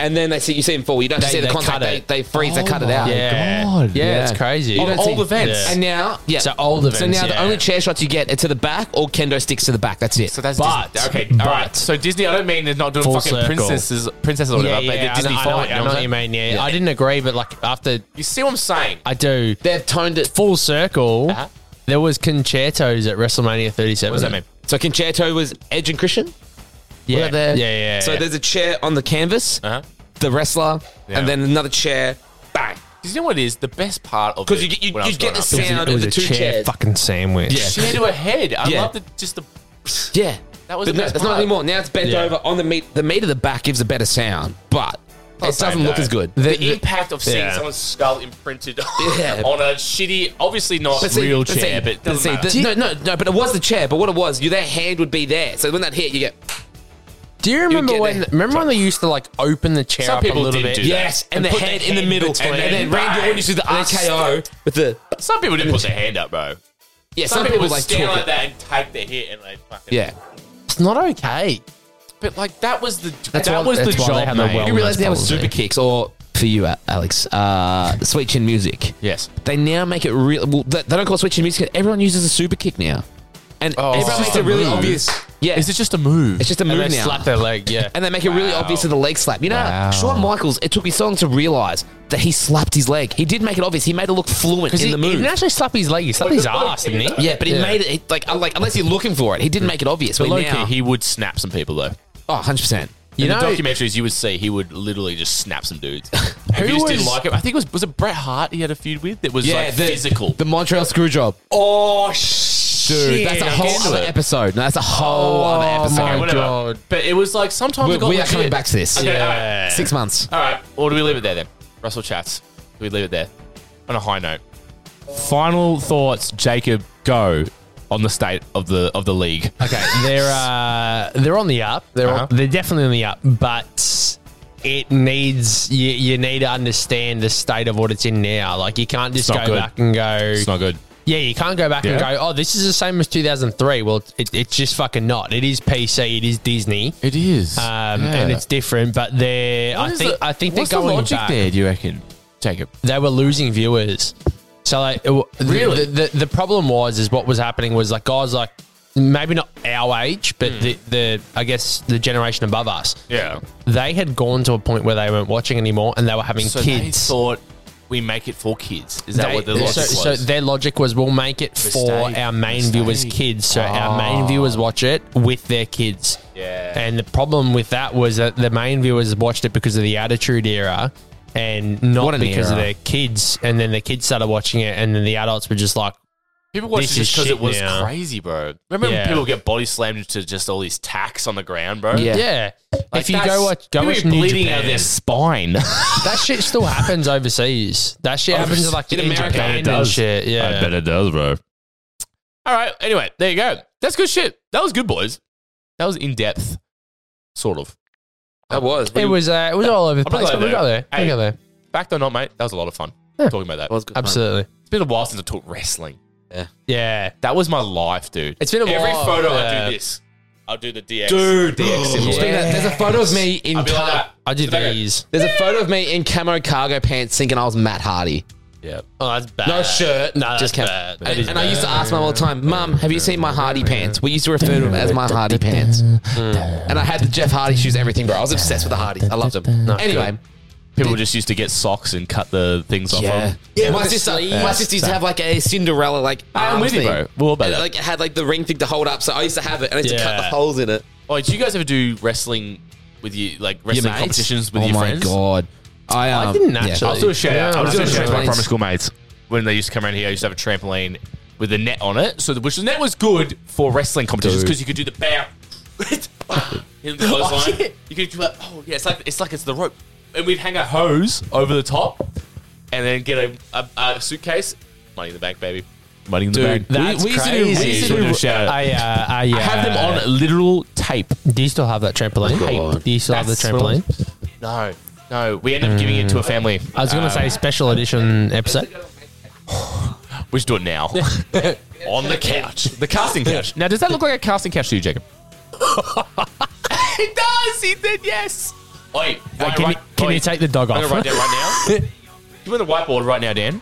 and then they see you see him fall. You don't
They-
see the
they
contact.
cut
They,
it.
they freeze. they
Oh
cut it out.
Yeah.
God.
Yeah,
Yeah.
it's crazy.
You don't
old
see-
events.
Yeah.
And now, yeah.
So old
So
events,
now the
yeah.
only chair shots you get are to the back or kendo sticks to the back. That's it.
So that's
But-
Disney. okay.
but-
all right. So Disney, I don't mean they're not doing
Full
fucking
circle.
princesses, princesses or
Yeah,
whatever.
yeah,
but they're
I know-
Disney
I
fied.
know, I know what you mean. Yeah. I didn't agree, but like after
You see what I'm saying?
I do
They've toned it.
full circle,
Uh-huh.
There was concertos at WrestleMania 37. What
does that mean? So concerto was Edge and Christian.
Yeah.
Were there?
Yeah, yeah, yeah.
So there's a chair on the canvas,
Uh-huh.
the wrestler, and then another chair. Bang.
You know what it is? The best part of
'Cause
it
you get- you-
when I
you
was
get
growing
the
up-
sound It was- it of was the a two chair chairs.
fucking sandwich.
Chair to a head. I
Yeah.
love the, just the.
Yeah.
That was
But
the
no,
best
it's not
part.
anymore. Now it's bent
Yeah.
over on the meat. The meat of the back gives a better sound, but it doesn't look as good.
The, impact of seeing someone's skull imprinted
Yeah.
on a shitty, obviously not
But see-
real
but see-
chair, but it
but
doesn't
see,
matter.
th- no, no, no. But it was the chair. But what it was, you, their hand would be there. So when that hit, you get.
Do you remember when? Remember when they used to like open the chair
Some
up a
people
little
did
bit?
do that. Yes, and the
put
head in the middle,
between.
and then Randy Orton used to do the
They
RKO with the.
Some people didn't put their hand up, bro.
Yeah,
some,
some
people,
people,
would
like,
stand
took
like
it.
that and take the hit, and they fucking
Yeah.
It's not okay.
But like that was the
That's
that
why,
was the
that's why they had
job. mate.
You realize now with super kicks or for you, A- Alex, uh, sweet chin music. Yes, they now make it real. Well, they, they don't call it sweet chin music. Everyone uses a super kick now, and everyone makes it really obvious. Yeah,
Is it just a move?
It's just a
And
move
they
now.
Slap their leg. Yeah.
And they make it really
Wow.
obvious with the leg slap. You know,
Wow.
Shawn Michaels, it took me so long to realize that he slapped his leg. He did make it obvious. He made it look fluent in
he,
the
he
move.
didn't actually slap his leg. He slapped his ass, didn't he?
Yeah, but he made it he- like, un- like unless you're looking for it, he didn't make it obvious.
But
Where
low
now,
key, he would snap some people though.
oh, 100 percent.
You
You
In
know-
the documentaries you would see, he would literally just snap some dudes. Who just didn't
was-
like him? I think it was was it Bret Hart? He had a feud with that was like
the,
physical.
The Montreal Screwjob.
Oh shit!
Dude, that's a whole other episode. No, that's a whole other episode.
But it was like sometimes
We,
it got
we are
legit.
coming back to this.
Okay, all right.
Six months.
All right. Or do we leave it there then? Russell chats. Do we leave it there on a high note? Final thoughts, Jacob. Go on the state of the of the league.
Okay, they're uh, they're on the up. They're on, they're definitely on the up, but it needs you, you need to understand the state of what it's in now. Like you can't just
not
go
good.
back and go.
It's not good.
Yeah, you can't go back and
Yeah.
go. Oh, this is the same as 2003. Well, it, it's just fucking not. It is PC. It is Disney.
It is,
um,
Yeah.
and it's different. But they're.
What
I
is
think.
the-
I think they're
what's the
going
logic
back.
there, Do you reckon, Jacob?
They were losing viewers. So like, it, really, the, the the problem was is what was happening was like guys like maybe not our age, but
Hmm.
the, the I guess the generation above us.
Yeah.
They had gone to a point where they weren't watching anymore, and they were having
so
kids.
they thought we make it for kids. Is that
They-
what the logic
so,
was?
so their logic was we'll make it for
Mistake,
our main viewers' kids, so our
Ah.
main viewers watch it with their kids.
Yeah.
And the problem with that was that the main viewers watched it because of the Attitude Era, and
What
not
an
because of
era.
their kids. And then the kids started watching it, and then the adults were just like,
People watched
This
it just
is
because it
shit
was
now.
crazy, bro. Remember
Yeah.
when people get body slammed into just all these tacks on the ground, bro?
Yeah. "Oh, Yeah. If you go
that's-
watch- go
people
watch
are
New
bleeding out of their
Japan.
spine.
"That shit still happens overseas. That
Oh,
shit happens like in, Japan and shit." Yeah.
I bet it does, bro. All right. Anyway, there you go. That's good shit. That was good, boys. That was in depth, sort of.
That was.
It was uh, it was all over the
I'm not
place, but
gonna
we got there.
Hey,
we got there.
Fact or not, mate, that was a lot of fun talking about that.
was good fun.
Absolutely.
It's been a while since I taught wrestling.
Yeah.
Yeah.
That was my life, dude.
It's been a
Every
while,
photo I
yeah.
do this. I'll do the DX.
Dude.
DX
Speaking
symbol.
of that, There's a photo of me in.
I'll be like
ca-
that.
I did
Okay.
these.
There's a photo of me in camo cargo pants, thinking I was Matt Hardy.
Yeah.
Oh, that's bad.
No shirt,
No, that's
just camo.
bad. That is
And, and I
bad.
used to ask mum all the time, "Mum, have you seen my Hardy pants?" We used to refer to them as my Hardy pants. Mm. And I had the Jeff Hardy shoes, everything, bro. I was obsessed with the Hardys. I loved them. anyway,
People just used to get socks and cut the things off
Yeah.
of.
Yeah, my sister, my sister used to have like a Cinderella like
I'm
arm
with you,
thing.
bro. We're all about
And it,
that.
like it had like the ring thing to hold up, so I used to have it and I used to cut the
Yeah.
holes in it.
Oh, did you guys ever do wrestling with you, like
Your
wrestling
mates?
competitions with
oh
your
my
friends?
god, I, um,
didn't
yeah.
actually.
I was doing a shout out. I was doing a shout out to my
friends.
primary school mates when they used to come around here. I used to have a trampoline with a net on it, so the, which the net was good for wrestling competitions
Dude.
because you could do the bow, hit the clothesline. You could do like, oh yeah, it's like it's like it's the rope, and we'd hang a hose over the top, and then get a, a, a suitcase, money in the bank, baby, money in the
Dude,
bank.
That's
we used to do-
crazy.
we used to
do-
I, uh, I, uh,
I have them on literal tape.
Do you still have that trampoline?
Tape.
Do you still
That's
have the trampoline?
No, no, we end up giving it to a family.
I was going to
Um,
say special edition episode.
We should do it now. On the couch. The casting couch. Now, does that look like a casting couch to you, Jacob? it does. He did, yes. Oi,
Uh, can you- can you take the dog
I'm
off?
going to write down right now. you want the whiteboard right now, Dan?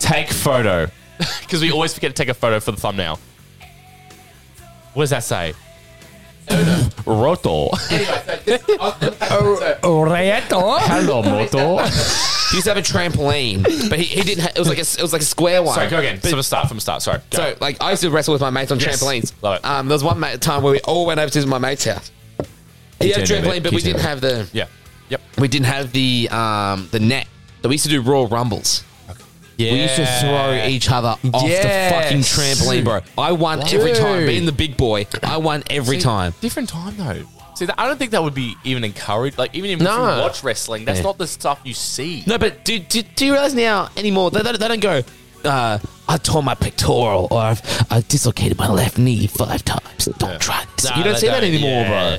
Take photo. Because we always forget to take a photo for the thumbnail. What does that say? Roto.
Reto.
Hello, Moto.
He used to have a trampoline, but he, he didn't. Ha- it was like a, it was like a square one.
Sorry, go again.
But-
so start from start. Sorry. Go.
so, like, I used to wrestle with my mates on
Yes.
trampolines.
Love it.
Um, there was one ma- time where we all went over to my mate's house. He had a
Continue, mate.
trampoline, but we
Continue.
didn't have the.
Yeah. Yep.
We didn't have the um the net. So we used to do raw rumbles. We used to throw each other off
Yes.
the fucking trampoline, bro. I won every time.
Dude.
Being the big boy, I won every
See,
time.
Different time though. See, that, I don't think that would be even encouraged. Like, even if
No.
you watch wrestling, that's
Yeah.
not the stuff you see.
No, but do, do, do you realize now anymore? They, they, they don't go, uh, I tore my pectoral or I've, I've dislocated my left knee five times. Don't try this. you don't see that anymore, bro.
bro.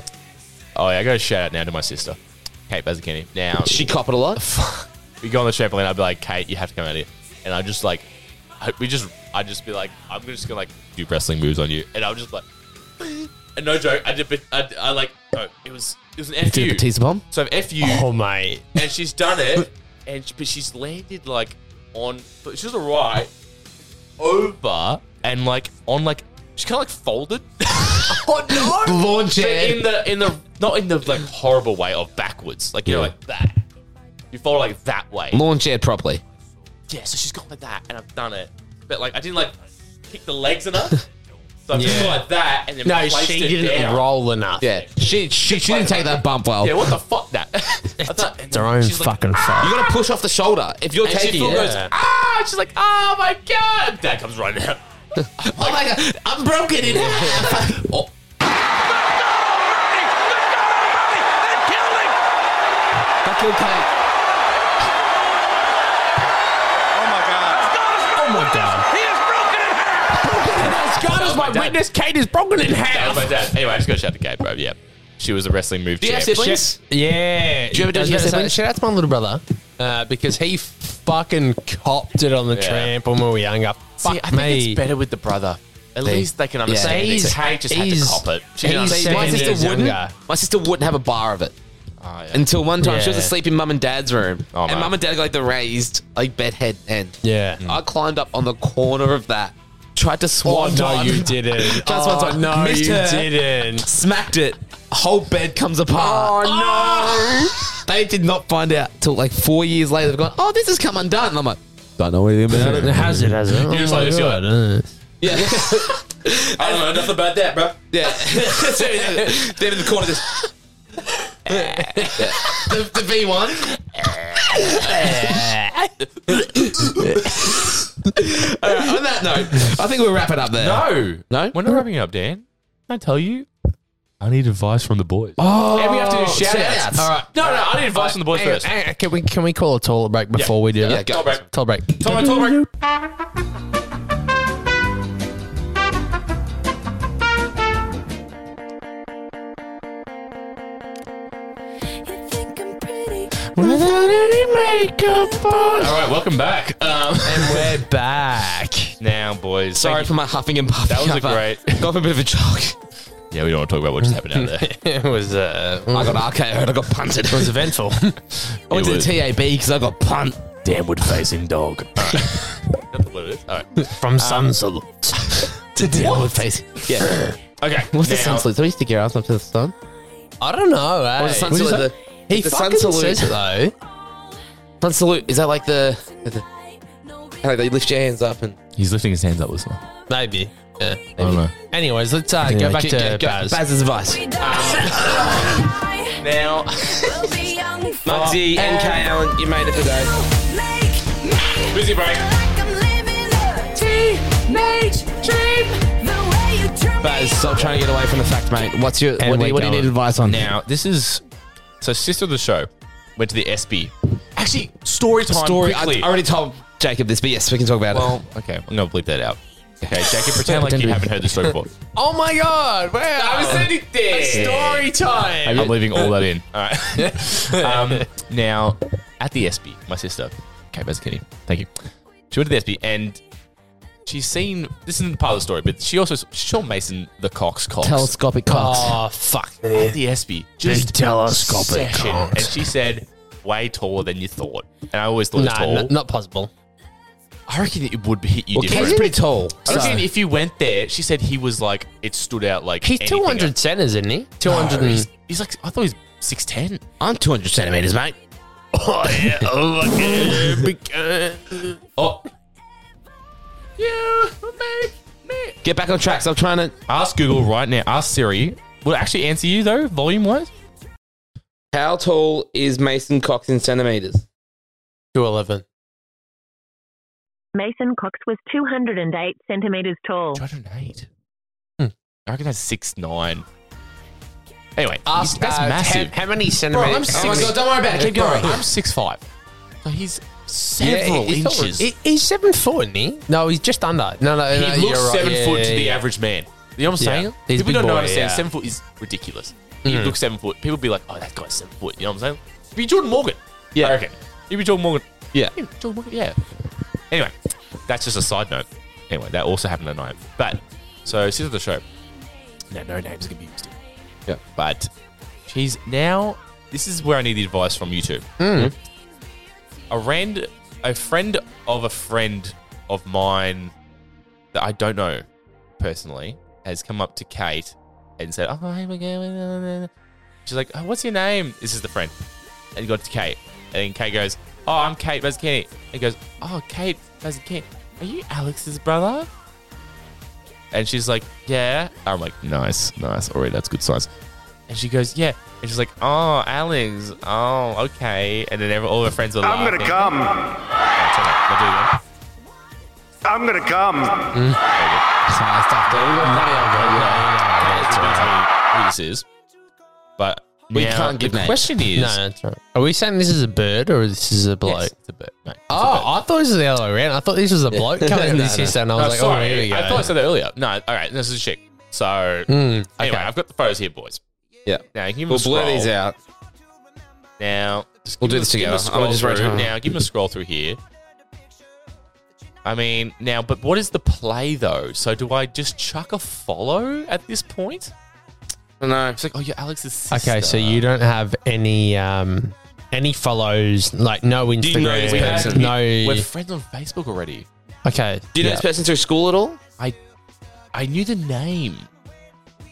Oh yeah, I got to shout out now to my sister, Kate Bazikini. Now
She cop it a lot.
we go on the trampoline. I'd be like, Kate, you have to come out here, and I just like, I, we just, I just be like, I'm just gonna like do wrestling moves on you, and I'm just like, and no joke, I did, but I, I like, no, it was, it was an
You did a
fu.
Batista bomb?
So I've fu.
Oh, mate.
and she's done it, and she, but she's landed like on, but she's alright, over and like on like she kind of like folded. oh no!
Launch
But
it.
in the in the not in the like horrible way of backwards, like you know
Yeah.
like that. You fold like that way.
Launch it properly.
Yeah, so she's gone like that, and I've done it, but like I didn't like kick the legs enough. So I've just
Yeah.
gone like that, and then
No,
placed
she
it
didn't
down.
roll enough.
Yeah. She, she, she didn't take that bump well.
Yeah, what the fuck that?
It's her own fucking fault.
You gotta push off the shoulder. If you're
And she
taking
full
it.
goes, ah! She's like, oh my god! Dad comes running out.
Oh my god, I'm broken in half. Oh. That killed Kate.
Oh my god.
God is my witness. Kate is broken in
That
half.
was my dad. Anyway, I just got to shout to Gabe, bro. Yeah. She was a wrestling move
Do you have
champ.
siblings?
Yeah.
Do you ever do
I was
your
gonna say,
siblings?
Shout out to my little brother uh, because he fucking copped it on the
Yeah.
tramp when we were younger. Fuck
See, I think
me.
it's better with the brother. At
They-
least they can understand.
Yeah.
it.
He's-
Kate just had to
he's-
cop it. She
he's
didn't understand.
my
Seven
sister
years
wouldn't.
younger.
My sister wouldn't have a bar of it
Oh, yeah.
until one time she was
Yeah.
asleep in mum and dad's room,
Oh,
and
man.
mum and dad got like the raised like bed head end.
Yeah.
I climbed up on the corner of that, tried to swan
Oh, no,
dive.
you didn't.
That's
oh,
what's like,
No,
missed
you
her.
didn't.
smacked it. Whole bed comes apart. Oh, no! They did not find out till like four years later. They've gone, oh, this has come undone. And I'm like, don't know anything about it.
Has it? Has it? Oh
just
my
like this, you're like-
God.
Yeah,
I don't know nothing about that, bro.
yeah. so, they're in the corner. Just the, the V one. All right, on that note, I think we'll wrap it up there.
No.
No?
We're not wrapping it up, Dan. Can I tell you? I need advice from the boys. Oh, and we have to do shout outs.
shout-outs.
All right. No, no, I need advice from the boys
Hang on,
first.
hang on, Eh, Can we can we call a toilet break before we do that?
go.
Toilet break.
Toilet break.
Toilet, toilet break. All right, welcome back. Um,
We're back.
now, boys.
Sorry
thank
for my huffing and puffing.
That was a
I've, uh,
great-
Got a bit of a Mm. joke.
you- Yeah, we don't want to talk about what just happened out there.
It was uh,
I got RKO'd. I got punted.
it was eventful.
I went
It
to
was-
the TAB because I got punt.
Downward facing dog.
That's what it is. All right.
From
Um,
sun salute.
To downward face. Yeah.
Okay.
What's the
now-
sun salute? Do we stick your ass up to the sun?
I don't know. eh?
What's the sun
What did you
salute?
say?
The-
he
the sun
fucking
salute.
says it though.
Sun salute. Is that like the? the like they lift your hands up and.
He's lifting his hands up, listener.
Maybe. Yeah. maybe.
I don't know.
Anyways, let's uh,
Anyway,
go back
get-
to
get- go-
Baz.
Baz's advice.
Now,
Muggsy, NK, Allen, you made it for today.
busy break. uh,
Baz, stop trying to get away from the fact, mate. What's your?
And
What do, you,
we're
what do you
going.
need advice on?
Now, this is so sister of the show went to the SB. Actually, story time.
Story. I,
quickly.
I already told Jacob this, but yes, we can talk about
well, okay, I'm gonna bleep that out. Okay, Jacob, pretend like you haven't heard this story before.
Oh my god! Wow. I was sitting there. Story time.
I'm leaving all that in. All right. um, now, at the SB, my sister, Kate Bazzucchini, thank you. She went to the SB and she's seen. This isn't part of the story, but she also she saw Mason the Cox Cox.
it. Telescopic cocks.
Oh fuck!
at the SB. Just
telescopic
session.
cocks.
And she said, way taller than you thought. And I always thought it was
Nah,
tall.
n- not possible.
I reckon it would hit you
well, Kate's
different.
pretty tall.
I reckon
so-
if you went there, she said he was like, it stood out like.
He's
anything
two hundred
else.
centers, isn't he? Two
No,
hundred.
he's, he's like, I thought he was 6'10.
I'm 200 centimeters, mate.
Oh, yeah. Oh, okay. oh. You make me. Get back on track. So I'm trying to ask Google right now. Ask Siri. Will it actually answer you though, volume wise?
How tall is Mason Cox in centimeters?
211.
Mason Cox was 208 centimeters tall.
208. I reckon that's six nine. Anyway,
Ask,
that's
uh,
massive.
how- how many
Bro,
centimeters-
I'm
Oh my
six,
God, don't worry about it. Keep
Bro,
going.
I'm six five. So he's
Yeah,
several
he- he felt-
inches.
he- he's seven foot, isn't he? No, he's just under. No, no,
he
no,
looks
you're right.
seven
Yeah,
foot to
yeah,
the
yeah.
average man. You know what I'm
Yeah.
saying?
He's a
People
big
don't know
boy,
what I'm saying.
yeah.
Seven foot is ridiculous. He
Mm.
looks seven foot. People be like, oh, that guy's seven foot. You know what I'm saying? It'd be Jordan Morgan. Yeah. I reckon. He'd be Jordan Morgan. Yeah. Jordan Morgan, yeah. Anyway, that's just a side note. Anyway, that also happened at night. But, so, sit of the show. Now, no names can be used. Yeah. But, she's now, this is where I need the advice from you two.
Mm.
A, rand, a friend of a friend of mine that I don't know personally has come up to Kate and said, Oh, here we go. She's like, oh, What's your name? This is the friend. And he got to Kate. And then Kate goes, Oh, I'm Kate Mazzucchini. And he goes, Oh, Kate Mazzucchini, are you Alex's brother? And she's like, Yeah. I'm like, Nice, nice. All right, that's good signs. And she goes, Yeah. And she's like, Oh, Alex. Oh, okay. And then every, all her friends are
I'm
laughing.
gonna come.
That's all right. I'll do that.
I'm gonna come.
who this is, but
We
now
can't give
the
names.
question is,
No, that's right. Are we saying this is a bird or this is a bloke?
it's a bird. Mate.
Oh, I thought this was the other way around. I thought this was a bloke coming into this sister, and I was like, oh, here we go.
I thought I said that earlier. No, all right, this is a chick. So
Hmm,
anyway,
okay.
I've got the photos here, boys.
Yeah.
Now give him
We'll
a scroll.
blur these out.
Now just
We'll
give
do
him-
this
give him a
together. I'm gonna just
scroll
write
through.
down.
Now give him a scroll through here. I mean, now, but what is the play though? So do I just chuck a follow at this point?
No.
It's like, oh, you're Alex's sister.
Okay, so
uh,
you don't have any um any follows, like no Instagram,
Do you know this person?
no.
We're friends on Facebook already.
okay,
Do you know
yeah.
this person through school at all?
I I knew the name,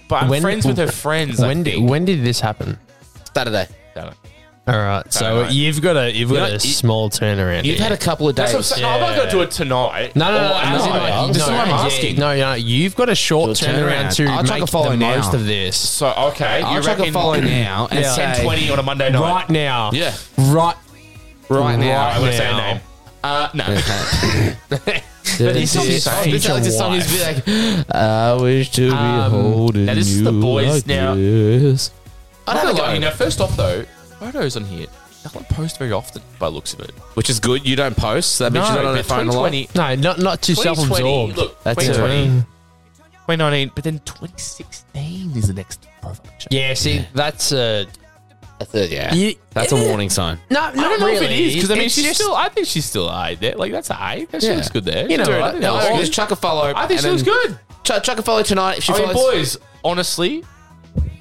but I'm friends with her friends.
When did when did this happen?
Saturday.
All right, so
Alright.
you've got a you've
You
got
know, you-
a small turnaround.
You've
here.
had a couple
of
That's what I'm saying. No, I'm not going to do it tonight.
No, no,
Or
no.
at
as in,
night.
like,
this is
no,
what I'm
yeah,
asking.
No, no, you've got a short turnaround to
I'll chuck
make
a follow
the
now.
most of this.
So okay,
I'll
you
chuck a
reckon
follow now and
Yeah.
say-
10:20 on a Monday night,
Right now.
Yeah,
right,
right
now.
I'm going to say a
Now.
name. Uh, no.
But
he's not his
song. This Alex's song is be like, I wish to be
Um,
holding
now this is the
you
boys
like
now.
this.
I don't know. You know, first off though, photos on here doesn't post very often by the looks of it.
Which is good. You don't post. So that means you're not on
but
your phone a lot.
2020
No, not not
2020,
too self-absorbed.
Look,
That's
2020, 2019, but then 2016 is the next profile. picture.
Yeah, see, that's a
that's a yeah.
You-
that's a warning sign.
no,
I don't know if it
really.
is because I mean
It's
she's
just-
still. I think she's still alright there. Like that's alright. That she
Yeah.
looks good there.
You know Oh,
She's doing-
what?
I think that looks
Yeah,
good.
just chuck a follow.
I think
and
she looks
then
good.
Chuck, chuck a follow tonight if she
I mean,
follows.
boys, honestly,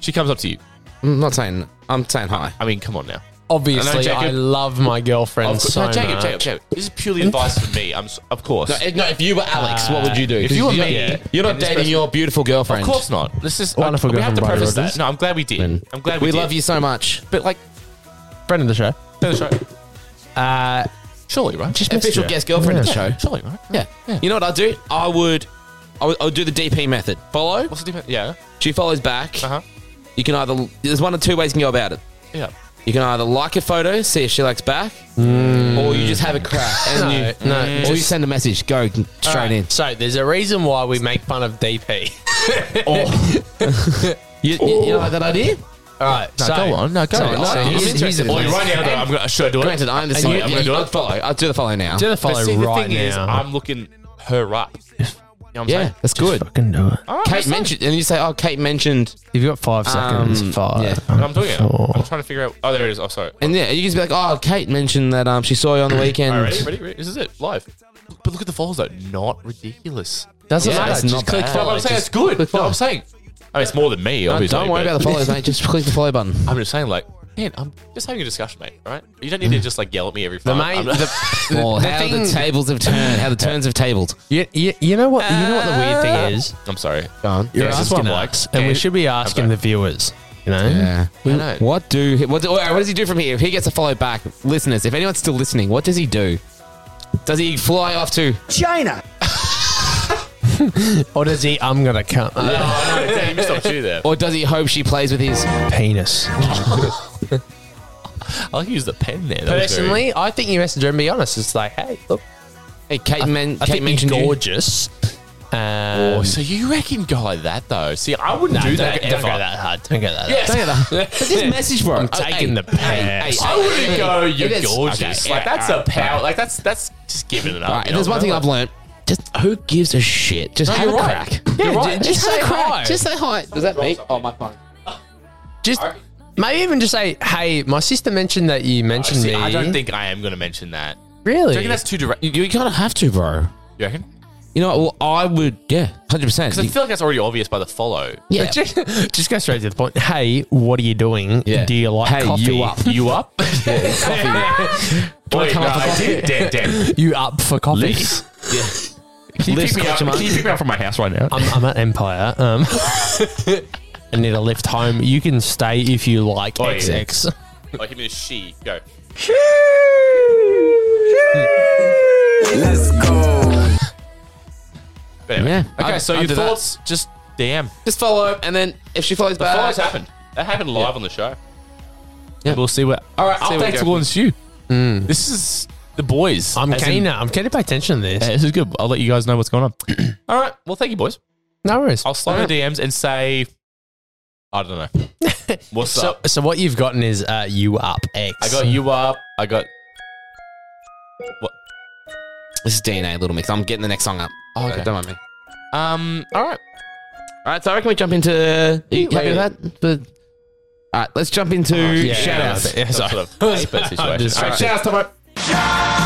she comes up to you.
I'm not saying. I'm saying hi.
I mean, come on now. I know,
Obviously,
Jacob.
I love my girlfriend
Of course-
so
no, Jacob,
much.
Jacob, Jacob. This is purely advice from me. I'm s- of course.
No, if, no, if you were Alex, what would you do?
if
'Cause
you were
you're,
me,
you're not
and this
dating
person-
your beautiful girlfriend.
Of course not. This is
Wonderful
I, we have to
girlfriend,
preface
Brady
that. No, I'm glad we did.
Then
I'm glad
we
we,
love
did.
you so much.
But like,
Friend of the show.
no, that's right.
Uh,
surely right.
Just message
Official
her.
guest girlfriend of the
Yeah.
show.
surely right.
Yeah. You know what I'll do? I would, I would, I would do the DP method. Follow.
What's the difference? Yeah.
She follows back.
Uh huh.
You can either there's one of two ways you can go about it.
Yeah.
You can either like a photo, see if she likes back, or you just have a crack and you,
No,
Mm.
Mm.
or you send a message, go straight in.
So there's a reason why we make fun of DP.
You, you, you like that idea?
All right,
No,
so
go on. No, go
so-
on.
so
I'm
here's-
interested.
here's the
Oi,
thing.
right now, though, I'm gonna, should I do it?
Granted, I
Sorry,
understand.
I'm gonna do
I'll
it.
follow. I'll do the follow now.
do the
But
follow
see, the
right
thing is,
now.
I'm looking her up. You know what I'm
yeah,
saying? Oh,
that's good.
fucking do it.
All right,
Kate
that's fine.
mentioned, and you say, "Oh, Kate mentioned,"
You've got five
Um,
seconds. Five.
yeah.
I'm doing it. I'm trying to figure out. Oh, there it is. Oh, sorry.
and yeah, you can just be like, "Oh, Kate mentioned that um she saw you on the weekend."
All right, ready, ready, ready. This is it. Live. But look at the follows though. Not ridiculous.
Doesn't
Yeah,
matter.
it's
Just
not
click
bad.
No,
follow.
I'm saying
Just-
it's good. No, I'm saying. I mean, it's more than me,
No,
obviously.
don't worry
but
about the follows, mate. Just click the follow button.
I'm just saying, like, man, I'm just having a discussion, mate. All right, you don't need to just like yell at me every
The
time.
main,
I'm-
the, the-
Oh,
the
how
thing,
the tables have turned. How the turns have tabled.
you, you, you know
Uh,
what? You know what the weird thing is.
I'm sorry.
Go on.
You're
Yeah, this is
asking
what I'm
us,
like.
and we
And-
should be
sorry.
asking the viewers. You know?
Yeah. What do what, do- oh, what does he do from here? If he gets a follow back, listeners, if anyone's still listening, what does he do? Does he fly off to
China. or does he? I'm gonna come.
Uh, Damn, you missed opportunity there.
Or does he hope she plays with his
penis?
I like you used the pen there. That was very-
Personally, I think you message her and be honest. It's like, hey, look.
Hey, Kate, men-
I
Kate
think
mentioned
you're
you.
gorgeous. Um,
oh, so you reckon go like that though? See, I wouldn't
Nah,
do
don't
that.
go- don't
ever.
go that hard. Don't go that
Yes.
hard.
But this message, bro.
I'm
Oh,
taking
hey,
the piss.
I wouldn't go. You're
It is-
gorgeous.
okay,
like
yeah,
that's
all
a
right,
power.
all right.
Like that's that's just giving it up.
All right,
you
if there's
know?
one thing I've learned. Just who gives a shit? Just
No,
have
you're
a
right.
crack.
You're right.
ju-
Just
have
say
a crack.
hi.
Just say hi. Does that me? Oh my phone.
Just maybe even just say, hey, my sister mentioned that you mentioned
Oh, See,
me.
I don't think I am going to mention that. Do
Really?
you reckon that's too direct?
You, you kind of have to, bro.
You reckon?
You know, what, well, I would, yeah, hundred percent.
Because I feel like that's already obvious by the follow.
Yeah.
Just, just go straight to the point. Hey, what are you doing?
Yeah.
Do you like
Hey,
coffee?
you up?
You up?
Do I
Wait,
come
no,
up for
I
coffee?
did. Damn, damn.
You up for coffee?
Can you, pick me up,
Scotchman.
can you pick me up from my house right now?
I'm, I'm at Empire. Um, I need a lift home. You can stay if you like.
Oh, yeah.
XX.
Oh, give me a she. Go.
Let's go.
But anyway.
Yeah.
Okay,
I'd-
so
I'd
your
do that.
thoughts? Just damn.
Just follow, and then if she follows
The
back,
follows happened. That happened live on the show.
Yeah.
We'll see what. All right,
See where we
updates
go.
will ensue.
Mm.
This is the boys.
I'm
As in-
keen. now. I'm keen to pay attention to this.
Yeah, this is good. I'll let you guys know what's going on. All right. Well, thank you, boys.
No worries.
I'll slide the DMs and say, I don't know. What's
So,
up?
so what you've gotten is uh, you up X.
I got you up. I got. What?
this is DNA Little Mix. I'm getting the next song up.
Oh,
So
okay.
Don't mind me.
Um. All right.
All right, so I reckon we jump into. Are you happy
Wait.
with that? But all right, let's jump into
yeah,
shout
yeah,
outs.
yeah.
Some
sorry.
sort of expert situation.
Just-
All right, shout outs, Tomo.
So,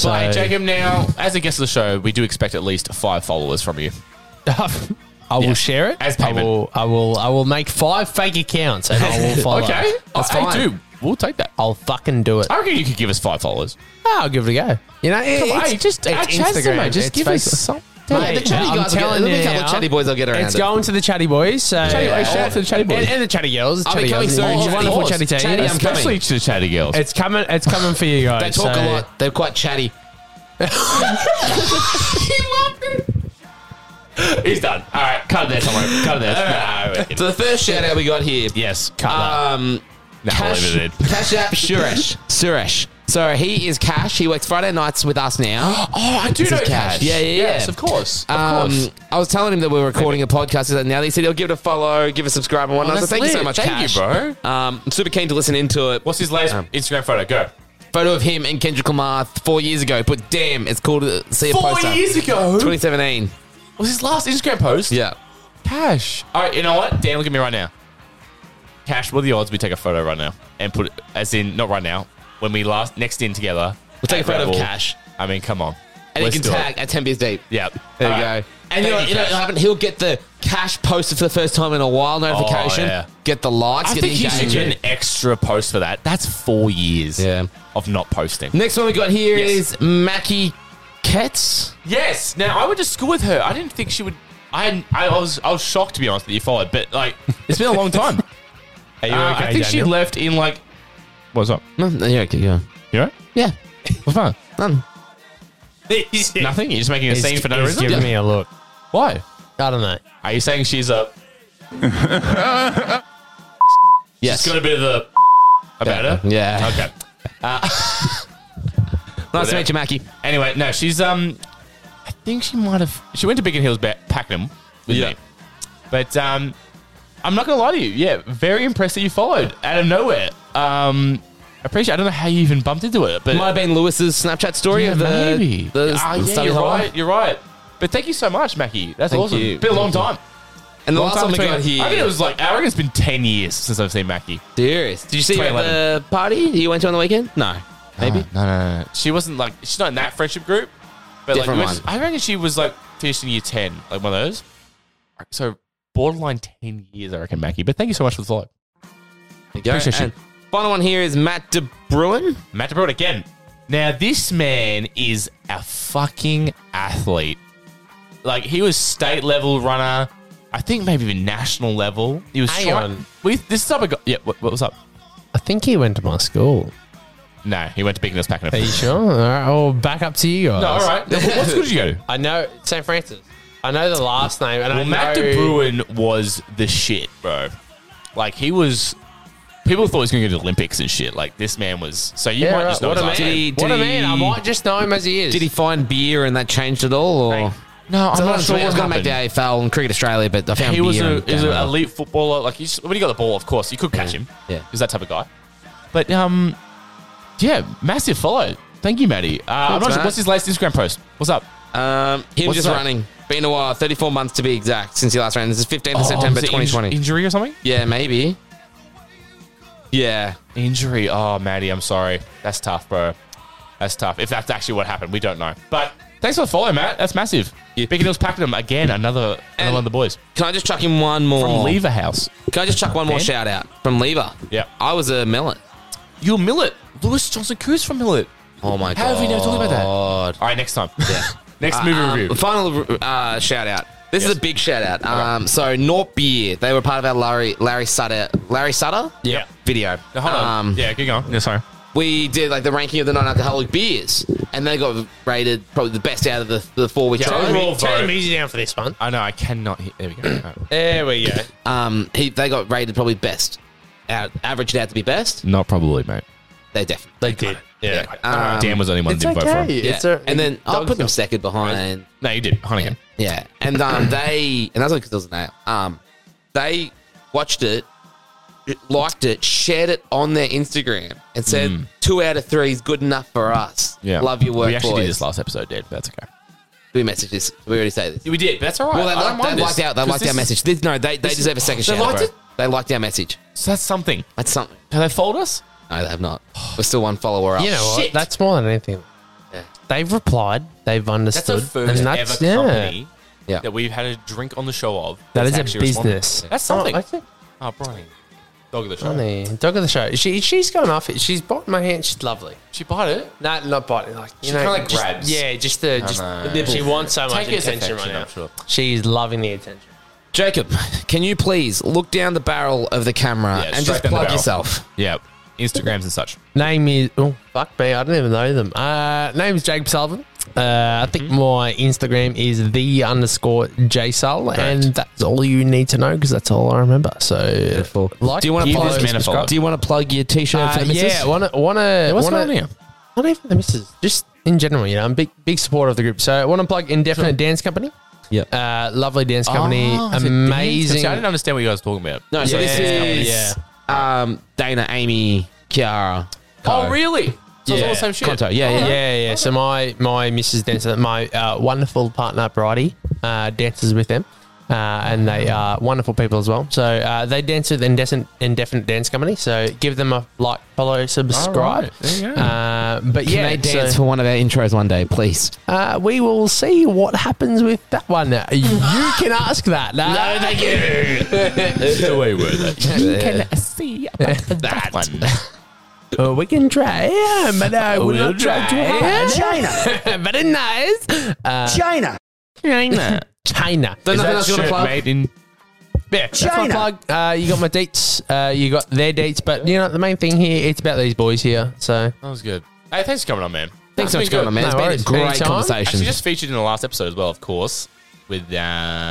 So, hey, Jacob, now, as a guest of the show, we do expect at least five followers from you.
I will
Yeah.
share it
As
I
payment.
will. I will. I will make five fake accounts and I will follow.
Okay. Ah.
that's
Hey,
fine.
dude, we'll take that.
I'll fucking do it.
I reckon you could give us five followers.
I'll give it a go. You know, it,
Come on,
it's,
hey, just
it's
uh, chance them, mate. Just
it's
give us
Facebook.
some.
Mate, the chatty
I'm
guys, will get, there'll
telling
be a
you
couple
now,
of chatty boys. I'll get around.
It's
it.
going to the chatty boys. So
Chatty- hey, shout out to the chatty boys.
and, and the chatty girls.
I'll be
Chatty
coming
girls.
soon.
It's
Of
a wonderful
course.
chatty team.
Chatty, I'm coming.
Especially to the chatty girls.
It's coming. It's coming for you guys.
They talk
so-
a lot. They're quite chatty.
He's done. All right, cut it there, Tomo. Cut it there.
So the first shout out we got here.
yes, cut
Um,
that. Nah,
Cash,
leave it in.
Cash App Suresh. Suresh. So he is Cash. He works Friday nights with us now.
Oh, I do
This
know
is
cash.
Cash. Yeah, yeah,
Yes,
yeah.
of course. Of
Um,
course.
I was telling him that we were recording a podcast, and now he said he'll give it a follow, give it a subscribe, and whatnot.
Oh,
so
that's
thank you so
lit.
much,
Thank you,
Cash.
bro.
Um, I'm super keen to listen into it.
What's his latest Instagram photo? Go.
Photo of him and Kendrick Lamar four years ago, but damn, it's cool to see a poster.
ago.
2017.
Was his last Instagram post?
Yeah.
Cash. All right, you know what? Dan, look at me right now. Cash, what are the odds we take a photo right now and put it, as in, not right now, when we last, next in together?
We'll take a
at
photo
Red
of
Bull.
Cash.
I mean, come on.
And
Let's
he can
do it.
tag at 10 beers deep.
Yep.
There
All
you
right.
go. And you know,
Thank
you know
Cash.
what happened? He'll get the cash posted for the first time in a while notification.
Oh, yeah.
Get the likes,
I
get the
think you should get
engagement.
an extra post for that. That's four years
Yeah.
of not posting.
Next one we got here
Yes.
is Mackie Ketz.
Yes. Now I went to school with her. I didn't think she would. I I was I was shocked to be honest that you followed, but like it's been a long time.
Are you
Uh,
okay,
I think she
Daniel?
left in like. What's up?
No, no, yeah, okay, yeah.
You alright?
Yeah.
What's fun?
None.
Nothing. You're just making a
He's-
scene for no
he's
reason.
giving me a look.
Why?
I don't know.
Are you saying she's a?
Yes.
She's got a bit of the about her.
Yeah.
Okay.
Nice to
whatever.
meet you, Mackie.
Anyway, no, she's um, I think she might have. She went to Biggin Hills, ba- Pakenham with
Yeah.
me. But um, I'm not gonna lie to you. Yeah, very impressed that you followed out of nowhere. Um, I appreciate. I don't know how you even bumped into it, but
Might have been Lewis's Snapchat story
yeah,
of the,
maybe.
the
Ah, yeah,
study
you're
hall.
right. You're right. But thank you so much, Mackie. That's
Thank
awesome.
you.
Been a long time.
And the
Long
last
time
time we
between-
got here.
I think it was like I reckon it's been ten years since I've seen Mackie.
serious. Did you see her at the party that you went to on the weekend? No. Maybe.
No, no, no. She wasn't like she's not in that friendship group. But
Different
like, we went-
one.
I reckon she was like finishing year ten, like one of those. So borderline ten years, I reckon, Mackie. But thank you so much for the follow.
There you go.
Appreciate you.
And Final one here is Matt DeBruin.
Matt DeBroad again. Now this man is a fucking athlete. Like he was state level runner. I think maybe even national level. He was
Hang
trying.
on.
We, this sub got. Yeah. What, what was up?
I think he went to my school.
No, he went to Bigness Pack.
Are you sure? All right, well, back up to you guys.
No, all right. No, what- what school did you go to?
I know St. Francis. I know the last name. And
well,
I
Matt
know-
De Bruin was the shit, bro. Like he was. People thought he was going to go to the Olympics and shit. Like this man was. So you
Yeah,
might
right.
just know
What
his
a
last
man.
name.
What a man. I might just know him as he is.
Did he find beer and that changed it all? Or
No,
So that
I'm not
was-
sure
I was
what
going to make the
happened.
AFL and Cricket Australia, but I found
He
beer.
was, a,
and-
he was
Yeah.
an elite footballer. Like he's, when he got the ball, of course, you could catch him.
Yeah,
he's that type of guy. But um, yeah, massive follow. Thank you, Matty. Uh, I'm
Thanks,
not sure,
Matt.
what's his latest Instagram post? What's up?
Um, Him
What's
just
that?
running. Been a while, 34 months to be exact, since he last ran. This is 15th of
Oh,
September
is it
2020.
inj- injury or something?
Yeah, maybe.
Yeah. Injury. Oh, Maddie, I'm sorry. That's tough, bro. That's tough. If that's actually what happened, we don't know. But thanks for the follow, Matt. That's massive. Big News packing them again. Another, another one of the boys. Oh.
Can I just chuck in one more?
From Lever House.
Can I just chuck one more
Ben?
shout out from Lever?
Yeah.
I was a millet.
You're Millet. Lewis Johnson Cruz from Millet.
Oh my
How
god.
have we never talked about that?
God.
All right, next time. Next
Uh,
movie
um,
review.
Final uh, shout out. This is a big shout out. Um, So North Beer, they were part of our Larry Larry Sutter Larry Sutter
Yeah.
video.
No, hold on.
Um,
yeah, keep going. Yeah, sorry.
We did like the ranking of the non-alcoholic beers, and they got rated probably the best out of the, the four we
Yeah,
chose.
turn me- turn me easy down for this one.
I know. I cannot. Hear. There we go.
There we go.
Um, he, they got rated probably best, out, averaged it out to be best.
Not probably, mate.
They definitely they
did.
Yeah,
Um, Dan was the only one that didn't vote for him.
Yeah.
It's a-
and then I put them second behind.
No, you did Hunnigan.
Yeah, and um, they and that's because it was a name. Um, they watched it, liked it, shared it on their Instagram, and said
Mm.
two out of three is good enough for us.
Yeah.
love your work.
We actually
boys.
did this last episode, dude. That's okay.
We messaged this. We already say this.
We did. But that's all right.
Well, they,
I don't
liked,
mind
they
this,
liked our they
'cause
liked
this
our
is-
message. They, no, they, they
this is-
deserve a second
They
shout. out,
liked
bro.
it?
They liked our message.
So that's something.
That's something.
Have they followed us?
No, they have not. We're still one follower up.
You know what? That's more than anything. They've replied. They've
That's a
understood.
first
and
ever company
Yeah.
that we've had a drink on the show of.
That
that's
is a
actually responded.
business.
That's something.
Oh,
Oh,
I think-
Brian. Dog of the show.
Funny. Dog of the show. She, she's going off it. She's biting my hand. She's lovely.
She bite it?
No, not biting. Like you
She
know,
kinda like
just-
grabs.
Yeah, just the
I
just
know.
the nibble. She wants so much
Take it as
attention right
affection,
now.
I'm sure.
She's loving the attention.
Jacob, can you please look down the barrel of the camera and just plug yourself?
Yeah. Instagrams and such.
Name is oh fuck me, I don't even know them. Uh, name is Jacob Sullivan. Uh, I think
Hmm?
my Instagram is the underscore JSul, and that's all you need to know because that's all I remember. So, like,
do you want to
give
plug?
this man a follow.
Do you want to plug your t-shirt
Uh,
for the missus?
Yeah, want to want to.
what's going on here?
Oh,
Not even the missus, just in general. You know, I'm a big big supporter of the group. So, I want to plug Indefinite Dance Company.
Yep.
Uh, lovely dance company,
Oh, is it dance?
amazing.
See, I didn't understand what you guys were talking about.
No, so
Yeah.
this is
Yeah.
um, Dana, Amy, Kiara.
Oh, really? So it's all the same shit. Oh.
Conto, yeah, yeah, yeah, yeah. So my my Mrs. Dancer, my uh, wonderful partner Bridie, uh, dances with them, uh, and they are wonderful people as well. So uh, they dance with indefinite, indefinite dance company. So give them a like, follow, subscribe.
Alright, there you go.
Uh, but
Can
yeah,
they dance
so-
for one of our intros one day, please?
uh, we will see what happens with that one. Uh, You can ask that. No,
thank
you.
the way we're there.
You can see about that Uh, we can try, yeah, but uh, we'll,
We'll
not try,
try.
too hard. China, very nice. Uh, China, China, China.
There's nothing else you wanna plug? Made in
yeah, that's my
China.
plug. Uh, you got my dates. Uh, you got their dates, but you know the main thing here. It's about these boys here. So
That was good. Hey, thanks for coming on, man.
Thanks so
That's
much for
been
coming on, man. It's been a
worries.
great conversation.
Actually, just featured in the last episode as well, of course, with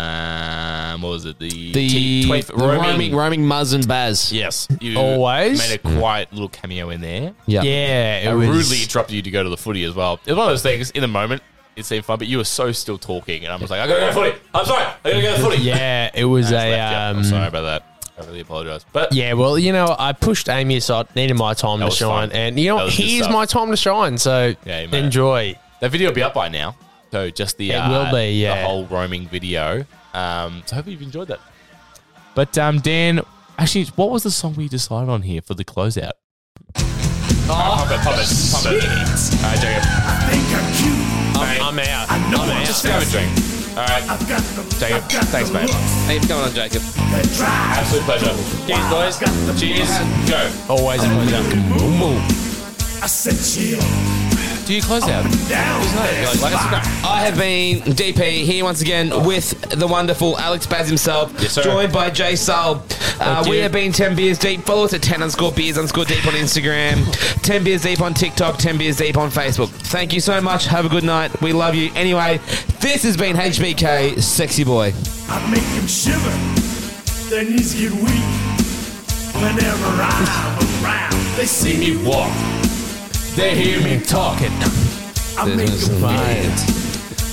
um, what was it? The
The,
T- twenty-
the roaming, roaming Muzz and Baz.
Yes, you
Always.
made a quiet little cameo in there.
Yeah.
Yeah, it
I
was-
rudely interrupted you to go to the footy as well. It was one of those things. In the moment, it seemed fun, but you were so still talking, and I'm just like, I gotta go to footy. I'm sorry, I gotta go to footy.
yeah, it was a. Um,
I'm sorry about that. I really apologize. But
yeah, well, you know, I pushed Amy aside. Needed my time
That
to
was
shine,
fun.
and you know,
That
what?
was good
here's
stuff.
my time to shine. So
Yeah, mate.
enjoy.
That video will be up by now. So just the
It
uh,
will be, yeah.
the whole roaming video. Um, so I hope you've enjoyed that. But um, Dan, actually, what was the song we decided on here for the closeout?
Oh,
pump it, pump it, pump it. All right, Jacob.
I'm, I'm out.
I know I'm out. Just have a drink. All right. Jacob, thanks, mate.
Thanks for coming on, Jacob.
Absolute pleasure. Cheers, boys. Cheers. Go.
Always a pleasure.
I said chill.
do you close out? There's no- like, like, it's crap.
I have been DP here once again with the wonderful Alex Baz himself, joined by Jay Soul. Uh,
Thank
we
you.
have been 10 beers deep. Follow us at 10 underscore beers underscore deep on Instagram, 10 beers deep on TikTok, 10 beers deep on Facebook. Thank you so much. Have a good night. We love you. Anyway, this has been HBK Sexy Boy.
I make him shiver, their knees get weak. Whenever I'm around, they see me walk.
They hear me talking.
I make them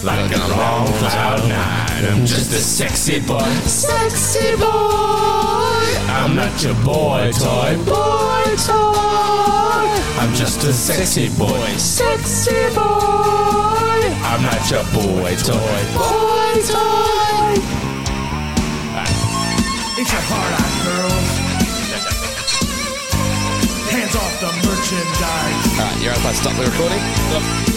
Like a long cloud nine. I'm just a sexy boy.
Sexy boy.
I'm not your boy toy.
Boy toy.
I'm just a sexy boy.
Sexy boy.
I'm not your boy toy.
Boy toy.
It's your hard on girls. Hands off the merchandise.
All right, you're up. I stop the recording.